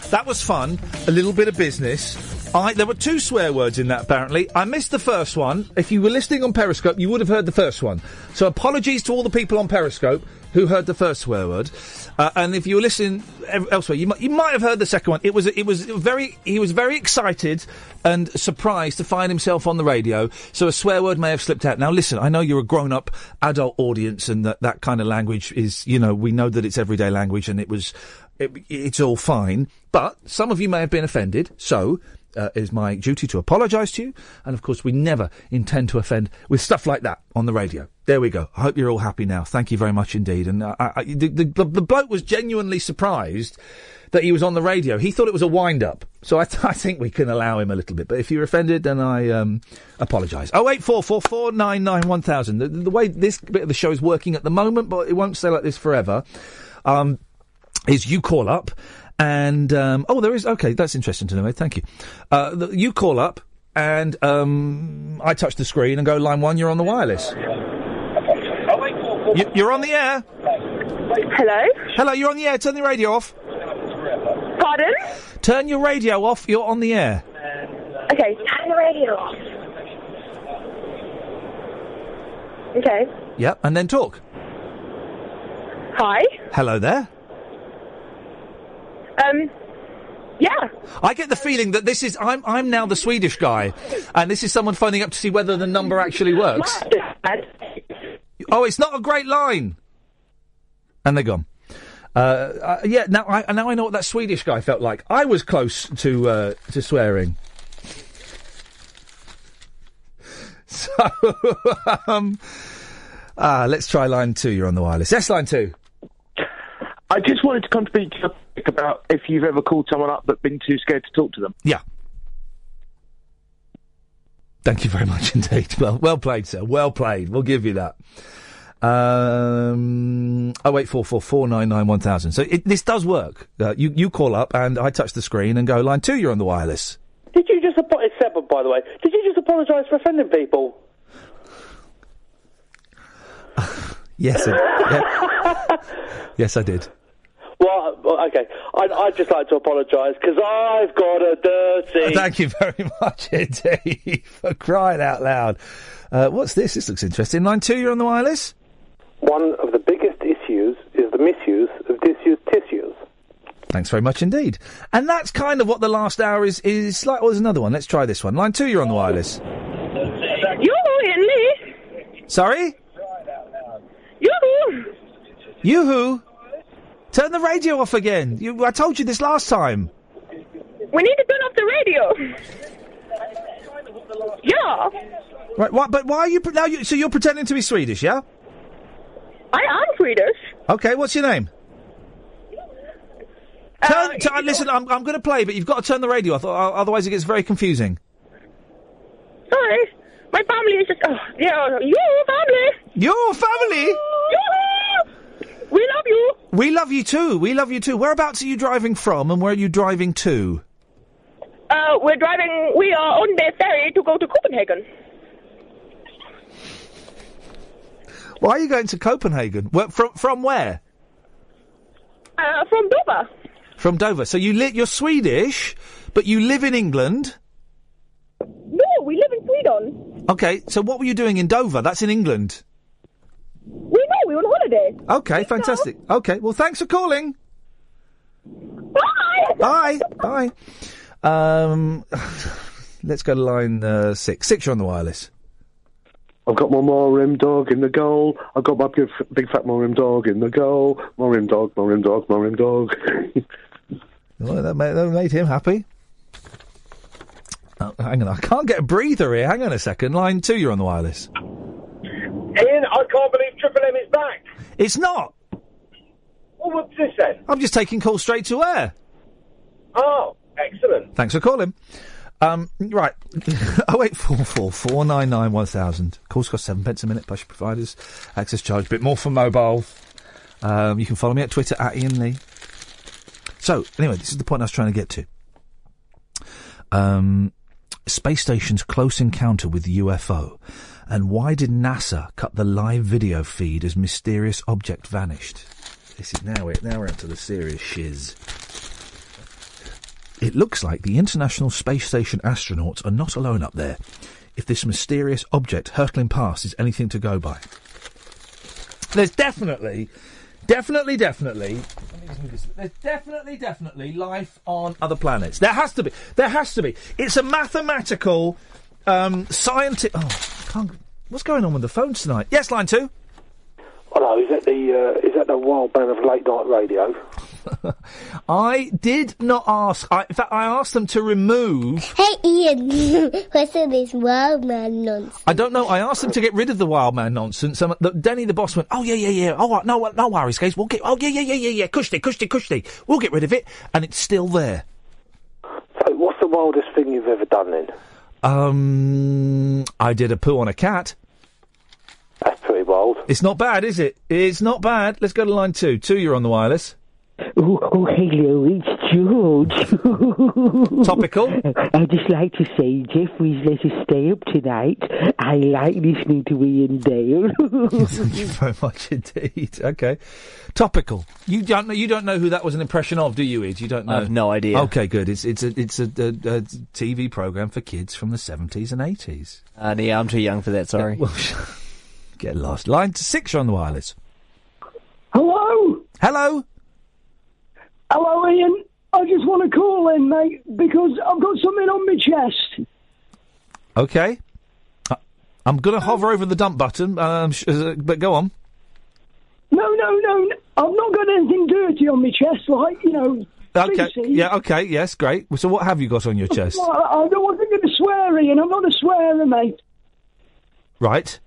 that was fun. A little bit of business. I, there were two swear words in that, apparently. I missed the first one. If you were listening on Periscope, you would have heard the first one. So apologies to all the people on Periscope who heard the first swear word. Uh, and if you were listening ev- elsewhere, you might, you might have heard the second one. It was, it was very, he was very excited and surprised to find himself on the radio. So a swear word may have slipped out. Now listen, I know you're a grown up adult audience and that, that kind of language is, you know, we know that it's everyday language and it was, it, it's all fine. But some of you may have been offended, so uh, it is my duty to apologise to you. And of course, we never intend to offend with stuff like that on the radio. There we go. I hope you're all happy now. Thank you very much indeed. And uh, I, I, the, the, the bloke was genuinely surprised that he was on the radio. He thought it was a wind up. So I, th- I think we can allow him a little bit. But if you're offended, then I um, apologise. Oh eight four four four nine nine one thousand. The, the way this bit of the show is working at the moment, but it won't stay like this forever. Um, is you call up and um, oh there is okay that's interesting to know eh, thank you uh, th you call up and um, i touch the screen and go line one you're on the wireless you, you're on the air hello hello you're on the air turn the radio off Pardon? turn your radio off you're on the air Okay, turn the radio off. Okay. yep and then talk Hi. hello there Um. Yeah. I get the feeling that this is I'm I'm now the Swedish guy, and this is someone phoning up to see whether the number actually works. Oh, it's not a great line. And they're gone. Uh, uh, yeah, now I now I know what that Swedish guy felt like. I was close to uh, to swearing. So um, ah, let's try line two. You're on the wireless. Yes, line two. I just wanted to contribute to the topic about if you've ever called someone up but been too scared to talk to them. Yeah. Thank you very much indeed. Well, well played, sir. Well played. We'll give you that. Um, oh wait, four four four nine nine one thousand. So it, this does work. Uh, you you call up and I touch the screen and go line two. You're on the wireless. Did you just apo- it's Seba, by the way? Did you just apologise for offending people? Yes, I, yeah. yes, I did. Well, uh, okay. I'd, I'd just like to apologise because I've got a dirty. Thank you very much indeed for crying out loud. Uh, what's this? This looks interesting. Line two. You're on the wireless. One of the biggest issues is the misuse of disused tissues. Thanks very much indeed. And that's kind of what the last hour is is like. Oh, there's another one. Let's try this one. Line two, you're on the wireless. Sorry? Yoo-hoo! Yoo-hoo! Turn the radio off again. You, I told you this last time. We need to turn off the radio. Yeah, Right, why, but why are you... pre- Now you so you're pretending to be Swedish, yeah? I am Swedish. Okay, what's your name? Turn, Uh, turn, listen, I'm, I'm going to play, but you've got to turn the radio off, o- otherwise it gets very confusing. Sorry. My family is just. Oh, yeah, your family. Your family? We love you. We love you too. We love you too. Whereabouts are you driving from, and where are you driving to? Uh, we're driving. We are on the ferry to go to Copenhagen. Why are you going to Copenhagen? Where, from from where? Uh, from Dover. From Dover. So you li- you're Swedish, but you live in England. No, we live in Sweden. Okay. So what were you doing in Dover? That's in England. We know we're on holiday. Okay, fantastic. Okay, well, thanks for calling. Bye. Bye. Bye. Um, let's go to line uh, six. Six, you're on the wireless. I've got my Morim dog in the goal. I've got my big, big fat Morim dog in the goal. Morim dog, Morim dog, Morim dog. Well, that, made, that made him happy. Oh, hang on, I can't get a breather here. Hang on a second. Line two, you're on the wireless. Ian, I can't believe Triple M is back. It's not. Well, what's this then? I'm just taking calls straight to air. Oh, excellent. Thanks for calling. Um, right, oh eight four four four nine nine one thousand. Calls cost seven pence a minute. Plus your providers access charge. Bit more for mobile. Um, you can follow me at Twitter at Ian Lee. So anyway, this is the point I was trying to get to. Um, space station's close encounter with UFO, and why did NASA cut the live video feed as mysterious object vanished? This is now it. Now we're onto the serious shiz. It looks like the International Space Station astronauts are not alone up there. If this mysterious object hurtling past is anything to go by, there's definitely, definitely, definitely, there's definitely, definitely life on other planets. There has to be. There has to be. It's a mathematical, um, scientific. Oh, can't, what's going on with the phones tonight? Yes, line two. Hello, Oh, is that the uh, is that the wild band of late night radio? I did not ask. I, in fact, I asked them to remove. Hey Ian, what's all this wild man nonsense? I don't know. I asked them to get rid of the wild man nonsense. Um, the, Denny the boss went, "Oh yeah, yeah, yeah. Oh no, no worries, guys. We'll get. Oh yeah, yeah, yeah, yeah, yeah. Cushty, cushty, cushty. We'll get rid of it." And it's still there. So, what's the wildest thing you've ever done then? Um, I did a poo on a cat. That's pretty wild. It's not bad, is it? It's not bad. Let's go to line two. Two, you're on the wireless. Oh, oh, hello, it's George. Topical. I'd just like to say, Jeff Weasley's a stay up tonight. I like listening to Ian Dale. Thank you very much indeed. Okay, topical. You don't know. You don't know who that was an impression of, do you? Id? You don't know. I have no idea. Okay, good. It's it's a it's a, a, a TV program for kids from the seventies and eighties. Uh, yeah, I'm too young for that. Sorry. Well, get lost. Line to six. You're on the wireless. Hello. Hello. Hello, Ian. I just want to call in, mate, because I've got something on my chest. Okay. I- I'm going to hover over the dump button, um, sh- uh, but go on. No, no, no. n- I've not got anything dirty on my chest, like, you know. Okay. feces. Yeah, okay, yes, great. So what have you got on your chest? Well, I I wasn't going to swear, Ian. I'm not a swearer, mate. Right.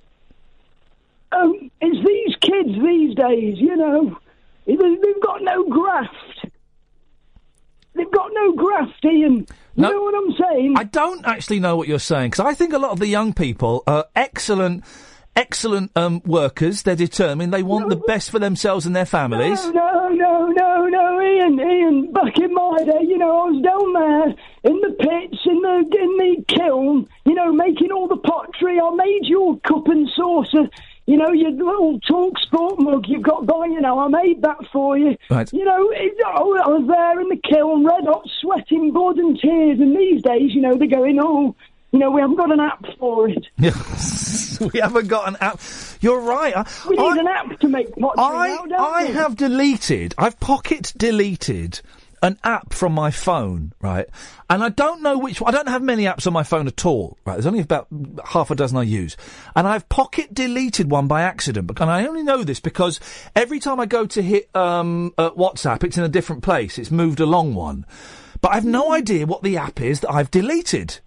Um, it's these kids these days, you know. They- They've got no graft. They've got no graft, Ian. No, You know what I'm saying? I don't actually know what you're saying because I think a lot of the young people are excellent, excellent um, workers. They're determined. They want the best for themselves and their families. No, no, no, no, Ian, Ian. Back in my day, you know, I was down there in the pits, in the in the kiln, you know, making all the pottery. I made your cup and saucer, you know, your little talk sport mug you've got by, you know, I made that for you. Right. You know, it, I was I was there in the kiln, red hot, sweating blood and tears. And these days, you know, they're going, oh, you know, we haven't got an app for it. we haven't got an app. You're right. I, We need an app to make pottery I, now, don't I we? have deleted. I've pocket deleted an app from my phone, right? And I don't know which one. I don't have many apps on my phone at all, right? There's only about half a dozen I use. And I've pocket deleted one by accident. bec- And I only know this because every time I go to hit um, uh, WhatsApp, it's in a different place. It's moved along one. But I've Hmm. no idea what the app is that I've deleted.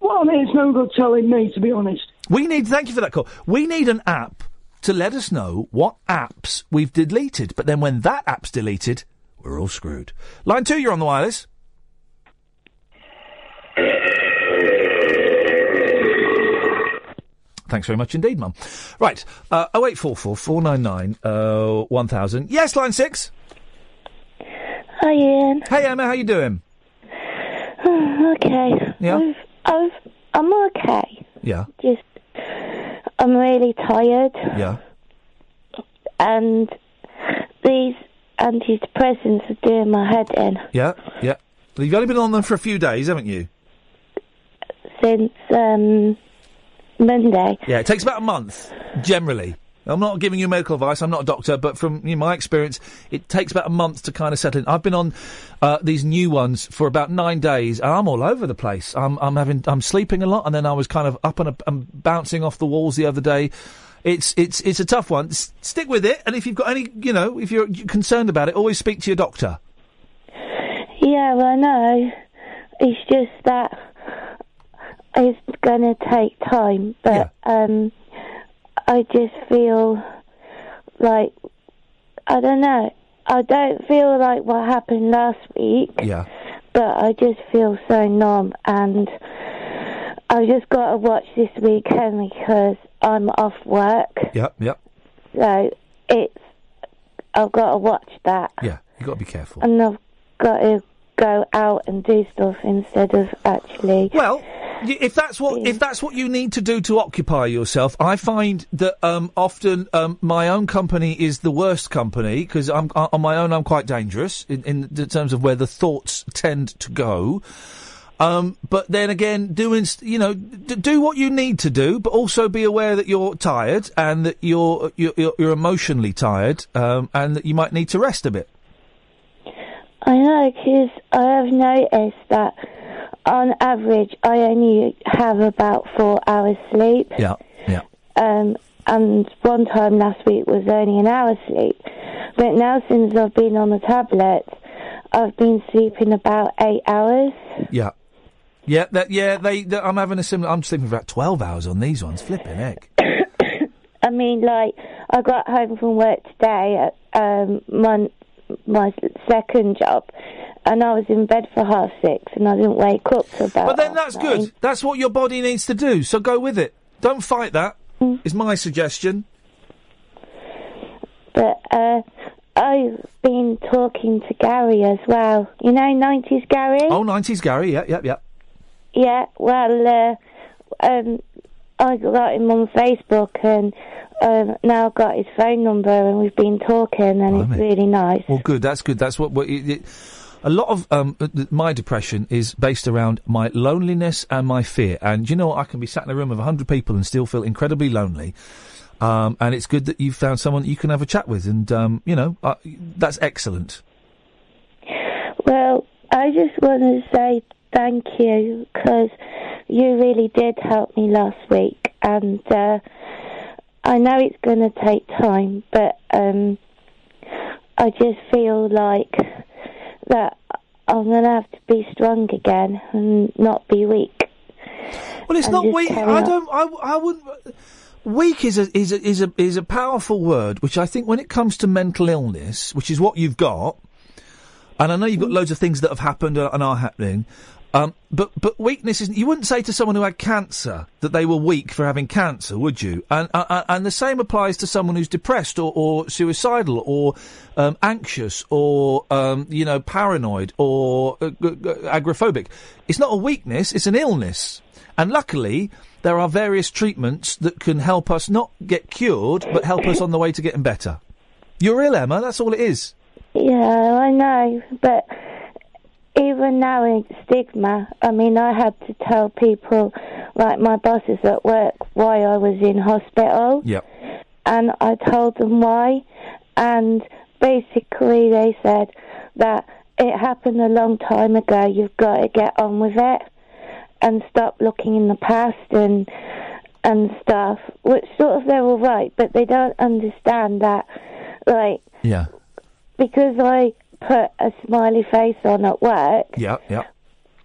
Well, I mean, it's no good telling me, to be honest. We need, thank you for that call. We need an app to let us know what apps we've deleted. But then when that app's deleted, we're all screwed. Line two, you're on the wireless. Thanks very much indeed, Mum. Right, uh, 0844 499 uh, 1000. Yes, line six. Hi, Ian. Hey, Emma, how you doing? okay. Yeah. I've, I've, I'm okay. Yeah, Just, I'm really tired, yeah. and these antidepressants are doing my head in Yeah, yeah. You've only been on them for a few days, haven't you? since um, Monday. Yeah, it takes about a month, generally. I'm not giving you medical advice, I'm not a doctor, but from you know, my experience, it takes about a month to kind of settle in. I've been on uh, these new ones for about nine days, and I'm all over the place. I'm, I'm having, I'm sleeping a lot, and then I was kind of up and, and bouncing off the walls the other day. It's, it's, it's a tough one. S- stick with it, and if you've got any, you know, if you're concerned about it, always speak to your doctor. Yeah, well, I know. It's just that it's gonna take time, but um, I just feel like I don't know. I don't feel like what happened last week, Yeah. but I just feel so numb, and I just gotta watch this weekend because I'm off work, Yep, yep. so it's I've gotta watch that, Yeah, you've got to be careful. and I've gotta go out and do stuff instead of actually Well, y- if that's what if that's what you need to do to occupy yourself, I find that um, often um, my own company is the worst company because I'm I, on my own. I'm quite dangerous in, in the terms of where the thoughts tend to go. Um, but then again, doing s- you know d- do what you need to do, but also be aware that you're tired and that you're you're, you're- you're emotionally tired um, and that you might need to rest a bit. I know, 'cause I have noticed that on average I only have about four hours sleep. Yeah, yeah. Um, and one time last week was only an hour sleep. But now since I've been on the tablets, I've been sleeping about eight hours. Yeah. Yeah, that, yeah, they, they- I'm having a similar, I'm sleeping for about 12 hours on these ones. Flipping heck. I mean, like I got home from work today at um, my my second job, and I was in bed for half six, and I didn't wake up till about. But then half that's nine. good. That's what your body needs to do. So go with it. Don't fight that. Is my suggestion. But uh, I've been talking to Gary as well. You know, nineties Gary. Oh, 90s Gary. Yeah, yeah, yeah. Yeah. Well, uh, um, I got him on Facebook, and um, now I've got his phone number, and we've been talking, and it's really nice. Well, good. That's good. That's what. what it, it, a lot of um, uh, th- my depression is based around my loneliness and my fear. And you know, what? I can be sat in a room of 100 people and still feel incredibly lonely. Um, and it's good that you've found someone that you can have a chat with. And, um, you know, uh, that's excellent. Well, I just want to say thank you because you really did help me last week, and uh, I know it's going to take time, but um, I just feel like that I'm going to have to be strong again and not be weak. Well, it's and not just weak. carry I on. don't. I, I wouldn't. Weak is a is a, is a is a powerful word, which I think when it comes to mental illness, which is what you've got, and I know you've got loads of things that have happened uh, and are happening. Um, but but weakness is you wouldn't say to someone who had cancer that they were weak for having cancer, would you? And uh, uh, and the same applies to someone who's depressed or, or suicidal or um, anxious or um, you know paranoid or uh, g- g- agoraphobic. It's not a weakness; it's an illness. And luckily, there are various treatments that can help us not get cured, but help us on the way to getting better. You're ill, Emma. That's all it is. Yeah, I know, but even now in stigma, I mean, I had to tell people, like my bosses at work, why I was in hospital, Yep. and I told them why, and basically they said that it happened a long time ago. You've got to get on with it and stop looking in the past and and stuff. Which sort of they're all right, but they don't understand that, like Yeah. because I put a smiley face on at work, Yeah. Yeah.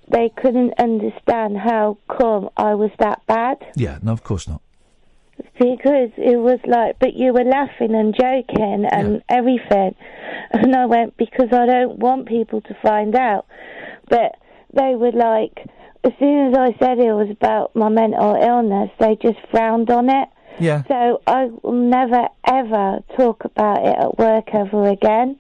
they couldn't understand how come I was that bad Yeah. No, of course not. because it was like, but you were laughing and joking and everything. And I went, because I don't want people to find out. But they were like, as soon as I said it was about my mental illness, they just frowned on it. Yeah. So I will never ever talk about it at work ever again.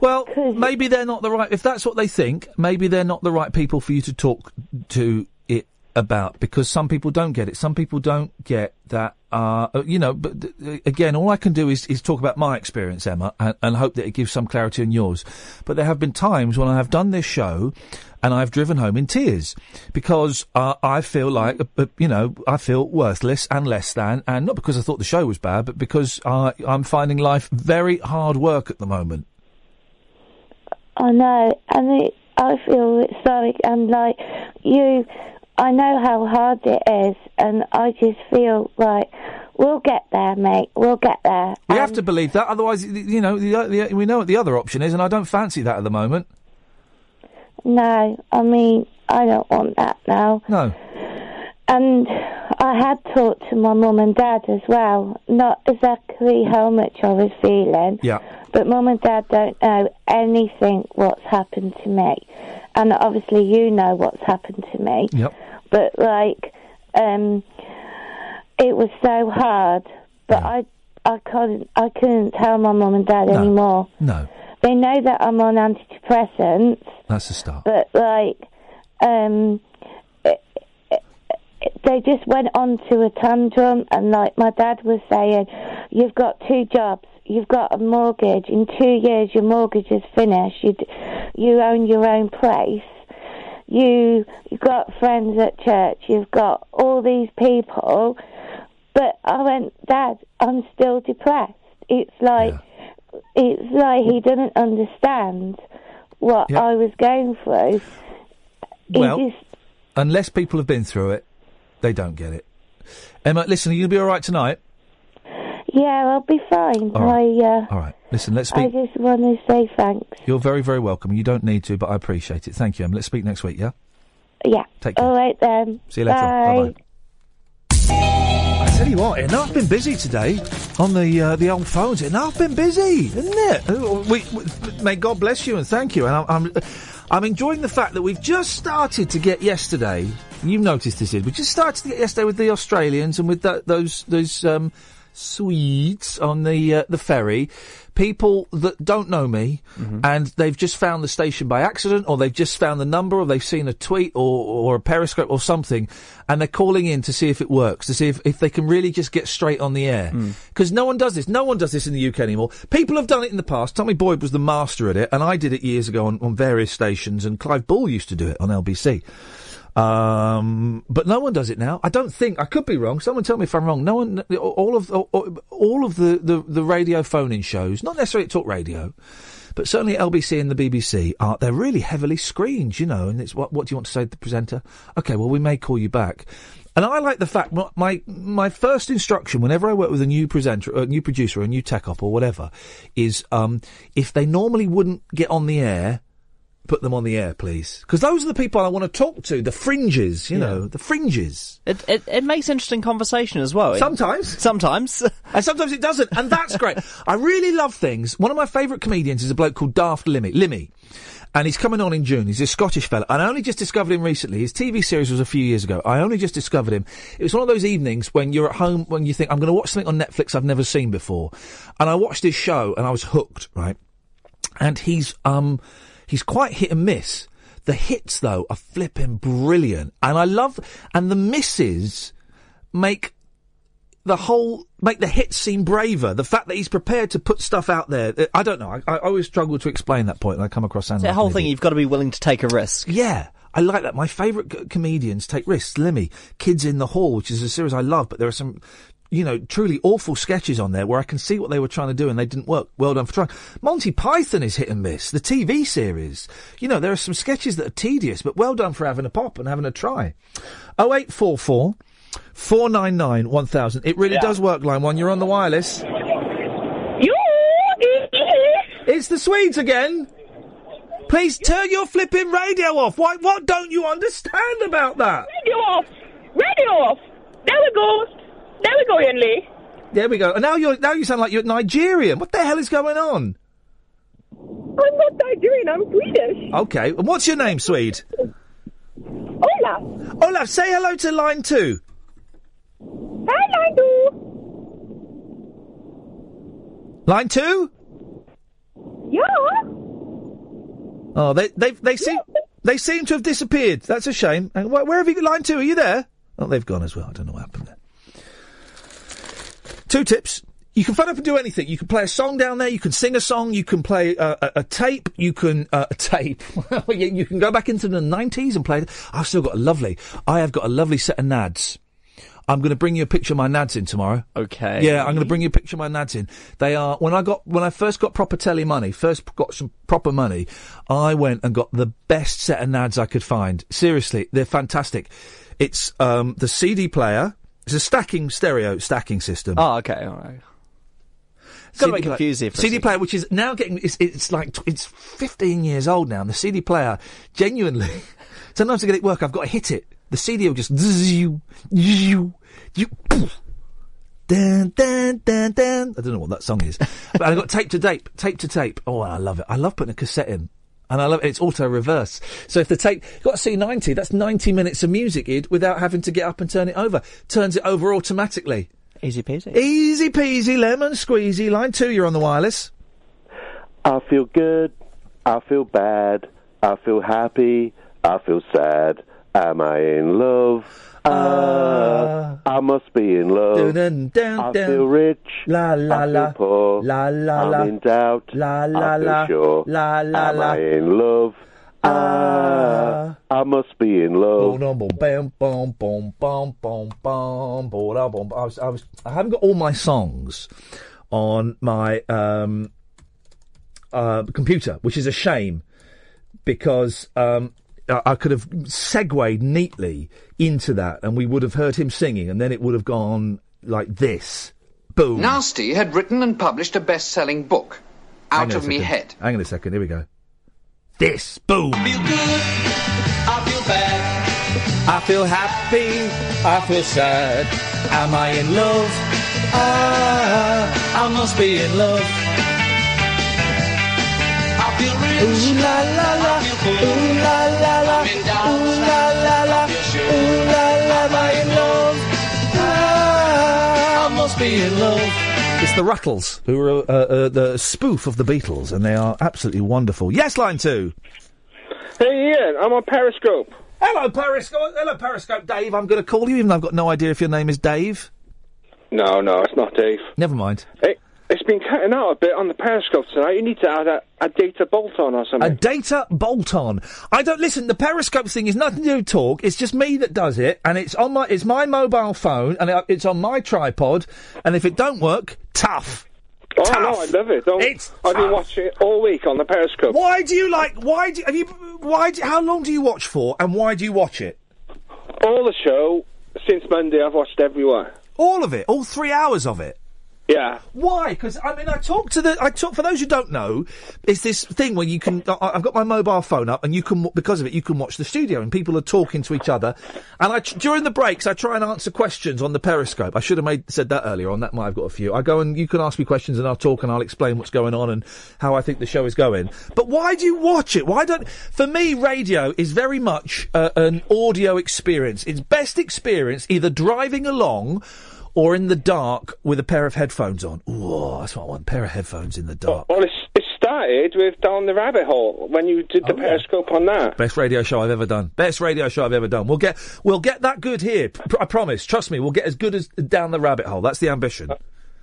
Well, maybe they're not the right. If that's what they think, maybe they're not the right people for you to talk to it about because some people don't get it. Some people don't get that. Uh, you know, but th- th- again, all I can do is, is talk about my experience, Emma, and, and hope that it gives some clarity on yours. But there have been times when I have done this show and I've driven home in tears because uh, I feel like, uh, uh, you know, I feel worthless and less than, and not because I thought the show was bad, but because uh, I'm finding life very hard work at the moment. I know, and it, I feel sorry, and like you, I know how hard it is, and I just feel like we'll get there, mate. We'll get there. We have to believe that, otherwise, y- you know, the, the, we know what the other option is, and I don't fancy that at the moment. No, I mean, I don't want that now. No. And I had talked to my mum and dad as well, not exactly how much I was feeling. Yeah. But mum and dad don't know anything what's happened to me. And obviously you know what's happened to me. Yep. But like um it was so hard but I I couldn't I couldn't tell my mum and dad anymore. No, They know that I'm on antidepressants that's the start. but like um it- it- it- they just went on to a tantrum and like my dad was saying you've got two jobs you've got a mortgage in two years your mortgage is finished you d- you own your own place you you've got friends at church you've got all these people but i went dad i'm still depressed it's like it's like he didn't understand what Yeah. I was going through. He Well, just- unless people have been through it, they don't get it. Emma, listen, are you going to be all right tonight? yeah, I'll be fine. All right. I uh, All right. Listen, let's I speak. just want to say thanks. You're very, very welcome. You don't need to, but I appreciate it. Thank you, Emma. Let's speak next week, yeah? Yeah. Take care. All right then. See you later. Bye. I tell you what, Ian, I've been busy today on the uh, the old phones. Ian, I've been busy, isn't it? Uh, We, we, may God bless you and thank you. And I'm, I'm I'm enjoying the fact that we've just started to get yesterday. You noticed this, Ian. We just started to get yesterday with the Australians and with tho- those those um, Swedes on the uh, the ferry. People that don't know me and they've just found the station by accident, or they've just found the number, or they've seen a tweet or, or a periscope or something, and they're calling in to see if it works, to see if, if they can really just get straight on the air. Because no one does this. No one does this in the UK anymore. People have done it in the past. Tommy Boyd was the master at it, and I did it years ago on, on various stations, and Clive Ball used to do it on LBC. Um, but no one does it now. I don't think. I could be wrong. Someone tell me if I'm wrong. No one. All of all of the the, the radio phone-in shows, not necessarily at talk radio, but certainly at LBC and the BBC are they're really heavily screened, you know. And it's what what do you want to say to the presenter? Okay, well we may call you back. And I like the fact my- my my first instruction whenever I work with a new presenter, a new producer, a new tech op or whatever, is um, if they normally wouldn't get on the air, put them on the air, please, because those are the people I want to talk to, the fringes, you know, the fringes. It, it, it makes interesting conversation as well. It- Sometimes. Sometimes. and sometimes it doesn't, and that's great. I really love things. One of my favourite comedians is a bloke called Daft Limmy. Limmy. And he's coming on in June. He's a Scottish fella. And I only just discovered him recently. His TV series was a few years ago. I only just discovered him. It was one of those evenings when you're at home, when you think, I'm going to watch something on Netflix I've never seen before. And I watched his show and I was hooked, right? and he's um he's quite hit and miss. The hits though are flipping brilliant, and I love and the misses make the whole make the hits seem braver. The fact that he's prepared to put stuff out there, uh, I don't know. I, I always struggle to explain that point, and I come across sounding The like an whole idiot. thing, you've got to be willing to take a risk. Yeah. I like that. My favourite c- comedians take risks. Lemmy, Kids in the Hall, which is a series I love, but there are some you know, truly awful sketches on there where I can see what they were trying to do and they didn't work. Well done for trying. Monty Python is hit and miss, the TV series. You know, there are some sketches that are tedious, but well done for having a pop and having a try. 0844 499 1000. It really does work, line one. You're on the wireless. It's the Swedes again. Please turn your flipping radio off. Why, what don't you understand about that? Radio off. Radio off. There we go. There we go, Ian Lee. There we go. And now you're now you sound like you're Nigerian. What the hell is going on? I'm not Nigerian, I'm Swedish. Okay. And what's your name, Swede? Hola. Olaf, say hello to line two. Hi, Nigel. Line two? Yeah. Oh, they they they seem they seem to have disappeared. That's a shame. And where, where have you line two? Are you there? Oh, they've gone as well. I don't know what happened there. Two tips. You can phone up and do anything. You can play a song down there. You can sing a song. You can play uh, a, a tape. You can uh, a tape. Well, you, you can go back into the nineties and play. it. I've still got a lovely. I have got a lovely set of nads. I'm going to bring you a picture of my nads in tomorrow. Okay. Yeah, I'm going to bring you a picture of my nads in. They are when I got when I first got proper telly money, first got some proper money. I went and got the best set of nads I could find. Seriously, they're fantastic. It's um, the CD player. It's a stacking stereo stacking system. Oh, okay, all right. Got a bit player- confused here for a CD second. player, which is now getting it's, it's like tw- it's 15 years old now. And the CD player, genuinely, sometimes to get it work, I've got to hit it. The CD will just you you you. Dun, dun, dun, dun. I don't know what that song is, but I got tape to tape, tape to tape. Oh, I love it. I love putting a cassette in, and I love it. It's auto reverse. So if the tape you got C ninety, that's ninety minutes of music, Id, without having to get up and turn it over. Turns it over automatically. Easy peasy. Easy peasy, lemon squeezy. Line two, you're on the wireless. I feel good. I feel bad. I feel happy. I feel sad. Am I in love? Uh, I must be in love. Ah. Dun, dun, I dun. feel rich. La la I feel la. poor. La la I'm la. in doubt. La la I feel la. sure. La la Am la. I in love? Uh, I must be in Oh. love. Boom, boom, bam, boom, boom, boom, boom, boom, boom, da, boom. I was, I was, I haven't got all my songs on my um, uh, computer, which is a shame because um, I, I could have segued neatly into that, and we would have heard him singing, and then it would have gone like this. Boom. Nasty had written and published a best selling book, Hang on Out a of Me second. Head. Hang on a second. Here we go. This boom. I feel bad. I feel happy, I feel sad. Am I in love? Ah, I must be in love. I feel rich. Ooh la la la. Ooh la la la. Ooh la la la. Ooh la la. Am I in love? Ah, I must be in love. It's the Ruttles, who are uh, uh, the spoof of the Beatles, and they are absolutely wonderful. Yes, line two. Hey Ian, I'm on Periscope. Hello Periscope. Hello Periscope, Dave. I'm going to call you, even though I've got no idea if your name is Dave. No, no, it's not Dave. Never mind. It, it's been cutting out a bit on the Periscope tonight. You need to add a, a data bolt on or A something. data bolt on. I don't listen. The Periscope thing is nothing to do with talk. It's just me that does it, and it's on my it's my mobile phone, and it- it's on my tripod. And if it don't work, tough. oh no, I love it. Don't, I've been watching it all week on the Periscope. Why do you like? Why do have you? Why? Do, how long do you watch for? And why do you watch it? All the show since Monday. I've watched everywhere. All of it. All three hours of it. Yeah. Why? Because I mean, I talk to the. I talk for those who don't know. It's this thing where you can. I, I've got my mobile phone up, and you can because of it, you can watch the studio, and people are talking to each other. And I tr- during the breaks, I try and answer questions on the Periscope. I should have made said that earlier on. That might have got a few. I go Oh, and you can ask me questions, and I'll talk, and I'll explain what's going on and how I think the show is going. But why do you watch it? Why don't? For me, radio is very much uh, an audio experience. It's best experience either driving along or in the dark with a pair of headphones on. Ooh, that's what I want. pair of headphones in the dark. Well, it's, it started with down the rabbit hole when you did Oh, the Periscope on that. Best radio show I've ever done. Best radio show I've ever done. We'll get we'll get that good here. P- I promise. Trust me. We'll get as good as down the rabbit hole. That's the Uh, ambition.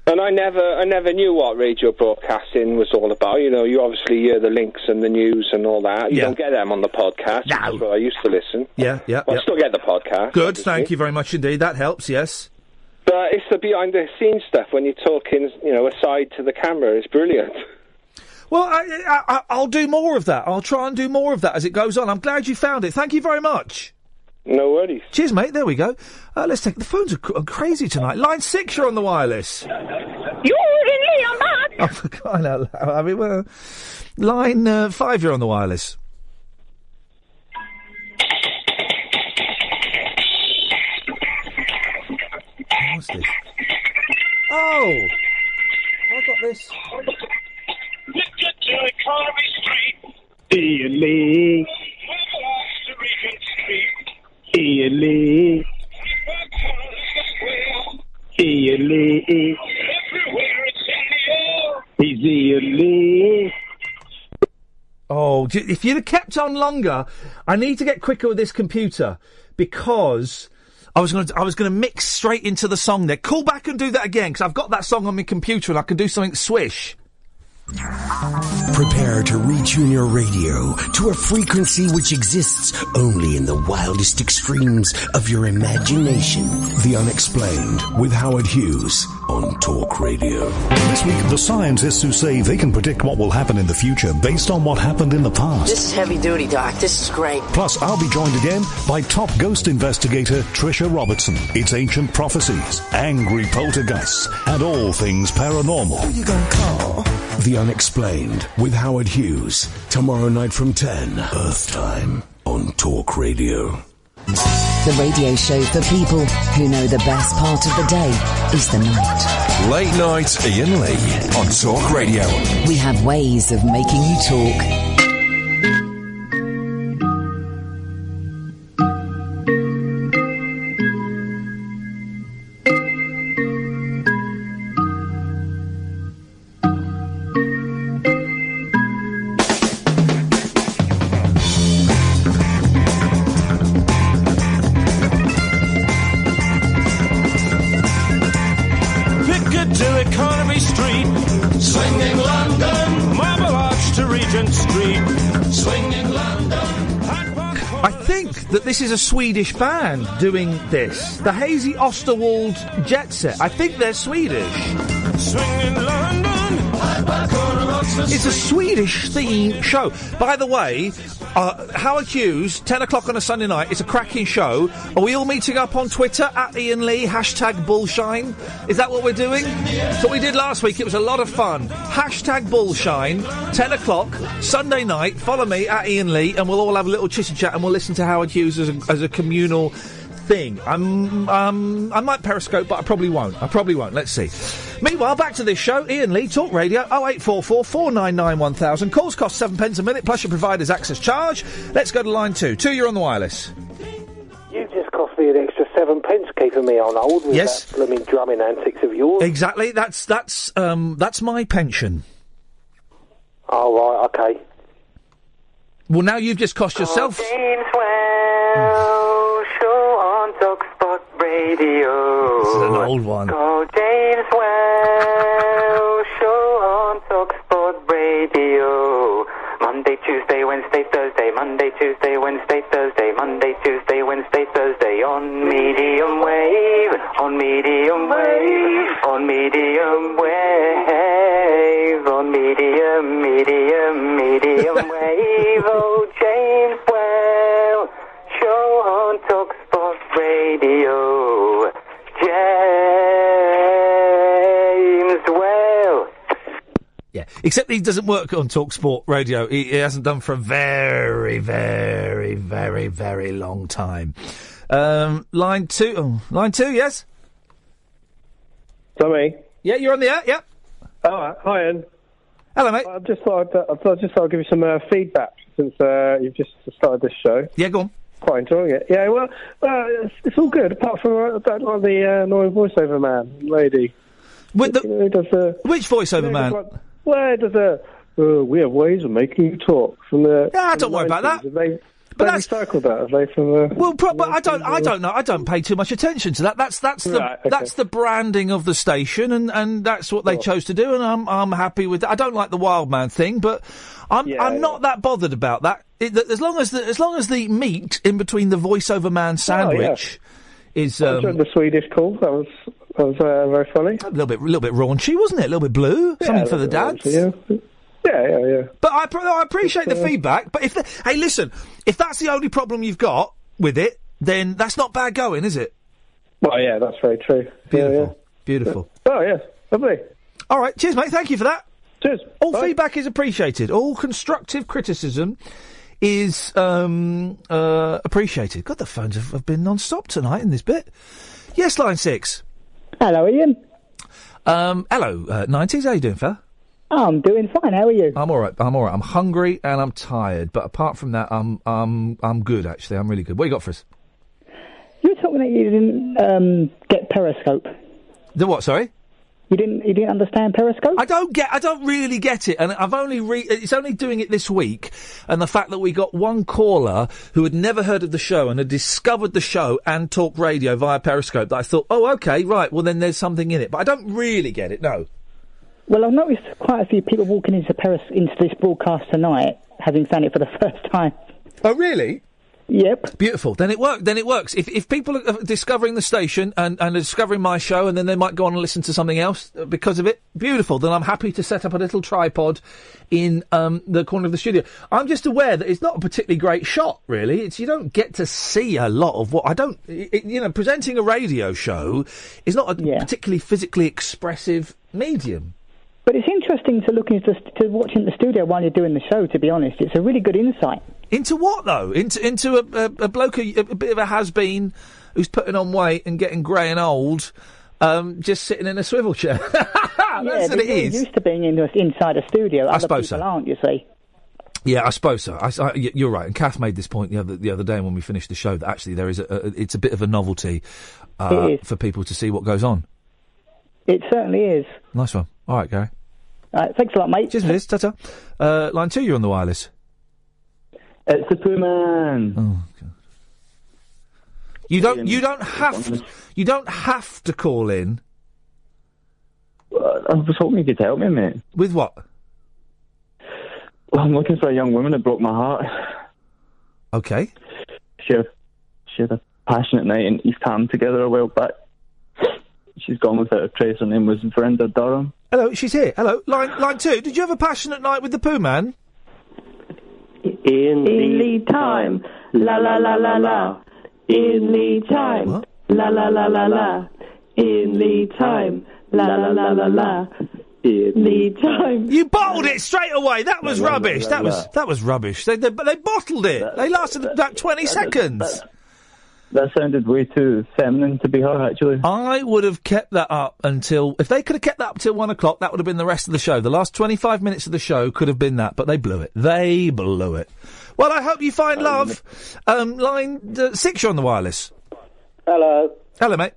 And I never, I never knew what radio broadcasting was all about. You know, you obviously hear the links and the news and all that. You Yeah. don't get them on the podcast. No. That's what I used to listen. Yeah, yeah, Well, yeah. I still get the podcast. Good. obviously. Thank you very much indeed. That helps. Yes. But it's the behind the scenes stuff when you're talking, you know, aside to the camera. It's brilliant. Well, I, I, I- I'll do more of that. I'll try and do more of that as it goes on. I'm glad you found it. Thank you very much. No worries. Cheers, mate. There we go. Uh, let's take the phones are, cr- are crazy tonight. Line six, you're on the wireless. You're ordering me, I'm back. Oh, for crying out loud. I mean, well, line uh, five, you're on the wireless. What's this? Oh, I got this. Ian Lee. Ian Lee. Ian Lee. He's Ian Lee. Oh, j- if you'd have kept on longer, I need to get quicker with this computer because I was going to I was going to mix straight into the song there. Call back and do that again because I've got that song on my computer and I can do something swish. Prepare to retune your radio to a frequency which exists only in the wildest extremes of your imagination. The Unexplained with Howard Hughes on Talk Radio. This week, the scientists who say they can predict what will happen in the future based on what happened in the past. This is heavy duty, Doc. This is great. Plus, I'll be joined again by top ghost investigator Trisha Robertson. It's ancient prophecies, angry poltergeists, and all things paranormal. Who you gonna call? The Unexplained with Howard Hughes tomorrow night from 10 Earth time on Talk Radio. The radio show for people who know the best part of the day is the night. Late night Ian Lee on Talk Radio. We have ways of making you talk. Piccadilly, Carnaby Street, swinging London, Marble Arch to Regent Street, swinging London. I think that this is a Swedish band doing this. The Hazy Osterwald Jet Set. I think they're Swedish. Swinging London, high back corner Oxford It's a Swedish theme show. By the way, uh, Howard Hughes, 10 o'clock on a Sunday night. It's a cracking show. Are we all meeting up on Twitter at Ian Lee, hashtag Bullshine? Is that what we're doing? That's what we did last week. It was a lot of fun. Hashtag Bullshine, 10 o'clock, Sunday night. Follow me at Ian Lee, and we'll all have a little chitty chat and we'll listen to Howard Hughes as a, as a communal thing. I'm, um, I might periscope, but I probably won't. I probably won't. Let's see. Meanwhile, back to this show. Ian Lee, Talk Radio, 0844 499 1000. Calls cost seven pence a minute, plus your provider's access charge. Let's go to line two. Two, you're on the wireless. You just cost me an extra seven pence keeping me on hold with Yes. that blooming drumming antics of yours. Exactly. That's that's um, that's my pension. Oh, right, okay. Uh, Well, now you've just cost yourself. Well, show on Talkspot Radio. This is an old one. Call James Well, show on Talkspot Radio. Monday, Tuesday, Wednesday, Thursday. Monday, Tuesday, Wednesday, Thursday. Monday, Tuesday, Wednesday, Thursday. On medium wave. On medium wave. On medium wave. On medium, medium, medium wave. Oh, James Well. Show on Talkspot Radio. James Well. Yeah. Except he doesn't work on Talksport Radio. He, he hasn't done for a very, very, very, very long time. Um, line two. Oh, line two. Yes. Tommy. Yeah, you're on the air. Yep. Oh, hi, Ian. Hello, mate. I just thought I'd, I just thought I'd give you some uh, feedback since uh, you've just started this show. Yeah, go on. Quite enjoying it. Yeah, well, uh, it's, it's all good apart from uh, I don't like the uh, annoying voiceover man lady. With the, does the which voiceover man? Well, he does the uh, we have ways of making you talk from the. Yeah, from Ah, don't the worry about 90s. that. Have They, but they recycled that, have they? From uh, Well, pro- but I don't. I don't know. I don't pay too much attention to that. That's that's the Right, okay. that's the branding of the station, and, and that's what they chose to do. And I'm I'm happy with that. I don't like the wild man thing, but I'm I'm not that bothered about that. It, th- as long as the, as long as the Oh, meat in between the voiceover man sandwich is I enjoyed um, the Swedish call. That was was uh, very funny. A little bit, a little bit raunchy, wasn't it? A little bit blue. Yeah, Something for a the little dads. bit Yeah, yeah, yeah. But I, pr- I appreciate the uh, feedback. But if the, hey, listen, if that's the only problem you've got with it, then that's not bad going, is it? Well, yeah, that's very true. Beautiful. Beautiful. Oh, yeah. Lovely. All right. Cheers, mate. Thank you for that. Cheers. All feedback is appreciated. All constructive criticism is um, uh, appreciated. God, the phones have, have been non-stop tonight in this bit. Yes, line six. Hello, Ian. Um, hello, nineties. how you doing, fella? I'm doing fine. How are you? I'm all right. I'm all right. I'm hungry and I'm tired, but apart from that, I'm I'm I'm good. Actually, I'm really good. What you got for us? You were talking that you didn't um, get Periscope. The what? Sorry. You didn't. You didn't understand Periscope. I don't get. I don't really get it, and I've only re- it's only doing it this week, and the fact that we got one caller who had never heard of the show and had discovered the show and talk radio via Periscope. That I thought, oh, okay, right. Well, then there's something in it, but I don't really get it. No. Well, I've noticed quite a few people walking into Paris into this broadcast tonight, having found it for the first time. Oh, really? Yep. Beautiful. Then it work. Then it works. If if people are discovering the station and and are discovering my show, and then they might go on and listen to something else uh, because of it. Beautiful. Then I'm happy to set up a little tripod in um, the corner of the studio. I'm just aware that it's not a particularly great shot. Really, it's you don't get to see a lot of what I don't. i i- you know, presenting a radio show is not a particularly physically expressive medium. But it's interesting to look into to watch in the studio while you're doing the show. To be honest, it's a really good insight. Into what though? Into into a, a, a bloke, a, a bit of a has been, who's putting on weight and getting grey and old, um, just sitting in a swivel chair. yeah, That's what they're it is. Used to being in, inside a studio. I Other suppose people so. Aren't you see? Yeah, I suppose so. I, I- y- you're right. And Kath made this point the other the other day when we finished the show that actually there is a, a it's a bit of a novelty uh, It for people to see what goes on. It certainly is. Nice one. All right, Gary. All right, thanks a lot, mate. Cheers, Liz. Ta-ta. Uh, line two, you're on the wireless. Uh, It's Superman. Oh god. You don't. You don't have. You don't have to call in. Uh, I was hoping you could help me, mate. With what? Well, I'm looking for a young woman that broke my heart. Okay. She had, she had a passionate night in East Ham together a while back. She's gone without a trace. Her name was Brenda Durham. Hello, she's here. Hello, line line two. Did you have a passionate night with the poo man? In Lee time. La la la la la. In Lee time. La la la la la. In Lee time. La la la la la. In Lee time. You bottled it straight away. That was No, no, no, rubbish. no, that no. was that was rubbish. They they, they bottled it. they lasted about twenty seconds. That sounded way too feminine to be her, actually. I would have kept that up until if they could have kept that up till one o'clock. That would have been the rest of the show. The last twenty-five minutes of the show could have been that, but they blew it. They blew it. Well, I hope you find love. Um, line uh, six, you're on the wireless. Hello. Hello, mate.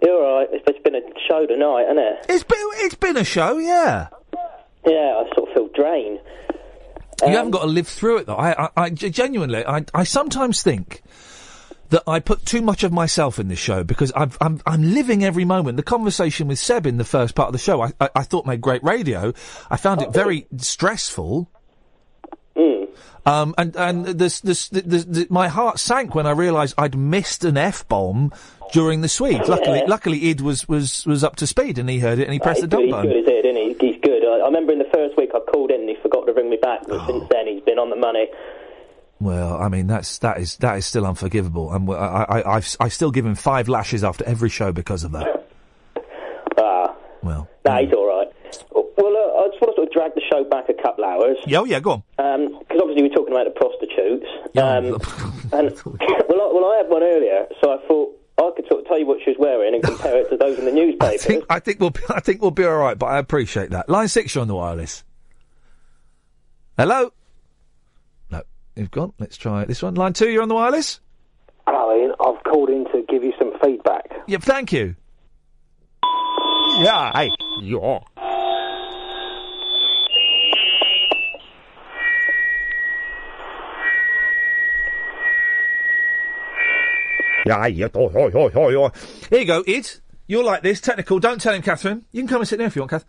You're right. It's, it's been a show tonight, hasn't it? It's been it's been a show, yeah. Yeah, I sort of feel drained. you haven't got to live through it though. I, I, I g- genuinely, I, I sometimes think that I put too much of myself in this show because I've, I'm, I'm living every moment. The conversation with Seb in the first part of the show, I, I, I thought made great radio. I found it very stressful. Um, and and this, this, this, this, this- my heart sank when I realised I'd missed an f bomb during the Swede. Luckily, Yeah. luckily, Id was, was, was up to speed and he heard it and he Uh, pressed he's the dump good, button. He's good, is he? He's, he's good. I, I remember in the first week I called in and he forgot to ring me back, Oh. but since then he's been on the money. Well, I mean that's that is that is still unforgivable, and I I I've, I still give him five lashes after every show because of that. Ah. Well. Nah, he's all right. Well, uh, I just want to sort of drag the show back a couple hours. Yeah, oh, yeah, go on. Because Um, obviously we're talking about the prostitutes. Um, and, well, I, well, I had one earlier, so I thought I could sort of tell you what she was wearing and compare it to those in the I newspaper. think I think we'll be, I think we'll be all right, but I appreciate that. Line six, you're on the wireless. Hello. No, you've gone. Let's try this one. Line two, you're on the wireless. Hello, Ian. I've called in to give you some feedback. Yep, thank you. Yeah, hey, yeah. Yeah, yeah, oh, oh, oh, oh, oh. Here you go, Id. You're like this, technical. Don't tell him, Catherine. You can come and sit there if you want, Kath.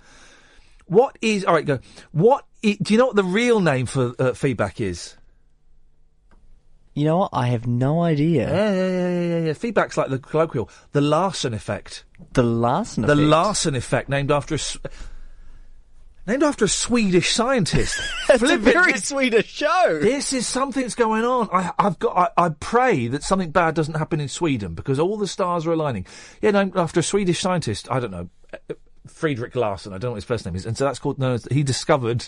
What is? All right, go. What i do you know? What the real name for uh, feedback is? You know what? I have no idea. Yeah, yeah, yeah, yeah, yeah, yeah. Feedback's like the colloquial, the Larson effect. The Larson The effect? Larson effect, named after a. S- Named after a Swedish scientist. That's a Flippin' very this- Swedish show. This is something's going on. I, I've got. I, I pray that something bad doesn't happen in Sweden because all the stars are aligning. Yeah, named after a Swedish scientist. I don't know, Friedrich Larsen. I don't know what his first name is, and so that's called. No, he discovered.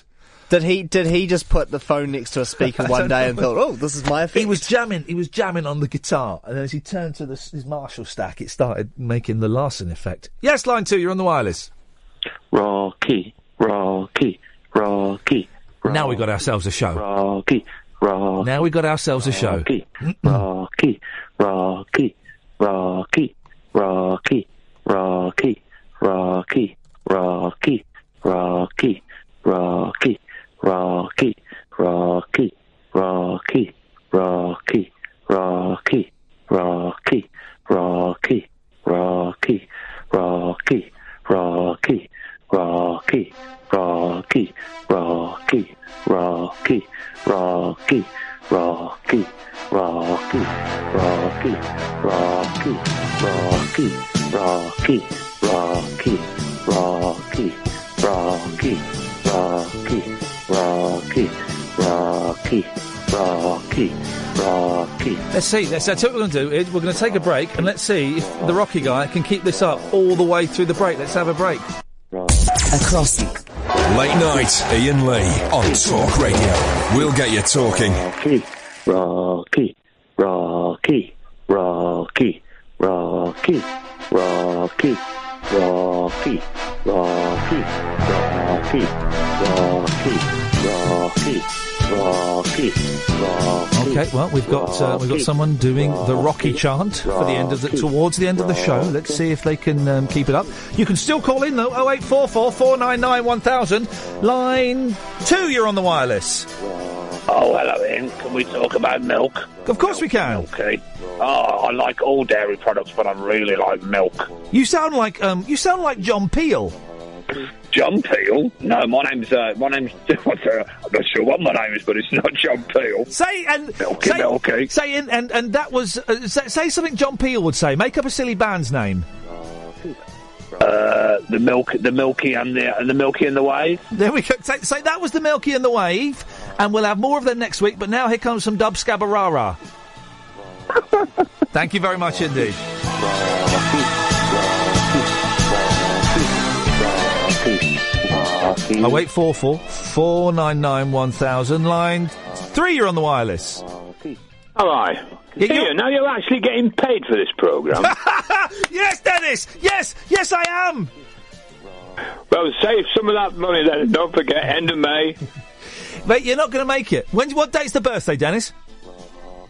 Did he? Did he just put the phone next to a speaker I one don't day and know. thought, "Oh, this is my effect"? He was jamming. He was jamming on the guitar, and then as he turned to the, s- his Marshall stack, it started making the Larsen effect. Yes, line two. You're on the wireless. Rocky, Rocky, Rocky. Now we got ourselves a show. Rocky, Rocky. Now we got ourselves a show. Rocky, Rocky, Rocky, Rocky, Rocky, Rocky, Rocky, Rocky, Rocky, Rocky, Rocky, Rocky, Rocky, Rocky, Rocky, Rocky, Rocky, Rocky, Rocky, Rocky, Rocky, Rocky, Rocky, Rocky, Rocky, Rocky, Rocky, Rocky, Rocky, Rocky, Rocky, Rocky, Rocky, Rocky, Rocky, Rocky, Rocky, Rocky, Rocky. Let's see. Let's, that's what we're going to do. Ed. We're going to take a break and let's see if the Rocky guy can keep this up all the way through the break. Let's have a break. Across Late night, Ian Lee on Talk Radio. We'll get you talking. Rocky, Rocky, Rocky, Rocky, Rocky, Rocky, Rocky, Rocky, Rocky, Rocky, Rocky, Rocky, Rocky. Okay, well we've got uh, we've got someone doing the Rocky chant for the end of the towards the end of the show. Let's see if they can um, keep it up. You can still call in though 0844 499 1000 line two. You're on the wireless. Oh, hello, Ian. Can we talk about milk? Of course we can. Okay. Oh, I like all dairy products, but I really like milk. You sound like um you sound like John Peel. John Peel? No, my name's uh, my name's. What's, uh, I'm not sure what my name is, but it's not John Peel. Say and milky, say- milky. Say and and, and that was uh, say, say something John Peel would say. Make up a silly band's name. Uh, the milk, the milky, and the and the milky and the wave. There we go. Say, say that was the Milky and the Wave, and we'll have more of them next week. But now here comes some Dub Scabarara. Thank you very much indeed. I Oh, wait four four four nine nine one thousand line three. You're on the wireless. Hello. Ian, now you're actually getting paid for this program. yes, Dennis. Yes, yes, I am. well, save some of that money then, and don't forget end of May. Mate, you're not going to make it. When? What date's the birthday, Dennis?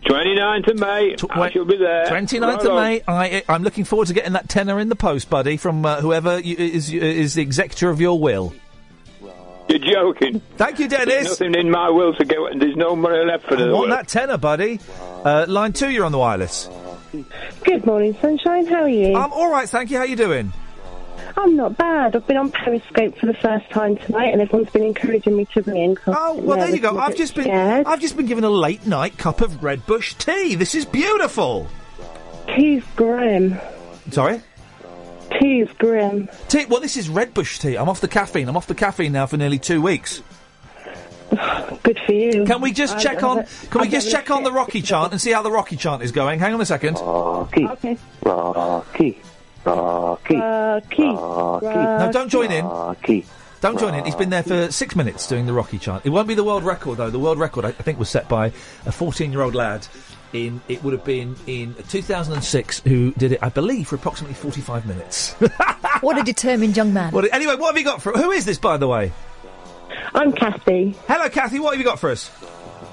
29th of May. I shall be there. 29th Right of on. May. I, I'm looking forward to getting that tenner in the post, buddy, from uh, whoever you, is is the executor of your will. You're joking. Thank you, Dennis. There's nothing in my will to go, and there's no money left for I the want world. that tenner, buddy. Uh, line two, you're on the wireless. Good morning, sunshine. How are you? I'm all right, thank you. How you doing? I'm not bad. I've been on Periscope for the first time tonight, and everyone's been encouraging me to ring. Oh, Well, there you go. I've just been I've just been given a late night cup of red bush tea. This is beautiful. Tea's grim. Sorry. Tea's grim. Tea. Well, this is red bush tea. I'm off the caffeine. I'm off the caffeine now for nearly two weeks. Good for you. Can we just I- check I- on? Can we I- just check on the Rocky chant and see how the Rocky chant is going? Hang on a second. Rocky. Okay. Rocky, Rocky, Rocky, Oh. No, don't join in. Rocky. Don't join in. He's been there for six minutes doing the Rocky chant. It won't be the world record though. The world record, I I think, was set by a 14-year-old lad. In it would have been in 2006 who did it, I believe, for approximately 45 minutes. What a determined young man. What- anyway, what have you got for? Who is this, by the way? I'm Kathy. Hello, Kathy. What have you got for us?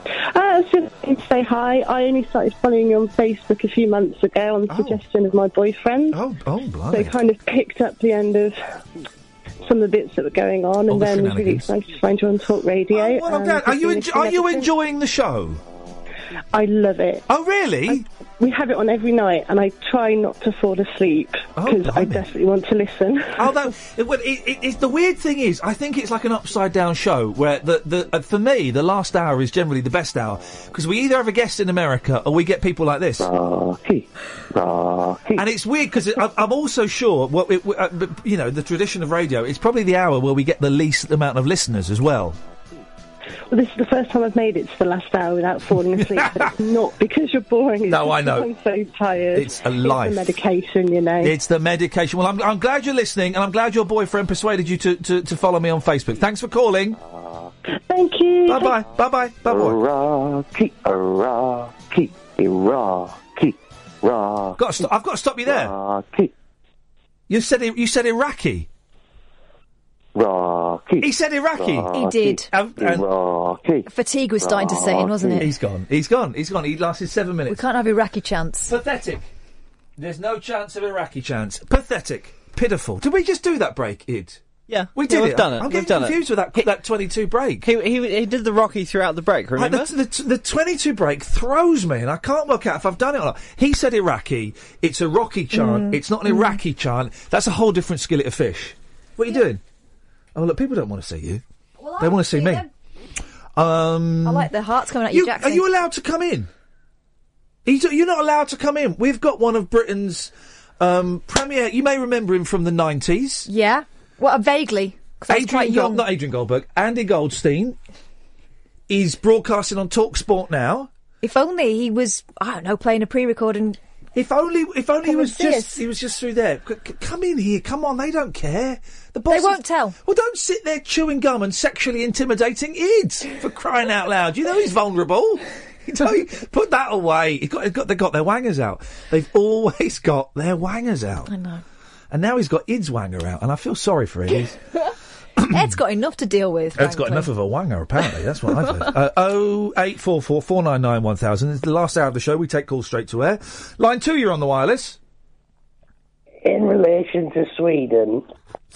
Uh, I was just going to say hi. I only started following you on Facebook a few months ago on the suggestion of my boyfriend. Oh, oh, So I blimey. kind of picked up the end of some of the bits that were going on, All and the then was really shenanigans. Oh, excited to find you on Talk Radio. Well, I'm glad- Are you enjo- are you enjoying the show? I love it. Oh, really? we have it on every night, and I try not to fall asleep Oh, because I desperately want to listen. Although, it, well, it, it, it's the weird thing is, I think it's like an upside down show where the, the uh, for me the last hour is generally the best hour because we either have a guest in America or we get people like this. Ah. And it's weird because I'm I'm also sure, what it, uh, b- you know, the tradition of radio is probably the hour where we get the least amount of listeners as well. Well, this is the first time I've made it to the last hour without falling asleep. but it's not because you're boring. It's No, I because know. I'm so tired. It's a It's life. the medication, you know. It's the medication. Well, I'm, I'm glad you're listening, and I'm glad your boyfriend persuaded you to, to, to follow me on Facebook. Thanks for calling. Thank you. Bye bye. Bye bye. Bye bye. Rocky, Rocky, Rocky, Rocky. Got to stop. I've got to stop you there. You said I- you said Iraqi. Rocky. He said Iraqi. He did. Um, um, Fatigue was starting to set in, wasn't it? He's gone. He's gone. He's gone. He lasted seven We minutes. can't have Iraqi chance. Pathetic. There's no chance of Iraqi chance. Pathetic. Pitiful. Did we just do that break, Id? Yeah, We did yeah, we've it. Done it. I'm we've getting done confused with that that 22 break. He, he he did the Rocky throughout the break. Like, Remember? the, the, the 22 break throws me, and I can't work out if I've done it or not. He said Iraqi. It's a Rocky chant. Mm. It's not an Mm. Iraqi chant. That's a whole different skillet of fish. What are you doing? Oh, look, people don't want to see you. they want to see me. Um, I like their hearts coming at you, you, Jackson. are you allowed to come in? He's- You're not allowed to come in. We've got one of Britain's um, premier. You may remember him from the 90s. yeah. Well, vaguely. 'cause I was quite Adrian Gold, young. not Adrian Goldberg, Andy Goldstein is broadcasting on Talk Sport now. If only he was, I don't know, playing a pre-record and. If only, if only he Come was and see just us. he was just through there. C- c- come in here, come on. They don't care. The boss they won't tell. Well, don't sit there chewing gum and sexually intimidating Ids for crying out loud. You know he's vulnerable. You know, put that away. He got, he got, they got their wangers out. They've always got their wangers out. I know. And now he's got Ids wanger out, and I feel sorry for him. He's- Ed's got enough to deal with. Ed's got frankly. enough of a wanger, apparently. That's what I've heard. Uh, 0844 499 1000. It's the last hour of the show. We take calls straight to air. Line two, you're on the wireless. In relation to Sweden,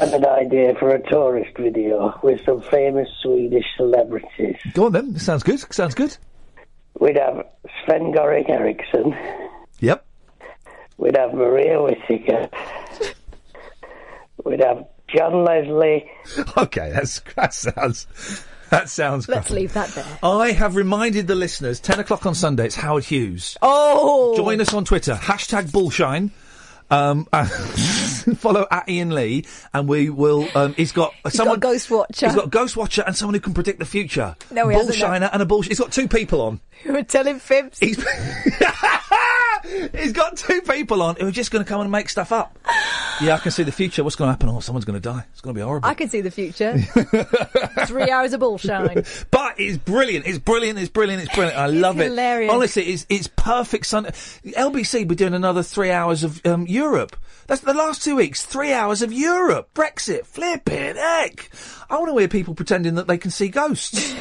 I had an idea for a tourist video with some famous Swedish celebrities. Go on then. Sounds good. Sounds good. We'd have Sven Goring Eriksson. Yep. We'd have Maria Whittaker. We'd have John Leslie. Okay, that's, that sounds. That sounds Let's crap. leave that there. I have reminded the listeners 10 o'clock on Sunday, it's Howard Hughes. Oh! Join us on Twitter, hashtag bullshine. Um, uh, follow at Ian Lee, and we will. Um, he's got uh, someone ghost watcher. He's got a ghost watcher and someone who can predict the future. No, he hasn't, bullshiner and a bullshiner. He's got two people on. Who are telling fibs? He's, he's got two people on who are just going to come and make stuff up. yeah, I can see the future. What's going to happen? Oh, someone's going to die. It's going to be horrible. I can see the future. Three hours of bullshine. But it's brilliant. It's brilliant. It's brilliant. It's brilliant. I love it. hilarious. Honestly, it's it's perfect. Sun. LBC, we're doing another three hours of um, Europe. That's the last two weeks. Three hours of Europe. Brexit. Flipping heck. I want to hear people pretending that they can see ghosts.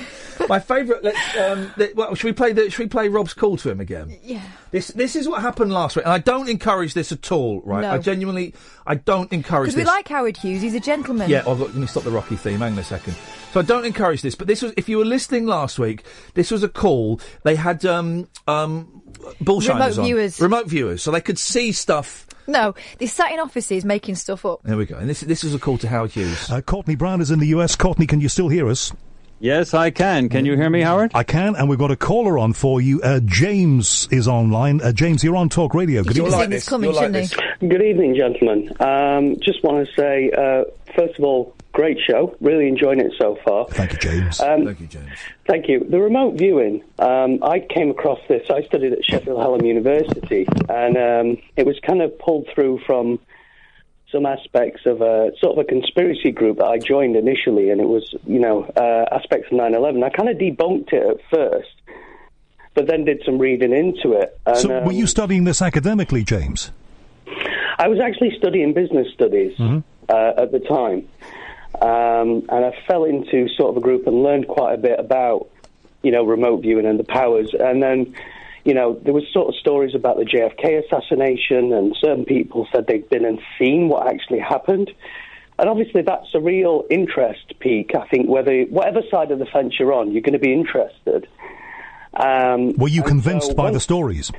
My favourite. Let's. Um, th- well, should we play the? Should we play Rob's call to him again? Yeah. This this is what happened last week, and I don't encourage this at all. Right? No. I genuinely, I don't encourage Because this. we like Howard Hughes, he's a gentleman. Yeah, I've got, let me stop the Rocky theme. Hang on a second. So I don't encourage this, but this was if you were listening last week, this was a call. They had um um bullshiners Remote on. viewers. remote viewers, so they could see stuff. No, they sat in offices making stuff up. There we go. And this this was a call to Howard Hughes. Uh, Courtney Brown is in the US. Courtney, can you still hear us? Yes, I can. Can you hear me, Howard? I can, and we've got a caller on for you. Uh, James is online. Uh, James, you're on Talk Radio. Good evening. Good evening, gentlemen. Um, just want to say, uh, first of all, great show. Really enjoying it so far. Thank you, James. Um, thank you, James. Thank you. The remote viewing. Um, I came across this. I studied at Sheffield Hallam University, and um, it was kind of pulled through from some aspects of a sort of a conspiracy group that I joined initially, and it was, you know, uh, aspects of 9 11. I kind of debunked it at first, but then did some reading into it. And, So, were um, you studying this academically, James? I was actually studying business studies Mm-hmm. uh, at the time, um, and I fell into sort of a group and learned quite a bit about, you know, remote viewing and the powers. And then, you know, there was sort of stories about the JFK assassination, and certain people said they'd been and seen what actually happened. And obviously, that's a real interest peak. I think whether whatever side of the fence you're on, you're going to be interested. Um, Were you and convinced so by when- the stories?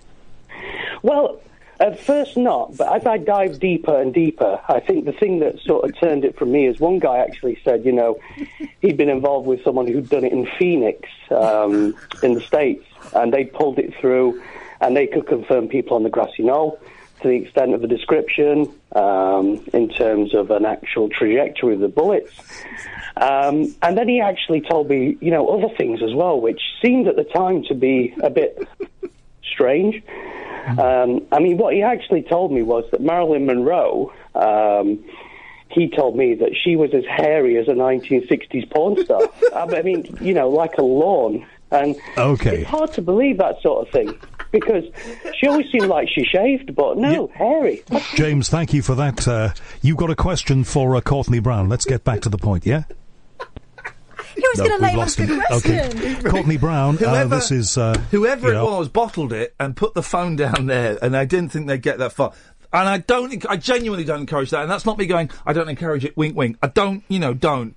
Well, at first not, but as I dived deeper and deeper, I think the thing that sort of turned it for me is one guy actually said, you know, he'd been involved with someone who'd done it in Phoenix um, in the States, and they pulled it through, and they could confirm people on the grassy knoll to the extent of a description um, in terms of an actual trajectory of the bullets. Um, and then he actually told me, you know, other things as well, which seemed at the time to be a bit strange. Um, I mean, what he actually told me was that Marilyn Monroe, um, he told me that she was as hairy as a 1960s porn star. I mean, you know, like a lawn. And Okay. it's hard to believe that sort of thing because she always seemed like she shaved, but no, hairy. James, thank you for that. Uh, you've got a question for uh, Courtney Brown. Let's get back to the point, yeah? He was No, going to we've lay lost off the him. question. Courtney Brown, uh, Whoever- this is. Uh, Whoever you it know- was bottled it and put the phone down there, and I didn't think they'd get that far. And I don't, enc- I genuinely don't encourage that. And that's not me going, I don't encourage it, wink, wink. I don't, you know, don't.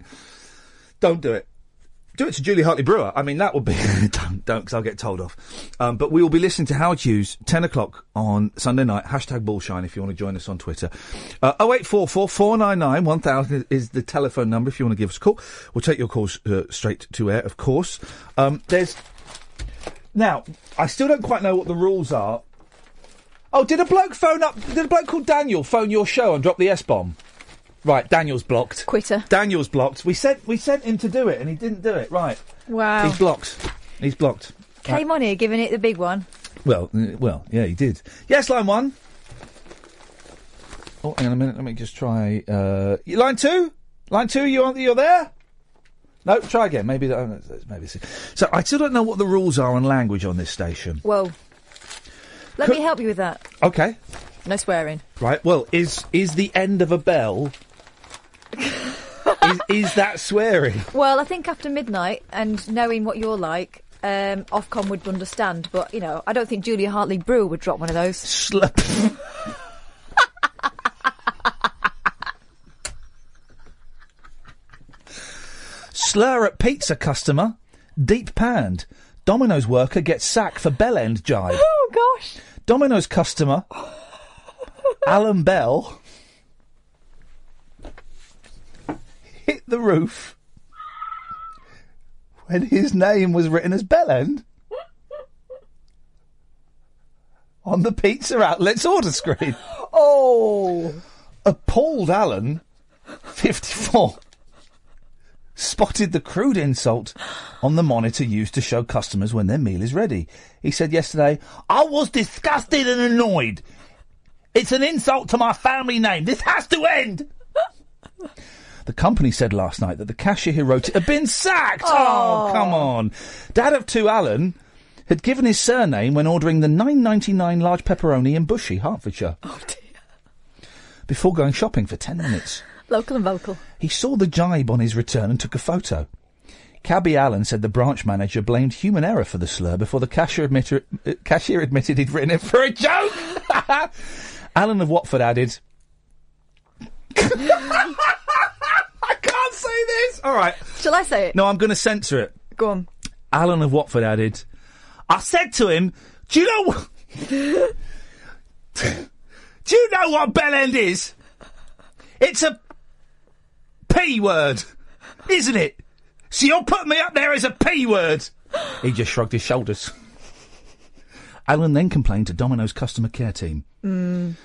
Don't do it. Do it to Julie Hartley Brewer. I mean, that would be, don't, don't, because I'll get told off. Um, but we will be listening to Howard Hughes, 10 o'clock on Sunday night. Hashtag Bullshine if you want to join us on Twitter. Uh, 0844 499 1000 is the telephone number if you want to give us a call. We'll take your calls uh, straight to air, of course. Um, there's now, I still don't quite know what the rules are. Oh, did a bloke phone up? Did a bloke called Daniel phone your show and drop the S bomb? Right, Daniel's blocked. Quitter. Daniel's blocked. We sent we sent him to do it and he didn't do it. Right. Wow. He's blocked. He's blocked. Right. Came on here giving it the big one. Well, mm, well, yeah, he did. Yes, line one. Oh, hang on a minute. Let me just try. Uh, y- line two. Line two. You on? You're there? No. Try again. Maybe. that- oh, no, it's- Maybe. it's- So I still don't know what the rules are on language on this station. Whoa. Let me help you with that. Okay. No swearing. Right. Well, is is the end of a bell? is, is that swearing? Well, I think after midnight and knowing what you're like, um, Ofcom would understand. But you know, I don't think Julia Hartley Brewer would drop one of those. Slur at pizza customer, deep panned. Domino's worker gets sacked for bell end jive. Oh gosh. Domino's customer, Alan Bell, hit the roof when his name was written as Bellend on the pizza outlet's order screen. Oh! Appalled Alan, 54, spotted the crude insult on the monitor used to show customers when their meal is ready. He said yesterday, I was disgusted and annoyed. It's an insult to my family name. This has to end. The company said last night that the cashier who wrote it had been sacked. Oh, Oh. come on. Dad of two, Alan, had given his surname when ordering the 9.99 large pepperoni in Bushy, Hertfordshire. Before going shopping for 10 minutes. Local and vocal. He saw the jibe on his return and took a photo. Cabby Allen said the branch manager blamed human error for the slur before the cashier, admitter, uh, cashier admitted he'd written it for a joke. Allen of Watford added, I can't say this. All right. Shall I say it? No, I'm going to censor it. Go on. Alan of Watford added, I said to him, Do you know what? Do you know what Bell End is? It's a P word, isn't it? So you're putting me up there as a P word. He just shrugged his shoulders. Alan then complained to Domino's customer care team. Mm.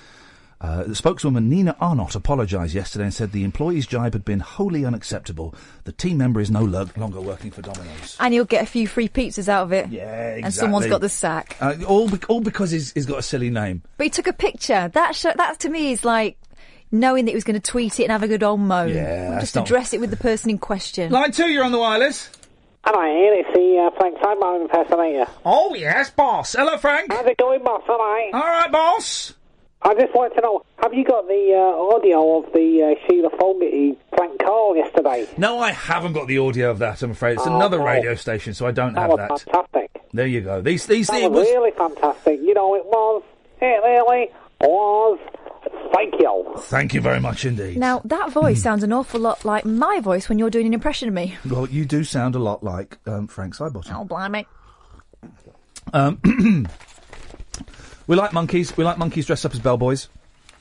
Uh, the spokeswoman Nina Arnott apologised yesterday and said the employee's jibe had been wholly unacceptable. The team member is no lo- longer working for Domino's. And you'll get a few free pizzas out of it. Yeah, And someone's exactly. got the sack. Uh, all, be- all because he's, he's got a silly name. But he took a picture. That sho that to me is like knowing that he was going to tweet it and have a good old moan. Yeah, Or that's just not- address it with the person in question. Line two, you're on the wireless. Hello, Ian. It's the uh, Frank Sidebar in Pennsylvania. Oh, yes, boss. Hello, Frank. How's it going, boss? All right. All right, boss. I just wanted to know, have you got the uh, audio of the uh, Sheila Fogarty prank call yesterday? No, I haven't got the audio of that. I'm afraid it's Oh, another no. radio station, so I don't That have was that. fantastic. There you go. These these that it was was- really fantastic. You know, it was. It really was. Thank you. Thank you very much indeed. Now, that voice sounds an awful lot like my voice when you're doing an impression of me. Well, you do sound a lot like um, Frank Sidebottom. Oh, blimey. Um, we like monkeys. We like monkeys dressed up as bellboys.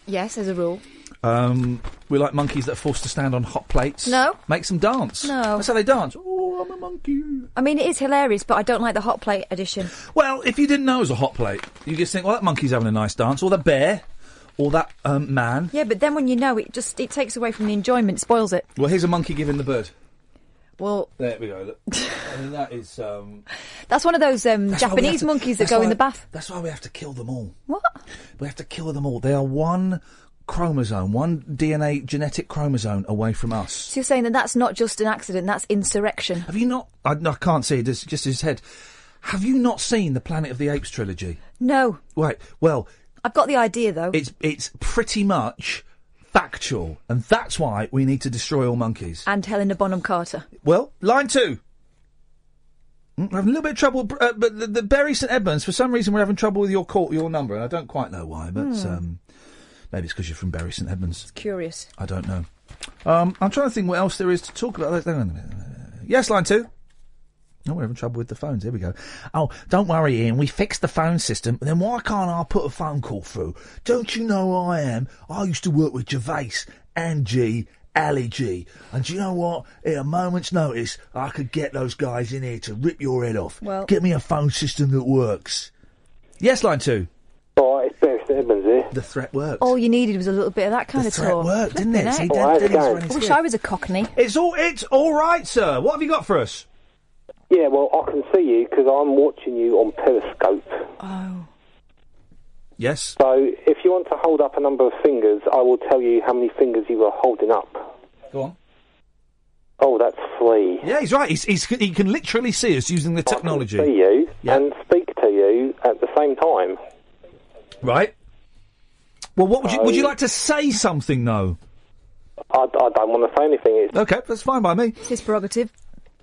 Yes, as a rule. Um, we like monkeys that are forced to stand on hot plates. No. Makes them dance. No. That's how they dance. Oh, I'm a monkey. I mean, it is hilarious, but I don't like the hot plate edition. Well, if you didn't know it was a hot plate, you just think, well, that monkey's having a nice dance, or that bear, or that um, man. Yeah, but then when you know it, just it takes away from the enjoyment, spoils it. Well, here's a monkey giving the bird. Well, There we go. Look. I mean, that is. Um, that's one of those um, That's why we Japanese have to- monkeys that that's go in why- the bath. That's why we have to kill them all. What? We have to kill them all. They are one chromosome, one DNA genetic chromosome away from us. So you're saying that that's not just an accident, that's insurrection. Have you not? I, I can't see it. It's just his head. Have you not seen the Planet of the Apes trilogy? No. Right. Well, I've got the idea, though. it's it's pretty much factual, and that's why we need to destroy all monkeys. and Helena Bonham Carter. Well, line two. Mm, We're having a little bit of trouble, br- uh, but the, the Bury St Edmunds. For some reason, we're having trouble with your call, your number, and I don't quite know why. But Hmm. um, maybe it's because you're from Bury St Edmunds. Curious. I don't know. Um, I'm trying to think what else there is to talk about. Hang on a minute. Yes, line two. Oh, we're having trouble with the phones. Here we go. Oh, don't worry, Ian. We fixed the phone system. Then why can't I put a phone call through? Don't you know I am? I used to work with Gervais, Angie, Ali G. And do you know what? At a moment's notice, I could get those guys in here to rip your head off. Well- Get me a phone system that works. Yes, line two. All right, it's Barry Edmonds here. The threat worked. All you needed was a little bit of that kind The of threat talk. worked, didn't it? Flippin' See, heck. Dan- I Danny's running wish script. I was a cockney. It's all it's all right, sir. What have you got for us? Yeah, well, I can see you because I'm watching you on Periscope. Oh. Yes. So if you want to hold up a number of fingers, I will tell you how many fingers you were holding up. Go on. Oh, that's three. Yeah, he's right. He's, he's, he can literally see us using the technology. See you and speak to you at the same time. Right. Well, what would you would you like to say something though? I, I don't want to say anything. It's Okay, that's fine by me. It's his prerogative.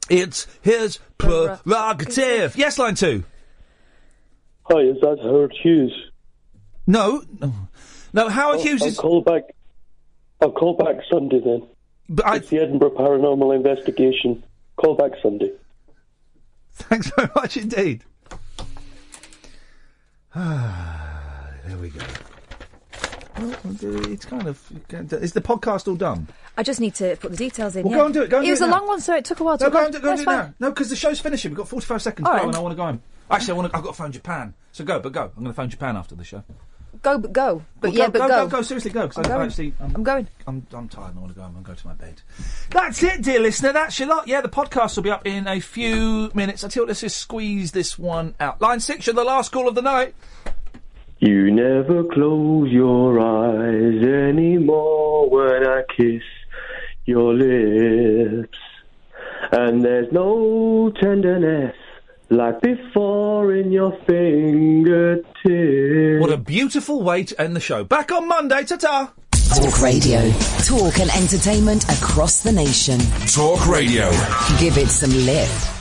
It's his prerogative. Yes, line two. Hi, is that Howard Hughes? No, no. Howard Hughes I'll is- call back. I'll call back Sunday then. But it's the Edinburgh Paranormal Investigation. Call back Sunday. Thanks very much indeed. Ah, there we go. Well, it's kind of. Is the podcast all done? I just need to put the details in. Well, yeah. go and do it, go and it do was it a now. long one, so it took Oh, a while to No, go and do, go and That's do it now. fine. No, because the show's finishing. We've got 45 seconds to All go, right. and I want to go home. Actually, I want to, I've got to phone Japan. So go, but go. I'm going to phone Japan after the show. Go, but go. But Well, yeah, go, but go, go. go, go, seriously, go, 'cause I'm I- I going. actually- I'm- I'm going. I'm, I'm tired and I want to go home and go to my bed. That's it, dear listener. That's your lot. Yeah, the podcast will be up in a few minutes. I tell you what, let's just squeeze this one out. Line six, you're the last call of the night. You never close your eyes anymore when I kiss your lips. And there's no tenderness like before in your fingertips. What a beautiful way to end the show. Back on Monday. Ta ta. Talk radio. Talk and entertainment across the nation. Talk radio. Give it some lift.